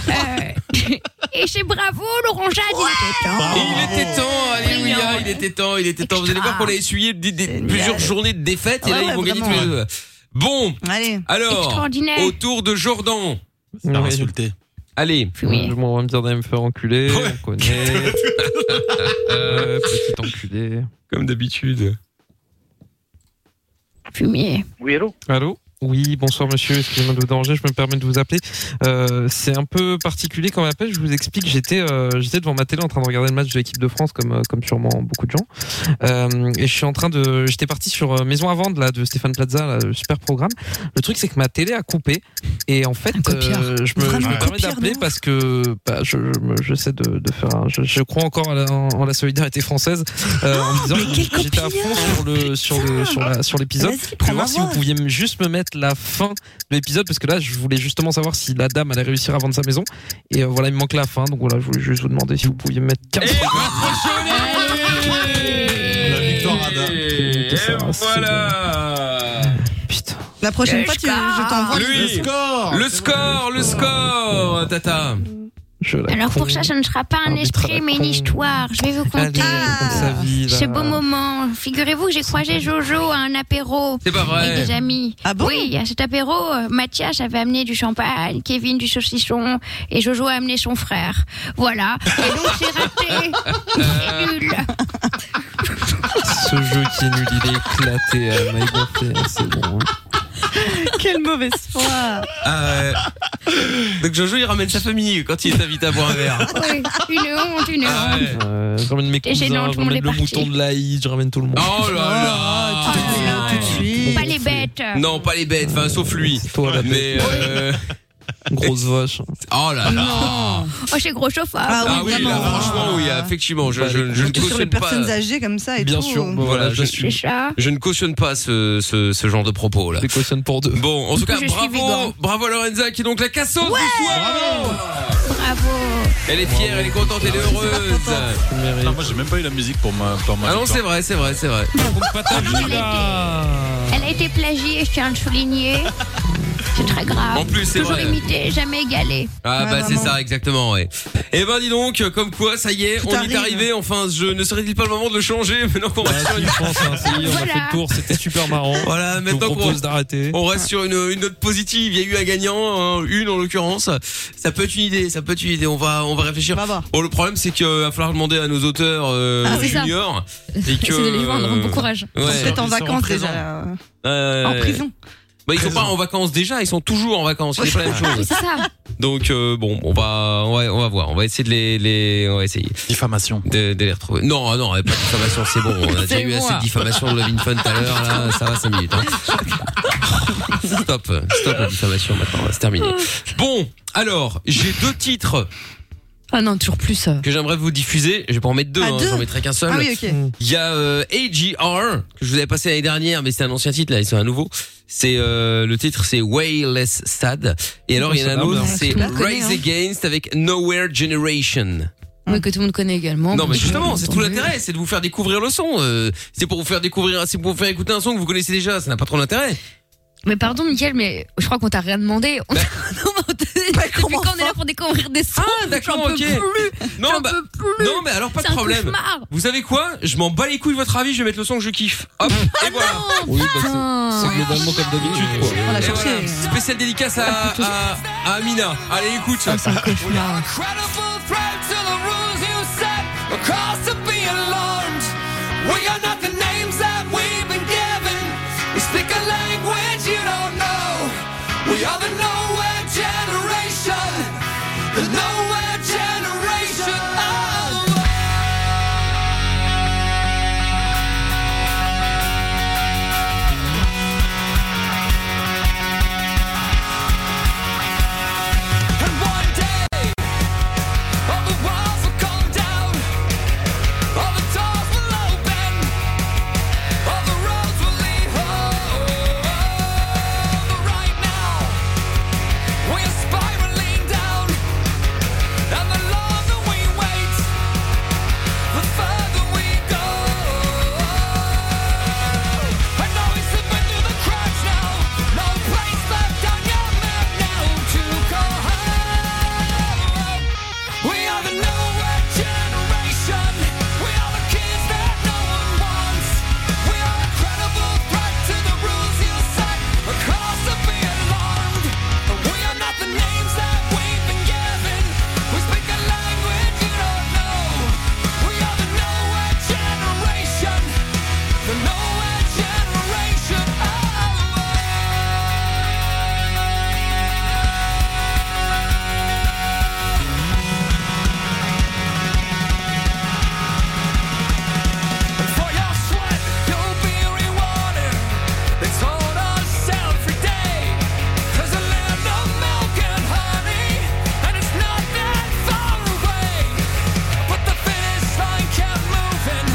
Euh, et c'est bravo, Laurent Jade, il était temps. Il était temps, alléluia, il était temps, il était temps. Vous allez voir qu'on a essuyé des- des- plusieurs journées de défaite et Ouais, là, ils ouais, vont gagner tous vraiment. les deux. Bon, Allez. alors, Extraordinaire. au tour de Jordan. Il m'a insulté. Allez. Euh, Oui. on va me dire d'aller me faire enculer. On connaît. Euh, petit enculé. Comme d'habitude. Fumier. Oui, allô Allô Oui, bonsoir monsieur, excusez-moi de vous déranger, je me permets de vous appeler. Euh, c'est un peu particulier comme appel, je vous explique, j'étais euh, j'étais devant ma télé en train de regarder le match de l'équipe de France comme euh, comme sûrement beaucoup de gens. Euh, et je suis en train de j'étais parti sur euh, Maison à vendre là de Stéphane Plaza, là, le super programme. Le truc c'est que ma télé a coupé et en fait euh, je me, je me permets d'appeler parce que bah, je je me- j'essaie de, de faire un- je, je crois encore à la- en, en la solidarité française euh, en Oh, me disant que j'étais à fond sur le sur le sur la- sur l'épisode. Vas-y, Je prends voulais ma voir si vous voix. pouviez me- juste me mettre la fin de l'épisode parce que là je voulais justement savoir si la dame allait réussir à vendre sa maison et euh, voilà il me manque la fin donc voilà je voulais juste vous demander si vous pouviez me mettre 15 La victoire à Et voilà. La prochaine Le fois, tu- je t'envoie Lui. le score. Le score, le score, Tata. Alors pour ça, ce ne sera pas un esprit, mais une histoire. Je vais vous conter ce beau moment. Figurez-vous que j'ai croisé Jojo à un apéro. C'est pas vrai. Avec des amis. Ah bon Oui, à cet apéro, euh, Mathias avait amené du champagne, Kevin du saucisson, et Jojo a amené son frère. Voilà. Et donc c'est raté. C'est nul. ce jeu qui est nul il est éclaté euh, my God, c'est- c'est bon hein. Quelle mauvaise foi. Euh, donc Jojo, il ramène sa famille quand il t'invite à boire un verre. Oui, une honte, une honte. Ah ouais. Euh, je ramène mes Et cousins gênant, tout le je monde ramène est le mouton de l'Aïd je ramène tout le monde Oh là là. Pas les bêtes. Non, pas les bêtes, enfin, sauf lui. Mais. euh, grosse vache Oh là là. Non. Oh, c'est gros chauffard. Ah, oui, là, franchement, oui, effectivement, Bah, je, je, je ne Surtout sur les cautionne pas. personnes âgées comme ça et tout. euh, voilà, je, C'est ça. je ne cautionne pas ce, ce, ce genre de propos Oh là. Je cautionne pour deux. Bon, en tout cas, Je suis vegan. bravo, bravo à Lorenza qui est donc la cassante Ouais. du soir. Bravo. Elle est fière, elle est contente, elle est heureuse. Putain, moi j'ai même pas eu la musique pour ma. Pour ma Ah non, c'est vrai, c'est vrai, c'est vrai. Ah Ah, Elle a été plagiée, je tiens à le souligner. c'est très grave. En plus, c'est Toujours vrai. imité, jamais égalé. Ah Ouais, bah c'est vraiment. ça exactement ouais. Et ben dis donc euh, comme quoi ça y est, on y est arrive. arrivé enfin je ne serait-il pas le moment de le changer maintenant qu'on Ah, Bah, reste sur une hein, on a fait le tour, c'était super marrant. Voilà, je vous maintenant qu'on propose d'arrêter. on reste sur une, une note positive, il y a eu un gagnant, hein, une en l'occurrence. Ça peut être une idée, ça peut être une idée. On va on va réfléchir. Bon le problème c'est qu'il va falloir demander à nos auteurs euh, Ah, c'est ça. juniors et C'est que euh, de les joindre, bon courage. Ouais. Vous êtes en Ils seront vacances présents. déjà. euh, Euh, En prison. Bah ils sont pas en vacances déjà, ils sont toujours en vacances, c'est pas la même Oui, chose. c'est ça. Donc euh, bon, on va, on va on va voir, on va essayer de les les on va essayer. Diffamation. De, de les retrouver. Non ah non, pas de diffamation, c'est bon. On a déjà C'est hein. eu moi. assez de diffamation de Love in Fun tout à l'heure là, ça va 5 minutes. hein. Stop, stop la diffamation maintenant, c'est terminé. Bon, alors, j'ai deux titres Ah non, toujours plus. euh. que j'aimerais vous diffuser. Je vais pas en mettre deux, Ah, hein, deux j'en mettrai qu'un seul. Ah oui, ok. Mm. Il y a euh, AGR que je vous avais passé l'année dernière, mais c'est un ancien titre là, et c'est un nouveau. C'est euh, le titre, c'est Way Less Sad. Et alors il y en a un Ah, autre, bah, c'est tout le monde connaît, Rise hein. Against avec Nowhere Generation. Oui, que tout le monde connaît également. Non, Bon, mais Oh, j'ai justement, entendu. c'est tout l'intérêt, c'est de vous faire découvrir le son. euh, c'est pour vous faire découvrir, c'est pour vous faire écouter un son que vous connaissez déjà. Ça n'a pas trop d'intérêt. Mais pardon, Mickaël, mais je crois qu'on t'a rien demandé. Bah. On t'a- on t'a- Depuis quand on est là pour découvrir des sons Ah, d'accord, ok. Non, bah, non, mais alors pas de C'est un problème. cauchemar. Vous savez quoi Je m'en bats les couilles de votre avis. Je vais mettre le son que je kiffe. Hop, Ah et voilà. Oui, bah, c'est globalement comme d'habitude. Quoi. On l'a Et cherché. voilà. Spéciale dédicace à, à, à Amina. Allez, écoute. Ah, Cause to be alarmed. We are not the names that we've been given. We speak a language you don't know. We are the nowhere generation. The nowhere generation. Oh. And one day, all the walls will come down. All the doors will open. All the roads will lead home. But right now, we are spiraling down. And the longer we wait, the further we go. I know we're slipping through the cracks now. No place left on your map now to go home. We are the nowhere generation. We are the kids that no one wants. We are a credible threat to the rules you set. A cause to be alarmed. But we are not the names that we've been given. We speak a language you don't know. We are the nowhere generation. The nowhere generation. For your sweat, you'll be rewarded. They told us every day. There's a land of milk and honey, and it's not that far away. But the finish line kept moving,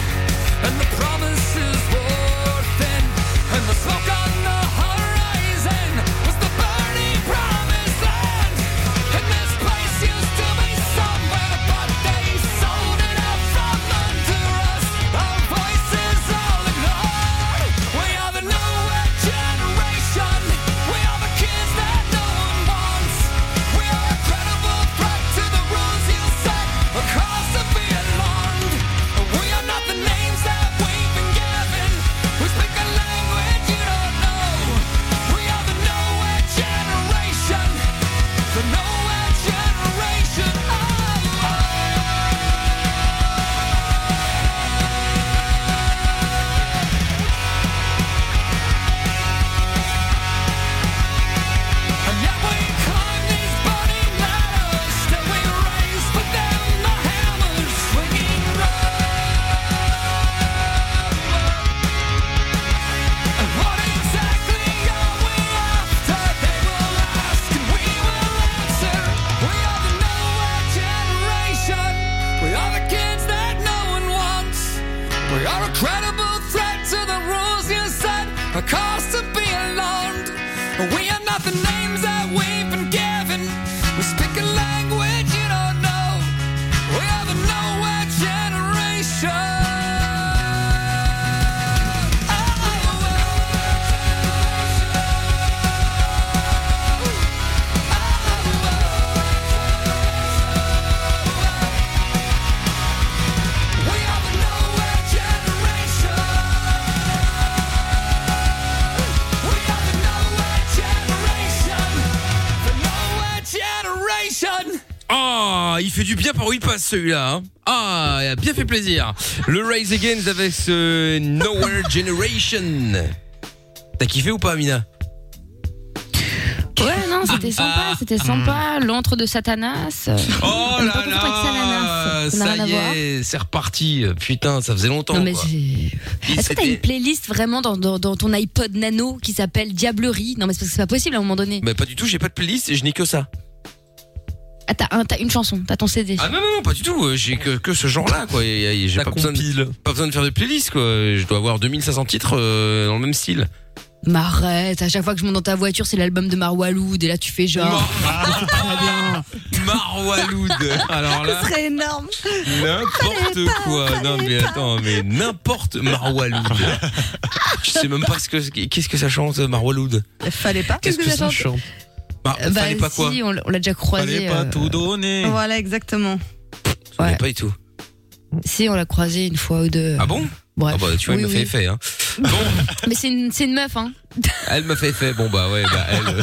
and the promises were thin. And the smoke on the horizon was the burning promised land. And this place used to be somewhere, but they sold it out from under us. Our voices all ignored. We are the nowhere generation. We are the kids that no one wants. We are a credible threat to the rules you set. A cause to be alarmed. We are not the names that we've been given. We speak a language you don't know. We are the nowhere generation. The nowhere generation. Oh, And yet we climb these burning ladders till we raise for them the hammers swinging And what exactly are we after? They will ask and we will answer. We are the nowhere generation. We are the kids that no one wants. We are a credible threat to the rules you set. A cause to be alarmed. We are not the names that we've been given. We speak a language you don't know. We are the nowhere generation. Oh, oh, oh. Ah, il fait du bien par où il passe celui-là. hein. Ah, il a bien fait plaisir. Le Rise Against avec ce Nowhere Generation. T'as kiffé ou pas, Mina Ouais, Ah. non, c'était sympa, c'était sympa. L'antre de Satanas. euh, Oh on est pas là content avec là, Ça n'a Ah, ça rien à y voir. est, c'est reparti. Putain, ça faisait longtemps. Non, mais quoi. Il Est-ce que t'as s'était- une playlist vraiment dans, dans, dans ton iPod Nano qui s'appelle Diablerie Non, mais c'est parce que c'est pas possible à un moment donné. Bah, pas du tout, j'ai pas de playlist et je n'ai que ça. Ah, t'as un- t'as une chanson, t'as ton CD. Ah non, non, non, pas du tout. euh, J'ai que, que ce genre-là, quoi. Et, et J'ai pas, besoin de- pas besoin de faire de playlist, quoi. Je dois avoir 2500 titres euh, dans le même style. Mais arrête, à chaque fois que je monte dans ta voiture, c'est l'album de Marwaloud et là tu fais genre. Marwaloud. Alors là, Ce serait énorme. n'importe quoi. Non, mais attends, mais n'importe Marwaloud. Je sais même pas ce que qu'est-ce que ça chante euh, Marwaloud. Fallait pas. Qu'est-ce que ça chante Mar- Euh, bah, Fallait pas quoi si, on l'a- on l'a déjà croisé, Fallait pas euh, tout donner. Voilà, exactement. Fallait Pas du tout. Si, on l'a croisé une fois ou deux. Ah bon Bref. Ah bah tu vois, Oui, il m'a fait oui. effet. Hein. Mais c'est une, c'est une meuf, hein. Elle m'a fait effet. Bon bah ouais, bah elle.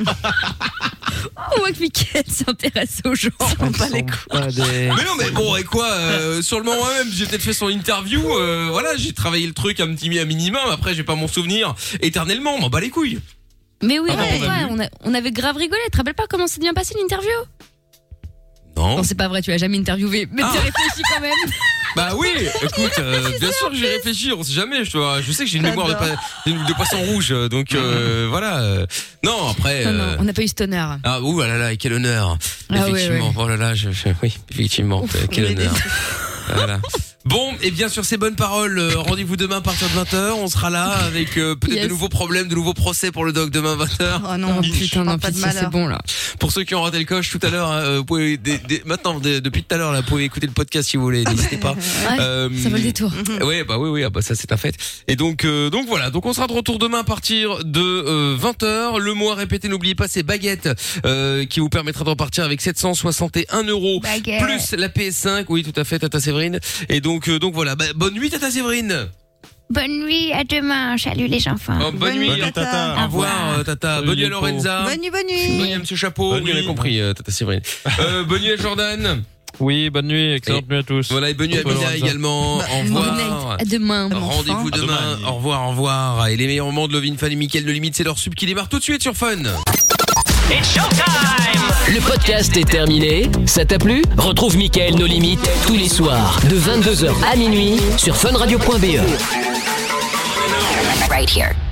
euh, On voit Oh, que Mickaël s'intéresse aux gens. Mais non, mais bon, et quoi euh, Sur le moment même, j'ai peut-être fait son interview. euh, voilà, j'ai travaillé le truc un petit à minimum. Après, j'ai pas mon souvenir éternellement. On m'en bat les couilles. Mais oui, Ah bon, rappelle-toi, on a on, a- on avait grave rigolé. Tu te rappelles pas comment s'est bien passé l'interview Non. Non, c'est pas vrai, tu l'as jamais interviewé. Mais tu réfléchis quand même. Bah oui, écoute, euh, bien sûr que j'ai réfléchi, on sait jamais, je, vois, je sais que j'ai une mémoire de, J'adore. Mm. pa- de poisson rouge, euh, donc euh, voilà. euh, Non, après... Non, non, euh, on n'a pas eu cet honneur. Ah ouh là là, là, quel honneur. Ah, ouais, effectivement, ouais. oh là là, je, je- oui, effectivement, Ouf, euh, quel on est honneur. des- voilà. Bon, et bien sur ces bonnes paroles, euh, rendez-vous demain à partir de 20h, on sera là avec euh, peut-être de nouveaux problèmes, de nouveaux procès pour le doc demain 20h. Oh non, putain, non, pas de pitié, malheur. c'est bon là. Pour ceux qui ont raté le coche tout à l'heure, hein, vous pouvez dès- dès- maintenant dès- depuis tout à l'heure là, vous pouvez écouter le podcast si vous voulez, n'hésitez pas. Euh, ça vaut le détour. Ouais, bah oui oui, ah bah ça c'est un fait. Et donc euh, donc voilà, donc on sera de retour demain à partir de 20h. Le mois répété, n'oubliez pas ces baguettes euh, qui vous permettra de repartir avec 761 euros Baguette. plus la PS5. Oui, tout à fait, Tata Séverine. Et donc euh, donc voilà, Bah, bonne nuit Tata Séverine. Bonne nuit, à demain. Salut les enfants. Oh, bonne, nuit, Au revoir euh, Tata. Bonne nuit à les Lorenza. pauvres. Bonne nuit, bonne nuit. Bonne nuit à Monsieur Chapeau. Oui, on a compris euh, Tata Séverine. Euh, bonne nuit à Jordan. Oui, bonne nuit, excellente nuit à tous. Voilà, et bonne nuit à Mina également. Au revoir. À demain. mon Rendez-vous enfant. demain. Au revoir, au revoir. Et les meilleurs moments de Lovin Fan et Mickaël de Limite, c'est leur sub qui démarre tout de suite sur Fun. Le podcast est terminé. Ça t'a plu Retrouve Mickaël nos limites tous les soirs E. de 22h à minuit sur funradio.be. Right here.